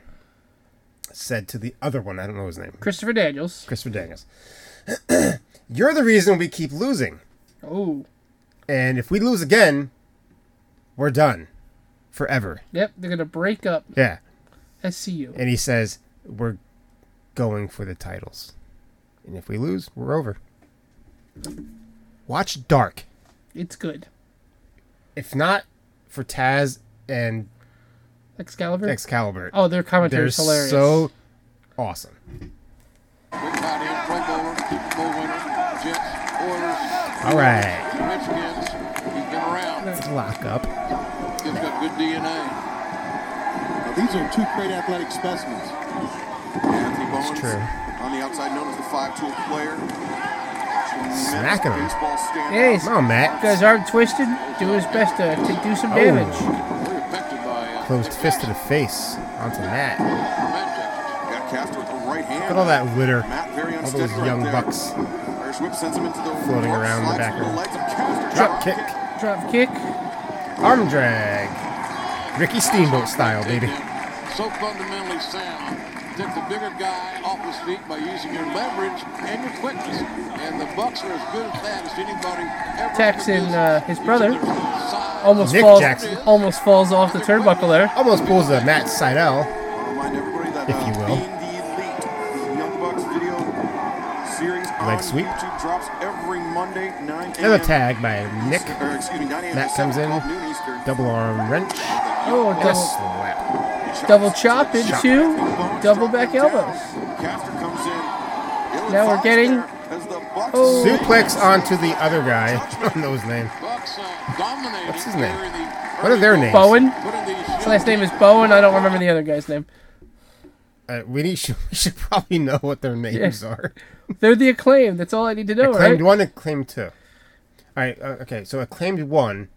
S4: said to the other one. I don't know his name.
S1: Christopher Daniels.
S4: Christopher Daniels. You're the reason we keep losing.
S1: Oh.
S4: And if we lose again, we're done. Forever.
S1: Yep, they're gonna break up
S4: Yeah.
S1: SCU.
S4: And he says, We're going for the titles. And if we lose, we're over. Watch Dark.
S1: It's good.
S4: If not for Taz and
S1: Excalibur.
S4: Excalibur.
S1: Oh, their commentary
S4: They're
S1: is hilarious.
S4: so awesome. All right. Let's lock up.
S26: He's got good DNA. Now, these are two great athletic specimens. Anthony Bowens,
S4: true.
S26: on the outside known as the five-tool player.
S4: Smacking him.
S26: Baseball standout.
S1: Hey, he's-
S4: Come on, Matt.
S1: Guy's arm twisted, doing his best to, to do some
S4: Oh.
S1: damage.
S4: Closed fist to the face onto Matt.
S26: Got cast with the right hand.
S4: Look at all that litter.
S26: Matt very
S4: All
S26: unsteady
S4: those
S26: right
S4: young
S26: there.
S4: bucks
S26: Irish whip sends him into the
S4: floating
S26: rope,
S4: around in the
S26: slides through
S4: background.
S26: legs of Caster.
S4: Drop kick.
S1: Drop kick.
S4: Arm drag. Ricky Steamboat style, baby.
S26: So fundamentally sound. Take the bigger guy off his feet by using your leverage and your quickness. And the Bucks are as good at that as anybody ever.
S1: Jackson, uh, his brother, almost
S4: Nick
S1: falls
S4: Jackson.
S1: almost falls off the turnbuckle there.
S4: Almost pulls a Matt Seidel, if you will.
S26: Young Bucks video series on
S4: Leg sweep.
S26: YouTube drops every Monday 9 a.m.
S4: Another tag by Nick.
S26: Or, excuse me, 9 a.m.
S4: Matt
S26: to
S4: comes
S26: 7
S4: in.
S26: o'clock noon Eastern.
S4: Double arm wrench.
S1: Oh,
S4: What a
S1: double,
S4: slap.
S1: double chop into double back elbows.
S26: Caster comes in.
S1: Now we're getting. Oh,
S4: Suplex onto the other guy. I don't know his name. What's his name? What are their names?
S1: Bowen. His last name is Bowen. I don't remember the other guy's name.
S4: Uh, we, need, should, we should probably know what their names are.
S1: They're the acclaim. That's all I need to know,
S4: Acclaimed
S1: right?
S4: one, acclaimed two. All right. Uh, okay. So acclaimed one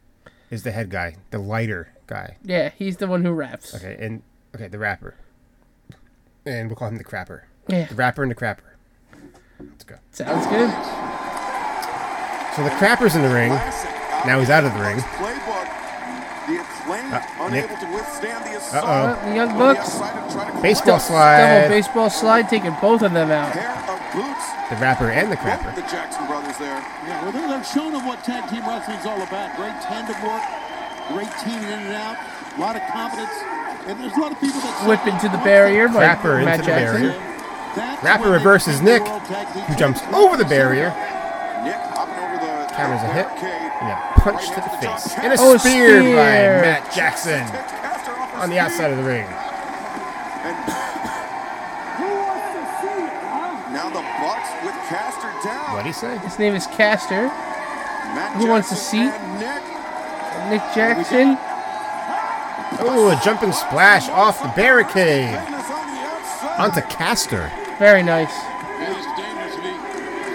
S4: is the head guy, the lighter guy.
S1: Yeah, he's the one who raps.
S4: Okay, and okay, the rapper, and we'll call him the crapper.
S1: Yeah.
S4: The rapper and the crapper. Let's go.
S1: Sounds good.
S4: So the crapper's in the ring. Now he's out of the ring.
S26: Playbook. The acclaimed
S4: Uh, Nick.
S26: unable to withstand the assault.
S4: Uh
S1: Uh, the Young Bucks.
S4: oh. Baseball slide.
S1: Double baseball slide, taking both of them out.
S26: Pair of boots.
S4: The rapper and the
S26: Both
S4: crapper.
S26: the Jackson brothers there.
S19: Yeah, well, they- they've shown them what tag team wrestling's all about. Great tandem work, great teaming in and out, a lot of confidence, and there's a lot of people that
S1: Whip into the barrier by
S4: Crapper into
S1: Matt
S4: the
S1: Jackson.
S4: barrier. Rapper reverses Nick, who jumps over the barrier. Counters a hit. And a punch to the face. And a
S1: Oh,
S4: spear, by
S1: spear.
S4: Matt Jackson on the outside of the ring.
S26: Now the Bucks with Caster down.
S4: What'd he say?
S1: His name is Caster.
S26: Matt
S1: Who wants to
S26: Jackson
S1: see?
S26: and Nick.
S1: Nick Jackson.
S4: Oh, a jumping splash off the barricade. Onto Caster.
S1: Very nice.
S17: And it's dangerous to be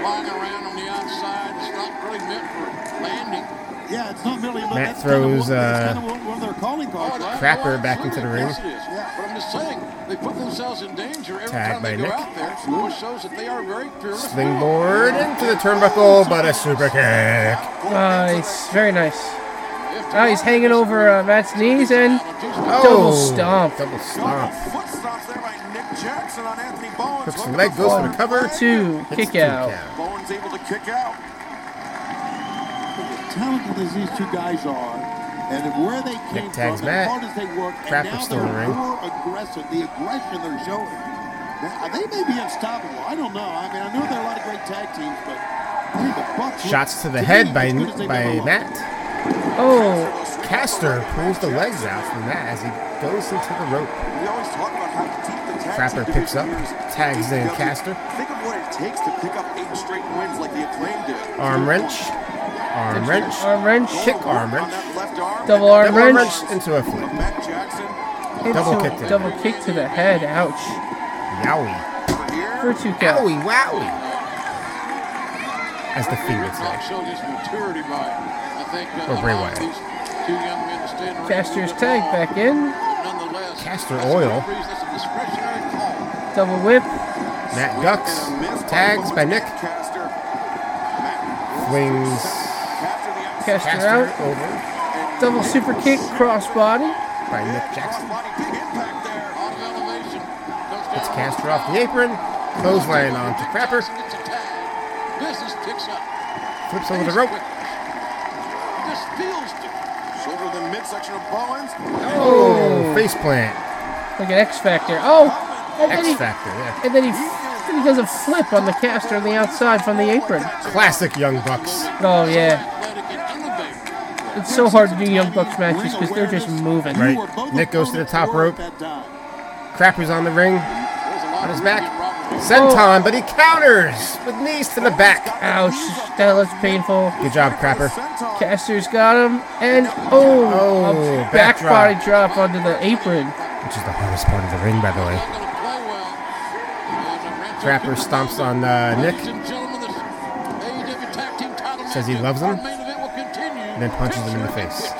S17: flying around on the outside. It's not really meant for landing.
S19: Yeah, it's not really.
S4: Matt throws, uh,
S19: what they're calling cards, right?
S4: Crapper back into the ring.
S17: Yes, it is. But I'm just saying, they put themselves in danger every
S4: Tag
S17: time
S4: by
S17: they go
S4: Nick.
S17: out there, which shows that they are very fearless.
S4: Slingboard into the turnbuckle, but a super kick.
S1: Nice. Very nice. Now he's hanging over uh, Matt's knees and double stomp.
S4: Oh. Double stomp.
S19: Nick Jackson on Anthony Bowen.
S4: Hooks the leg, goes for the cover.
S1: Two.
S4: Hits
S1: Kick
S4: two
S1: out.
S4: count.
S19: Bowen's able to kick out. As talented as these two guys are, and where they came
S4: Nick tags
S19: from,
S4: Matt.
S19: as hard as they work,
S4: Crapper's
S19: and now
S4: still in the
S19: they're
S4: ring.
S19: more aggressive. The aggression they're showing, now, they may be unstoppable. I don't know. I mean, I know there are a lot of great tag teams, but hey, the Bucks. look
S4: Shots to the
S19: me
S4: head
S19: as
S4: by
S19: good as they've ever
S4: by
S19: looked.
S4: Matt.
S1: Oh,
S4: Caster pulls the legs out from Matt as he goes into the rope.
S19: We always talk about how to keep the tag
S4: Crapper
S19: team
S4: picks
S19: division
S4: up,
S19: years.
S4: tags in
S19: DPW.
S4: Caster.
S19: Think of what it takes to pick up eight straight wins like the acclaim did.
S4: Arm wrench. Arm wrench.
S1: Arm wrench.
S4: Kick arm wrench.
S1: double arm
S4: Double arm
S1: wrench.
S4: wrench into a flip.
S1: Hits
S4: Double
S1: a-
S4: kick to the
S1: Double kick to the head. Ouch.
S4: Yowie.
S1: For two count.
S4: Yowie wowie. As the fiend would say.
S17: Shows his maturity by, I think, uh,
S4: Or Bray
S17: allowing
S4: Wyatt.
S17: these two young men to stand around.
S1: Caster's tag back in.
S17: Nonetheless,
S4: Castor oil.
S17: that's a discretionary call.
S1: Double whip.
S4: Matt ducks. Tags by Nick. Flings
S1: Caster
S4: Caster
S1: out.
S4: over
S1: Double super kick. Crossbody.
S4: by Nick Jackson. Gets Caster off the apron. Clothesline onto Crapper.
S17: Business picks up.
S4: Flips over the rope.
S17: This feels different.
S19: Shoulder to the midsection of Bowens.
S4: Oh, face plant.
S1: Like an X Factor. Oh, and then
S4: X
S1: he,
S4: Factor, yeah.
S1: and then he, f- then he does a flip on the caster on the outside from the apron.
S4: Classic Young Bucks.
S1: Oh yeah. It's so hard to do Young Bucks matches because they're just moving.
S4: Right. Nick goes to the top rope. Crapper's on the ring. On his back. Senton, but he counters with knees to the back.
S1: Ouch, that looks painful.
S4: Good job, Crapper.
S1: Caster's got him, and oh,
S4: Oh,
S1: a back
S4: backdrop.
S1: body drop onto the apron.
S4: Which is the hardest part of the ring, by the way. Crapper stomps on uh, Nick. Says he loves him. And then punches him in the face.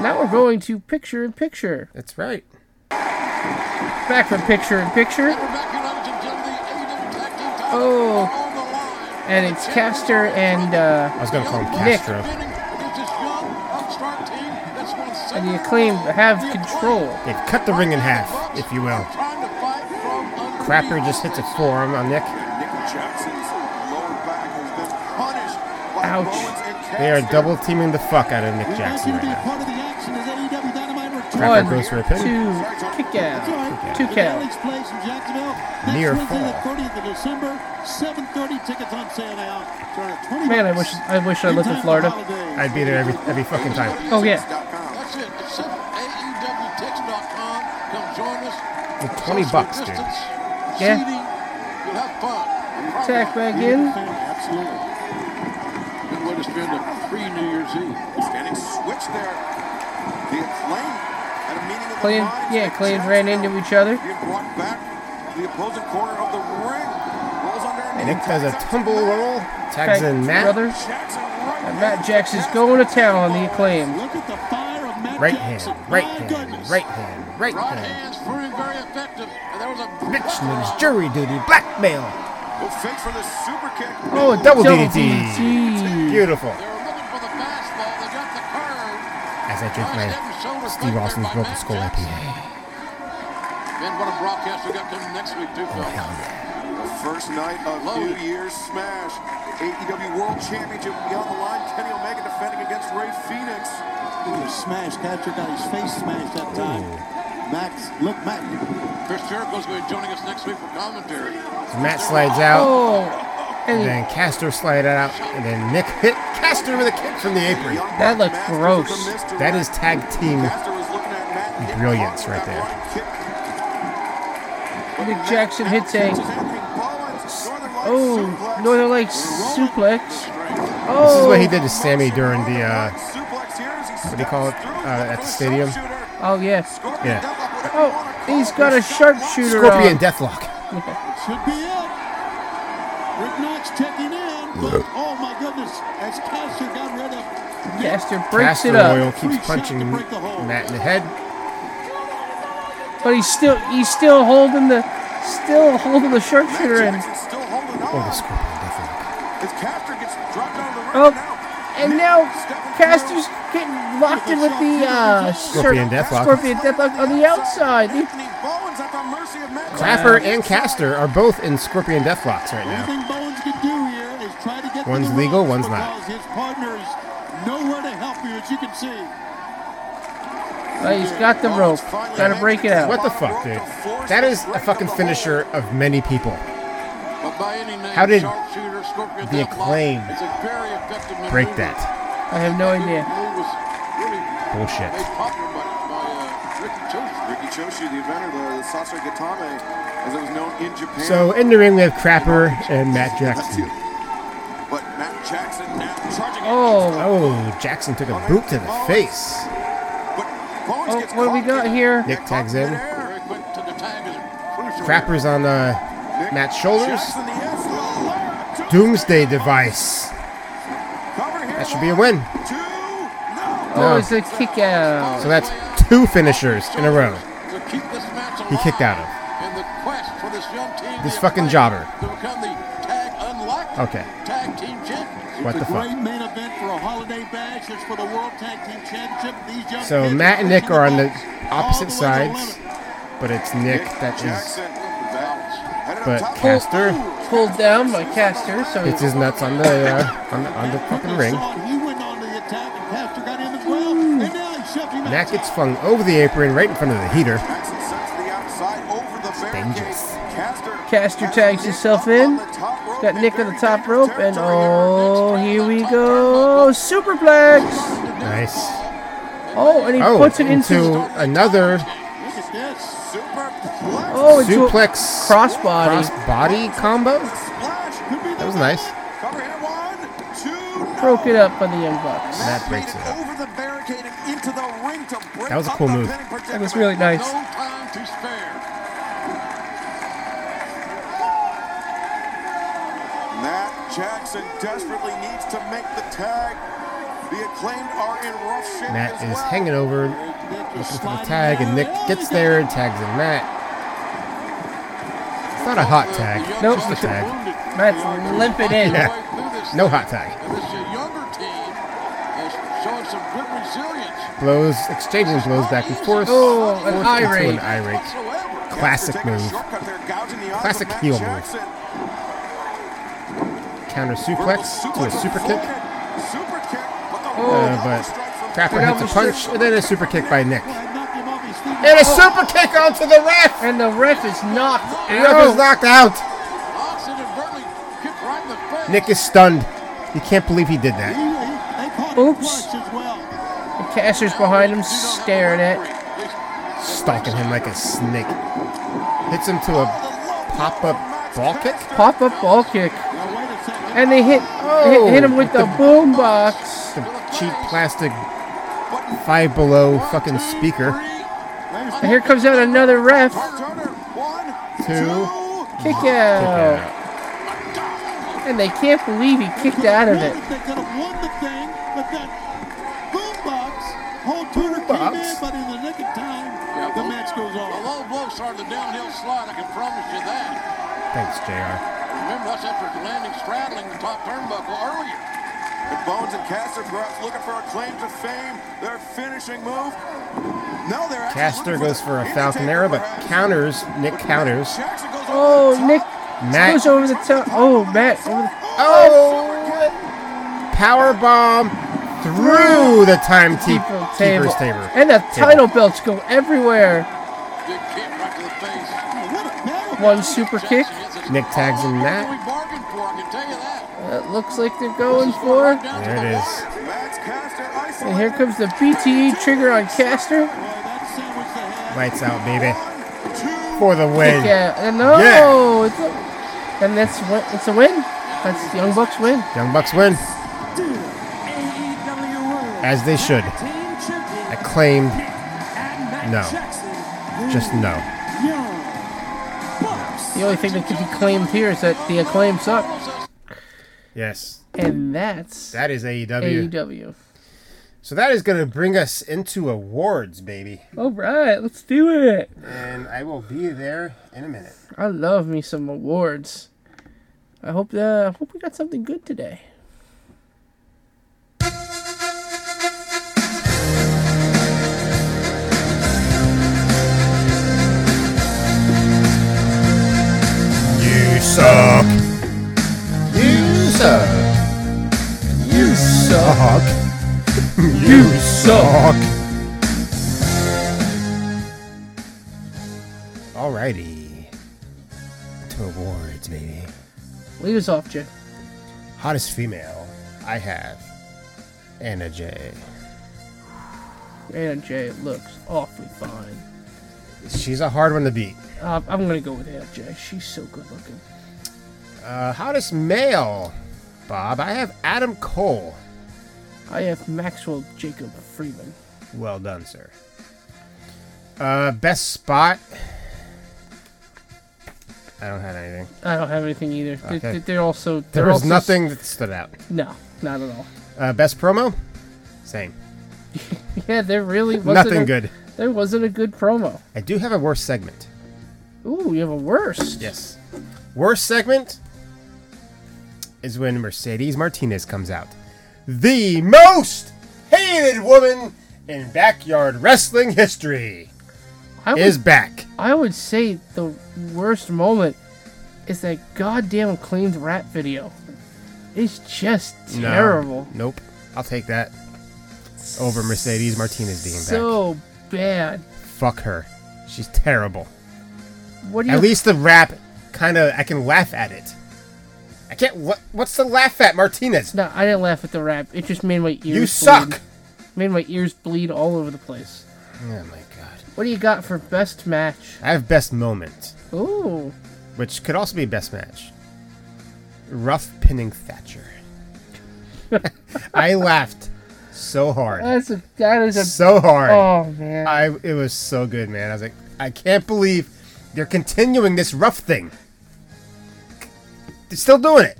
S1: Now we're going to picture in picture.
S4: That's right.
S1: Back from picture in picture. Oh, and it's Caster and uh,
S4: I was going to call him
S1: Nick
S4: Castro.
S1: and the acclaim have control.
S4: They've cut the ring in half, if you will. Crapper just hits a forearm on
S19: Nick
S4: Nick.
S19: Jackson's lower back has been punished by
S1: Ouch.
S19: Bowens and Caster.
S4: They are double teaming the fuck out of Nick
S19: We'd like
S4: Jackson
S19: you to
S4: right
S19: be a
S4: now.
S19: part of the action as AEW Dynamite returns.
S4: Crapper
S1: One,
S4: goes for a pin.
S1: Two kick out. Two count.
S19: Alex Place in Jacksonville. Next
S4: Near
S19: Wednesday, the
S4: fall.
S19: 30th of December, 7:30. Tickets on sale now. Starting at 20
S1: Man, I wish I wish I lived in Florida.
S4: I'd be there every every fucking time.
S1: Oh yeah.
S17: That's it. It's simple. AEWTix.com. Come join us.
S4: For 20
S17: Social
S4: bucks, dude.
S17: distance,
S1: Yeah.
S17: seating. You'll have fun.
S1: Tack back in.
S19: Absolutely.
S17: Good way to spend a free New Year's Eve.
S19: Standing switch there. The acclaim at a meeting of
S1: Clay and,
S19: the minds.
S1: yeah, Clay and ran into each other.
S19: Being brought back to the opposing corner of the ring. Rolls under and
S4: Nick does a tumble roll. Tags in Matt.
S1: brother. And Matt Jax is going to town on the acclaim.
S19: Look at the fire of Matt
S4: Right
S19: Jackson.
S4: hand, right
S19: My
S4: hand,
S19: goodness.
S4: right hand, right hand.
S17: It's very, very effective. And there was a
S4: Richmond's jury duty, blackmail.
S19: Will fake for the super kick.
S4: Oh, a double
S1: Double
S4: DDT.
S1: DDT.
S4: Beautiful.
S17: fastball. They got the curve.
S4: As I drink my Steve Austin's Broken Skull IPA.
S17: And what a broadcast we got coming next week, too,
S4: Oh,
S17: folks.
S4: hell yeah.
S19: The first night of New Year's Smash. AEW World Championship be on the line. Kenny Omega defending against Ray Phoenix. He was smashed. Catcher got his face smashed that time. Max, look, Max.
S17: Chris Jericho's going to be joining us next week for commentary.
S4: So Matt slides out,
S1: Oh,
S4: and
S1: and
S4: then Castor slide out, and then Nick hit Castor with a kick from the apron.
S1: that looked gross.
S4: That is tag team brilliance right there.
S1: Nick Jackson hits a oh Northern Lights suplex. Oh,
S4: This is what he did to Sammy during the uh, what do you call it uh, at the stadium?
S1: Oh yeah.
S4: Yeah,
S1: Oh, he's got a sharpshooter.
S4: Scorpion
S1: on.
S4: Deathlock.
S19: Should be it.
S17: Breaks checking in. But, oh my goodness, as Castor got rid of.
S1: Castor breaks
S4: Castor
S1: it up.
S4: Oil keeps punching Matt in the head.
S1: But he's still he's still holding the still holding the sharpshooter in.
S4: Oh, the scorpion definitely.
S17: As Castor gets dropped out of the
S1: Oh, and now Castor's getting locked in with the uh,
S4: Scorpion
S1: sharp-
S4: Deathlock.
S1: Scorpion Deathlock on the outside. He-
S4: Clapper and Caster are both in Scorpion Deathlocks right now.
S17: Everything Bowens can do here is try to get
S4: One's
S17: to the
S4: legal,
S17: ropes
S4: one's not.
S17: because His partner is nowhere to help here, as you can see.
S1: Well, he's got the rope. Gotta break it out.
S4: What the fuck, dude? That is a fucking finisher of many people. How did the acclaim break that?
S1: I have no idea.
S4: Bullshit.
S19: Ricky Choshi. Ricky Choshi, the inventor of the Sasha Gatame, as it was known in Japan.
S4: So in the ring we have Crapper and Matt Jackson.
S19: But Matt Jackson now charging
S4: Oh, oh! Jackson took a boot to the face.
S1: Oh, what do we got here?
S4: Nick tags in. Crapper's on uh, Matt's shoulders. Doomsday device. That should be a win.
S1: Oh, it's a kick out.
S4: So that's two finishers in a row. He kicked out of
S17: And the quest for this young team
S4: this fucking jobber.
S17: to become the tag unlocked
S4: Okay.
S17: tag team champions.
S4: What
S17: it's
S4: the
S17: a
S4: fuck?
S17: great main event for a holiday bash. It's for the World Tag Team Championship. These young
S4: So
S17: kids
S4: Matt and Nick are on the opposite
S17: all the way to the
S4: sides, but it's Nick that is. But
S1: Pulled-
S4: Caster,
S1: pulled down by Caster, so
S4: it's
S1: he's
S4: his nuts on the uh, on, the, on the fucking ring. Matt gets flung over the apron right in front of the heater. Dangerous.
S1: Caster tags himself in. Got Nick on the top rope, and oh, here we go, superplex.
S4: Nice.
S1: Oh, and he
S4: Oh,
S1: puts it into,
S4: into another
S1: oh, into a
S4: suplex
S1: crossbody.
S4: crossbody combo. That was nice.
S1: Broke it up by the Young Bucks.
S4: Matt breaks it up.
S19: over the barricade and into the ring to break
S4: That was a
S19: up
S4: cool
S19: the
S4: move.
S19: pinning
S1: That was really nice.
S19: Matt Jackson desperately needs to make the tag. The acclaimed are in rough shape.
S4: Matt is hanging over, looking for the tag, and Nick gets there and tags in Matt. It's not a hot tag.
S1: Nope.
S4: Just a tag.
S1: Matt's limping in.
S4: Yeah. No hot tag.
S17: This is a younger team is showing some good resilience.
S4: Blows, exchanging blows back and forth.
S1: Oh, an
S4: forth into
S1: irate.
S4: an irate. Classic move. Classic heel move. Counter suplex to a super kick.
S1: Oh.
S4: Uh, but Crapper hits a punch and then a super kick by Nick. And a super kick onto the ref!
S1: And the ref is knocked
S4: The ref is
S1: out.
S4: knocked out. Nick is stunned. He can't believe he did that.
S1: Oops. The caster's behind him, staring at.
S4: stalking him like a snake. Hits him to a pop-up ball kick.
S1: Pop up ball kick. And they hit, hit, hit him with the boom box.
S4: The cheap plastic five below fucking speaker.
S1: And here comes out another ref.
S4: Two.
S1: Kick out. And they can't believe he kicked out of it.
S17: They could have won the thing, but that boombox, whole Turner came in, but in the nick of time, the match goes on. The low blows are the downhill slide, I can promise you that.
S4: Thanks, Jr.
S17: Remember, that's after landing, straddling the top turnbuckle earlier.
S19: And Bones and Caster perhaps looking for a claim to fame. Their finishing move. No, they're actually
S4: Caster
S19: looking
S4: goes for a Falconera, but counters. Nick counters.
S1: Oh, Nick
S4: Matt.
S1: goes over the top. Oh, Matt. Over the,
S4: Oh! Power bomb through the time te-
S1: table.
S4: keeper's table.
S1: And the title belts go everywhere. One super kick.
S4: Nick tags in that.
S1: It looks like they're going for.
S4: There it is.
S1: And here comes the BTE trigger on Caster.
S4: Lights out, baby. For the win.
S1: Yeah, and no, it's a, and that's wi- it's a win. That's the Young Bucks win.
S4: Young Bucks win. As they should. Acclaimed. No. Just no.
S1: The only thing that could be claimed here is that the acclaim suck.
S4: Yes.
S1: And that's E
S4: that is AEW.
S1: AEW.
S4: So that is going to bring us into awards, baby.
S1: All right, let's do it.
S4: And I will be there in a minute.
S1: I love me some awards. I hope uh, hope we got something good today.
S4: You suck. You suck. You suck. You suck. Alrighty. To awards, baby.
S1: Lead us off, Jay.
S4: Hottest female I have Anna J.
S1: Anna Jay looks awfully fine.
S4: She's a hard one to beat.
S1: Uh, I'm gonna go with Anna Jay. She's so good looking.
S4: Uh, hottest male, Bob. I have Adam Cole.
S1: I have Maxwell Jacob Freeman.
S4: Well done, sir. Uh, best spot. I don't have anything.
S1: I don't have anything either. They-
S4: Okay.
S1: They, they're also
S4: There
S1: they're
S4: was
S1: also-
S4: nothing that stood out.
S1: No, not at all.
S4: Uh, best promo? Same.
S1: Yeah, there really wasn't
S4: Nothing
S1: a-
S4: good.
S1: There wasn't a good promo.
S4: I do have a worst segment.
S1: Ooh, you have a worst.
S4: Yes. Worst segment is when Mercedes Martinez comes out. The most hated woman in backyard wrestling history
S1: I
S4: is
S1: would-
S4: back.
S1: I would say the worst moment is that goddamn cleaned rap video. It's just
S4: No.
S1: terrible.
S4: Nope. I'll take that over Mercedes Martinez being
S1: so bad.
S4: back. Fuck her. She's terrible.
S1: What do you
S4: At least the rap kind of I can laugh at it. I can't. What? What's the laugh at, Martinez?
S1: No, I didn't laugh at the rap. It just made my ears.
S4: You suck!
S1: Bleed. Made my ears bleed all over the place.
S4: Oh my god.
S1: What do you got for best match?
S4: I have best moment,
S1: Ooh,
S4: which could also be best match. Rough pinning Thatcher. I laughed so hard.
S1: that's a, that is a
S4: so hard.
S1: Oh man,
S4: I it was so good, man. I was like, I can't believe they're continuing this rough thing. They're still doing it.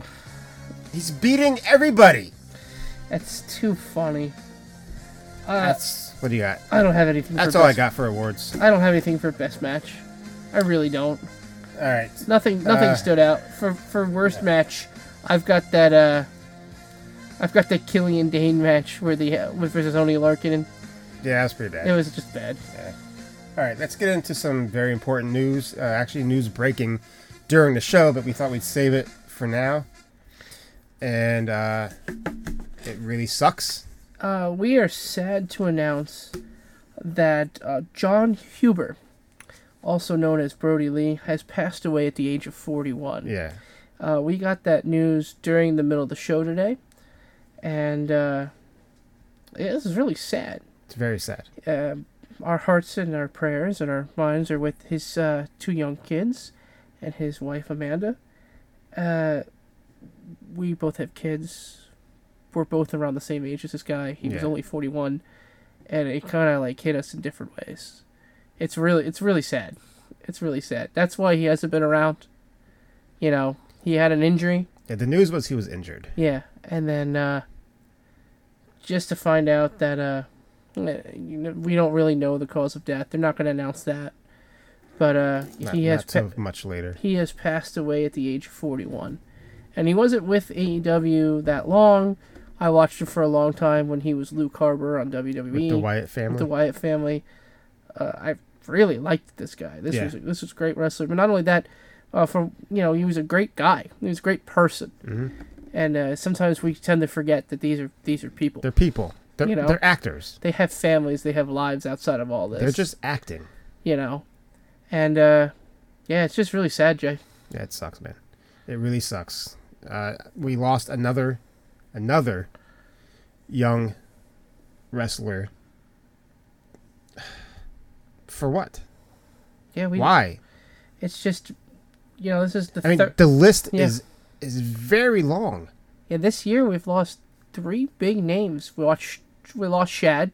S4: He's beating everybody.
S1: that's too funny. Uh,
S4: That's what do you got?
S1: I don't have anything.
S4: That's
S1: for
S4: all I
S1: best-
S4: got for awards.
S1: I don't have anything for best match. I really don't.
S4: All right.
S1: Nothing. Nothing
S4: Uh,
S1: stood out for for worst match. I've got that. uh I've got that Killian Dane match where the uh, with versus Oni Larkin.
S4: Yeah, that's pretty bad.
S1: It was just bad.
S4: Yeah. All right, let's get into some very important news. Uh, actually, news breaking during the show, but we thought we'd save it for now. And uh, it really sucks.
S1: Uh, we are sad to announce that uh, John Huber, also known as Brody Lee, has passed away at the age of 41.
S4: Yeah.
S1: Uh, we got that news during the middle of the show today, and uh, yeah, this is really sad.
S4: It's very sad.
S1: Uh, our hearts and our prayers and our minds are with his uh, two young kids and his wife Amanda. Uh, we both have kids. We're both around the same age as this guy. He was
S16: Yeah.
S1: only 41, and it kind of like hit us in different ways. It's really, it's really sad. It's really sad. That's why he hasn't been around. You know, he had an injury.
S4: Yeah, the news was he was injured.
S1: Yeah, and then uh, just to find out that uh, you know, we don't really know the cause of death. They're not going to announce that, but uh,
S4: Not,
S1: he has
S4: not so
S1: pa-
S4: much later.
S1: he has passed away at the age of 41, and he wasn't with AEW that long. I watched him for a long time when he was Luke Harper on WWE
S4: With the Wyatt
S1: With
S4: family.
S1: the Wyatt family, uh, I really liked this guy. This
S4: Yeah.
S1: was this was a great wrestler, but not only that, uh, from you know he was a great guy. He was a great person
S4: hmm
S1: and uh, sometimes we tend to forget that these are these are people.
S4: They're people. They're,
S1: You know.
S4: they're actors.
S1: They have families. They have lives outside of all this.
S4: They're just acting.
S1: you know, and uh, yeah, it's just really sad, Jay.
S4: Yeah, it sucks, man. It really sucks. Uh, we lost another, another young wrestler. For what?
S1: Yeah, we.
S4: Why?
S1: It's just, you know, this is the.
S4: I mean,
S1: thir-
S4: the list
S1: Yeah.
S4: is is very long.
S1: Yeah, this year we've lost three big names. We lost we lost Shad.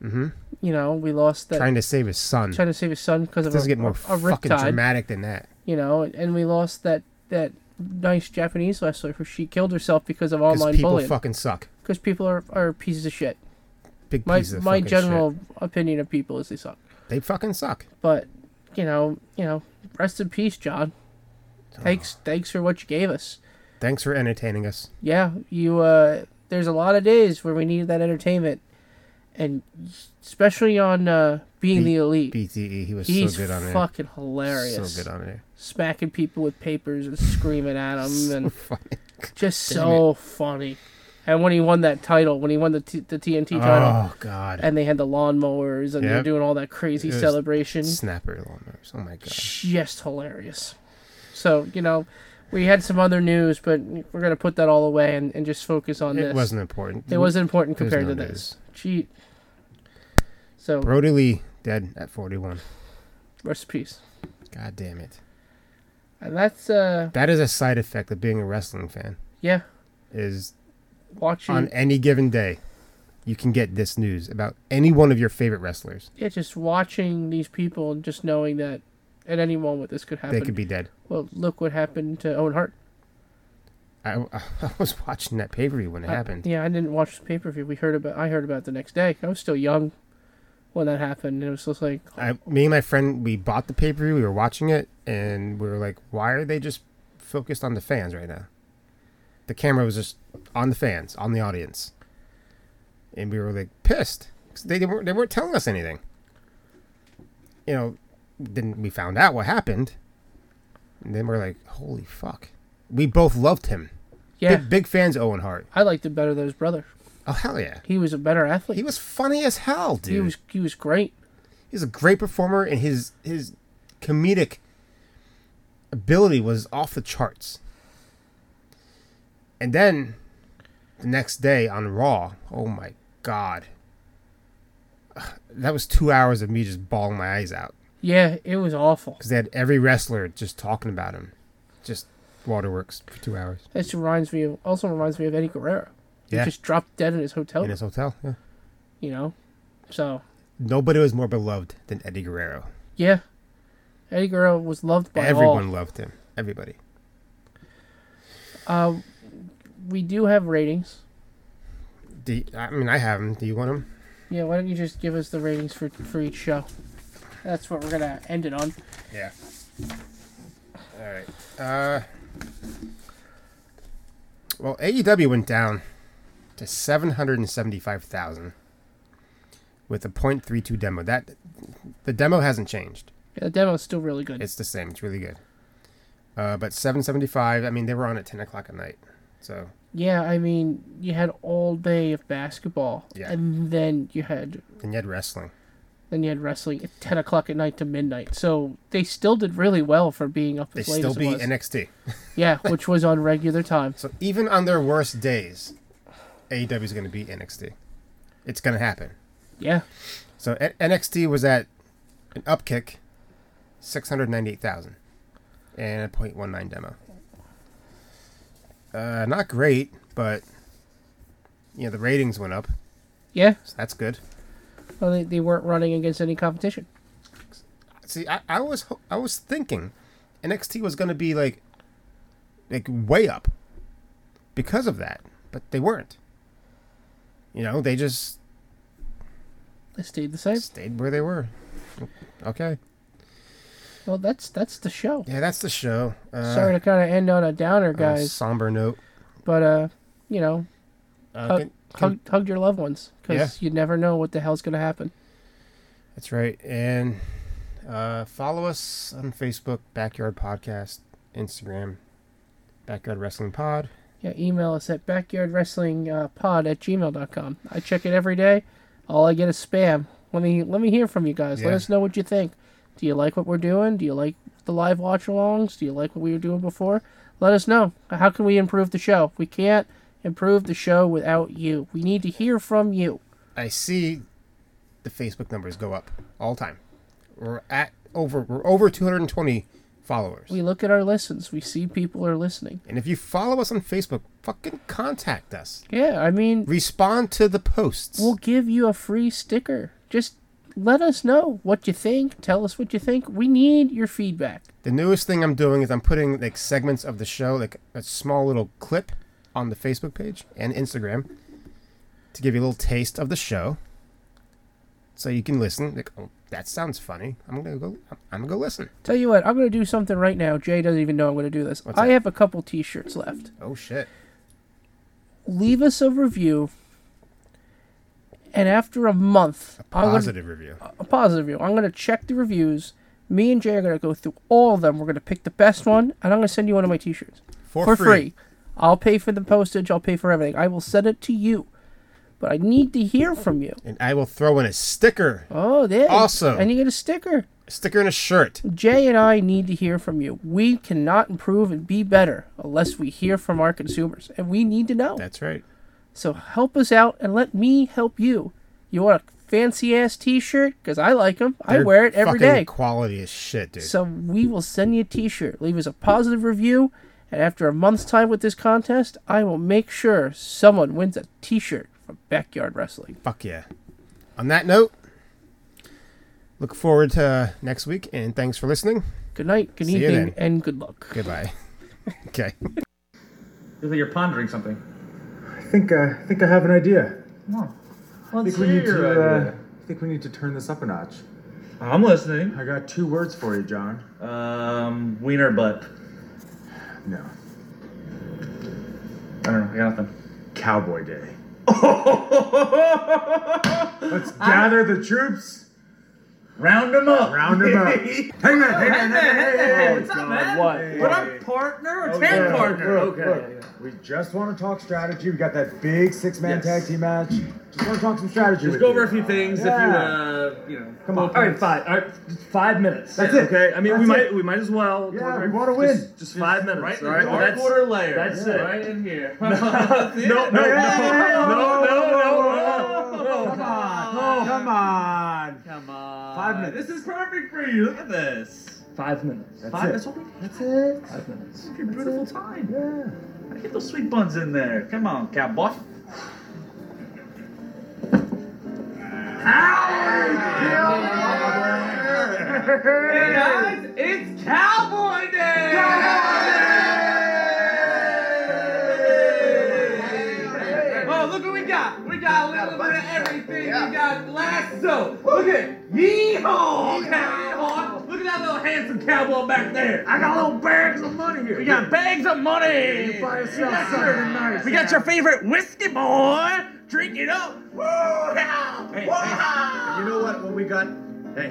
S4: hmm
S1: You know, we lost the
S4: Trying to save his son.
S1: trying to save his son because
S4: It
S1: of
S4: doesn't
S1: a,
S4: get more
S1: a, a
S4: fucking
S1: riptide.
S4: dramatic than that.
S1: You know, and we lost that that nice Japanese wrestler who she killed herself because of online
S4: people
S1: bullying.
S4: fucking suck.
S1: Because people are, are pieces of shit.
S4: Big
S1: my
S4: pieces of
S1: my
S4: fucking
S1: general opinion of people is they suck.
S4: They fucking suck.
S1: But you know, you know, rest in peace, John.
S4: Oh.
S1: Thanks, thanks for what you gave us.
S4: Thanks for entertaining us.
S1: Yeah, you. Uh, there's a lot of days where we needed that entertainment, and especially on uh, being the elite.
S4: BTE, E, he was
S1: He's
S4: so good on it.
S1: fucking hilarious.
S4: So good on it.
S1: Smacking people with papers and screaming at them, and just
S4: Damn
S1: so funny. And when he won that title, when he won the T- the TNT title,
S4: Oh, God.
S1: And they had the lawnmowers, and they're
S4: Yep.
S1: doing all that crazy
S4: It was
S1: celebration.
S4: Snapper lawnmowers. Oh my god.
S1: Just hilarious. So you know, we had some other news, but we're gonna put that all away and, and just focus on
S4: It
S1: this.
S4: wasn't important.
S1: It wasn't important
S4: There's
S1: compared
S4: no
S1: to
S4: news.
S1: this. Cheat. So
S4: Brody Lee dead at 41.
S1: rest in peace.
S4: God damn it.
S1: And that's uh
S4: That is a side effect of being a wrestling fan.
S1: yeah,
S4: Is
S1: watching
S4: on any given day, you can get this news about any one of your favorite wrestlers.
S1: yeah, just watching these people and just knowing that at any moment this could happen.
S4: They could be dead.
S1: Well, look what happened to Owen Hart.
S4: I, I, was watching that pay per view when it
S1: I-
S4: happened.
S1: yeah, I didn't watch the pay per view. We heard about. I heard about it the next day. I was still young when that happened, and it was just like,
S4: I, me and my friend, we bought the pay per view. We were watching it, and we were like, "Why are they just focused on the fans right now?" The camera was just on the fans, on the audience, and we were like pissed 'cause they, they weren't they weren't telling us anything. You know, then we found out what happened, and then we're like, "Holy fuck!" We both loved him.
S1: Yeah.
S4: big, big fans. of Owen Hart.
S1: I liked him better than his brother.
S4: Oh hell yeah!
S1: He was a better athlete.
S4: He was funny as hell, dude.
S1: He was he was great.
S4: He's a great performer, and his his comedic ability was off the charts. And then the next day on Raw, oh my god, that was two hours of me just bawling my eyes out
S1: Yeah, it was awful.
S4: because they had every wrestler just talking about him, just waterworks for two hours
S1: This reminds me of also reminds me of Eddie Guerrero.
S4: Yeah.
S1: He just dropped dead in his hotel.
S4: in his hotel. Yeah.
S1: You know, so
S4: Nobody was more beloved than Eddie Guerrero.
S1: yeah, Eddie Guerrero was loved by
S4: Everyone
S1: all.
S4: loved him. Everybody.
S1: Uh, we do have ratings.
S4: Do you- I mean, I have him. Do you want him?
S1: Yeah, why don't you just give us the ratings for for each show? That's what we're gonna Uh, end it on.
S4: Yeah. All right. Uh, well, AEW went down to seven hundred and seventy-five thousand with a .32 demo. That the demo hasn't changed.
S1: Yeah, the demo's still really good.
S4: It's the same. It's really good. Uh, but seven seventy-five. I mean, they were on at ten o'clock at night, so
S1: Yeah, I mean, you had all day of basketball,
S4: Yeah.
S1: and then you had
S4: and you had wrestling.
S1: then you had wrestling at ten o'clock at night to midnight. So they still did really well for being up
S4: They
S1: as late
S4: still
S1: as it
S4: beat
S1: was.
S4: NXT.
S1: yeah, which was on regular time.
S4: So even on their worst days, AEW is going to beat NXT. It's going to happen.
S1: Yeah.
S4: So N- NXT was at an upkick, six hundred ninety-eight thousand, and a point one nine demo. Uh, not great, but you know the ratings went up,
S1: Yeah,
S4: so that's good.
S1: well, they, they weren't running against any competition.
S4: See, I, I was ho- I was thinking NXT was going to be like like way up because of that, but they weren't. You know, they just
S1: They stayed the same.
S4: stayed where they were. Okay.
S1: Well, that's that's the show.
S4: Yeah, that's the show. Uh,
S1: Sorry to kind of end on a downer,
S4: on a
S1: guys,
S4: somber note.
S1: but uh, you know,
S4: Uh,
S1: hug,
S4: can-
S1: hug, hug your loved ones because you never know what the hell's gonna happen.
S4: That's right. And uh, follow us on Facebook, Backyard Podcast, Instagram, Backyard Wrestling Pod.
S1: Yeah, email us at backyardwrestlingpod at gmail.com. I check it every day. All I get is spam. Let me let me hear from you guys. Let
S4: Yeah.
S1: us know what you think. Do you like what we're doing? Do you like the live watch alongs? Do you like what we were doing before? Let us know. How can we improve the show? We can't improve the show without you. We need to hear from you.
S4: I see the Facebook numbers go up all the time. We're at over we're over 220 followers.
S1: We look at our listens. We see people are listening.
S4: And if you follow us on Facebook, fucking contact us.
S1: Yeah, I mean,
S4: Respond to the posts.
S1: We'll give you a free sticker. Just Let us know what you think. Tell us what you think. We need your feedback.
S4: The newest thing I'm doing is I'm putting like segments of the show, like a small little clip on the Facebook page and Instagram to give you a little taste of the show. So you can listen. Like, oh, that sounds funny. I'm gonna go I'm gonna go listen.
S1: Tell you what, I'm gonna do something right now. Jay doesn't even know I'm gonna do this.
S4: What's
S1: I
S4: that?
S1: have a couple T-shirts left.
S4: Oh shit.
S1: Leave us a review, and after a month, a
S4: Positive review.
S1: a positive review. I'm gonna check the reviews. Me and Jay are gonna go through all of them. We're gonna pick the best one, and I'm gonna send you one of my T-shirts
S4: For
S1: for
S4: free.
S1: free. I'll pay for the postage. I'll pay for everything. I will send it to you, but I need to hear from you.
S4: And I will throw in a sticker.
S1: Oh, there.
S4: Awesome.
S1: And you get a sticker.
S4: Sticker and a shirt.
S1: Jay and I need to hear from you. We cannot improve and be better unless we hear from our consumers, and we need to know.
S4: That's right.
S1: So help us out and let me help you. You want a fancy ass T-shirt? Because I like them. I
S4: They're
S1: wear it every
S4: fucking
S1: day.
S4: Quality as shit, dude.
S1: So we will send you a T-shirt. Leave us a positive review, and after a month's time with this contest, I will make sure someone wins a T-shirt from Backyard Wrestling.
S4: Fuck yeah. On that note, look forward to next week and thanks for listening.
S1: Good night, good
S4: See you
S1: evening,
S4: then.
S1: and good luck.
S4: Goodbye. okay.
S6: Feels like you're pondering something.
S7: I think uh, I think I have an idea. I
S6: Let's
S7: think we need
S6: hear
S7: to.
S6: your
S7: Uh,
S6: idea.
S7: I think we need to turn this up a notch.
S6: I'm listening.
S7: I got two words for you, John.
S6: Um, wiener butt.
S7: No.
S6: I don't know. I got nothing.
S7: Cowboy Day. Let's gather the troops.
S6: Round them up.
S7: Round them up. hey man, hey man, hey, hey, hey, hey.
S6: What's
S7: God,
S6: up, man?
S7: What?
S6: What up, partner? It's
S7: Okay,
S6: man
S7: look,
S6: partner.
S7: Oh, look,
S6: okay.
S7: look. We just want to talk strategy. We got that big six-man
S6: Yes.
S7: tag team match. Just want to talk some strategy.
S6: Just
S7: with
S6: go
S7: you.
S6: over a few things if you, uh, you know.
S7: Come on,
S6: All right,
S7: points.
S6: five. All right, just five minutes.
S7: That's
S6: Yeah,
S7: it.
S6: Okay. I mean, we
S7: That's
S6: might
S7: it.
S6: we might as well. go
S7: Yeah,
S6: over
S7: we wanna
S6: just-
S7: win.
S6: Just, five minutes.
S7: right in the
S6: all right.
S7: dark
S6: that's,
S7: order layer.
S6: That's
S7: Yeah.
S6: it. Right in here.
S7: No.
S6: That's it.
S7: No, no, no, no, no,
S6: no, no, no.
S7: Come on, come on.
S6: Come on.
S7: Five minutes.
S6: This is perfect for you. Look at this. Five minutes.
S7: That's
S6: five,
S7: it.
S6: That's what we.
S7: That's it.
S6: Five minutes. Your beautiful time. Yeah. Get those sweet buns in there. Come on, cowboy. Hey guys, it's Cowboy Day! Oh, look what we got! We got a little bit of everything. We got lasso. Look at yeehaw, cowboy! Look at that little handsome cowboy back there. I got little bags of money here. We got bags of money.
S7: You buy yourself
S6: Yes, sir.
S7: something nice,
S6: We got
S7: yeah.
S6: your favorite whiskey, boy. Drink it up. Woo! Yeah.
S7: Hey,
S6: Wow.
S7: You know what? What we got? Hey,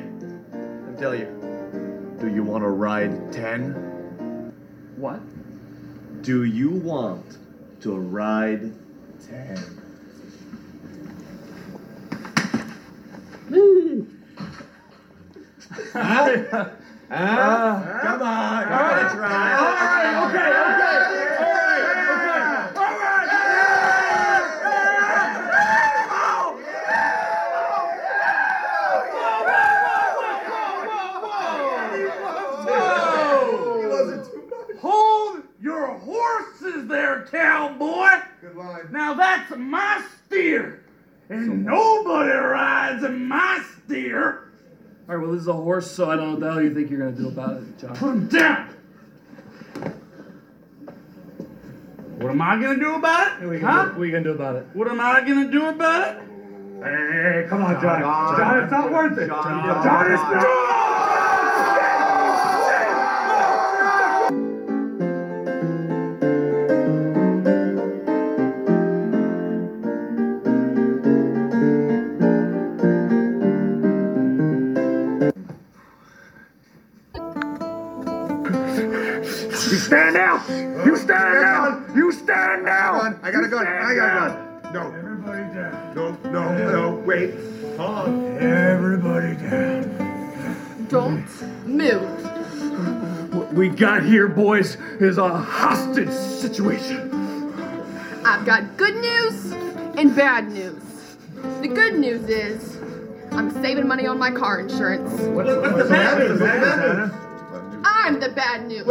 S7: I'm telling you. Do you want to ride 10?
S6: What?
S7: Do you want to ride 10?
S6: come on. That's right. All right. Okay. Okay. All right. Okay. All right. Hold your horses there, cowboy. Good line. Now that's my steer, and nobody rides in my steer. All right, well, this is a horse, so I don't know what the hell you think you're going to do about it, John. Put him down! What am I going to do about it?
S7: What are you gonna
S6: huh?
S7: do-
S6: What are you going to do about it? What am I going to do about it? Hey,
S7: Come on, John. John, it's not worth it. John, John, it's not.
S30: You stand now. You stand now. You stand now.
S7: I got a gun. I got
S30: a gun. No. Everybody down. No, no, no. Wait. Hold on. Everybody down.
S17: Don't move.
S6: What we got here, boys, is a hostage situation.
S17: I've got good news and bad news. The good news is I'm saving money on my car insurance.
S6: What's the matter, man?
S17: I'm the bad news.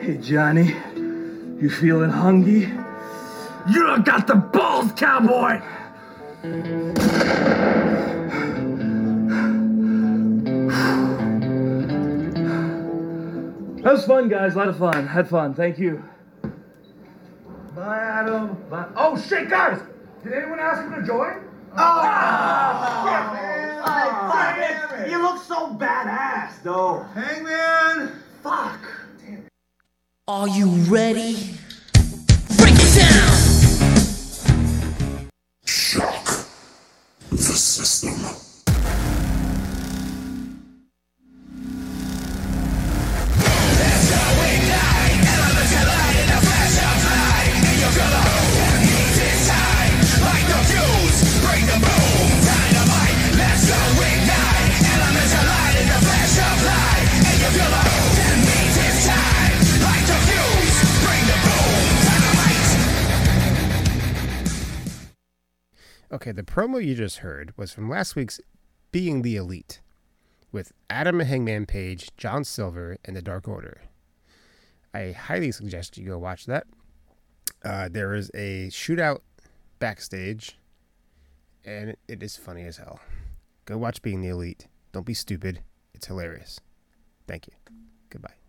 S7: Hey, Johnny, you feeling hungry? You got the balls, cowboy! That was fun, guys. A lot of fun. Had fun. Thank you.
S31: Bye, Adam. Bye. Oh, shit, guys! Did anyone ask him to join? Oh!
S6: Oh, fuck it. You look so badass, though. Hangman! Fuck.
S32: Are you ready? Break it down!
S33: Shock the system.
S4: Okay, the promo you just heard was from last week's Being the Elite with Adam Hangman Page, John Silver, and the Dark Order. I highly suggest you go watch that. Uh, there is a shootout backstage, and it is funny as hell. Go watch Being the Elite. Don't be stupid. It's hilarious. Thank you. Goodbye.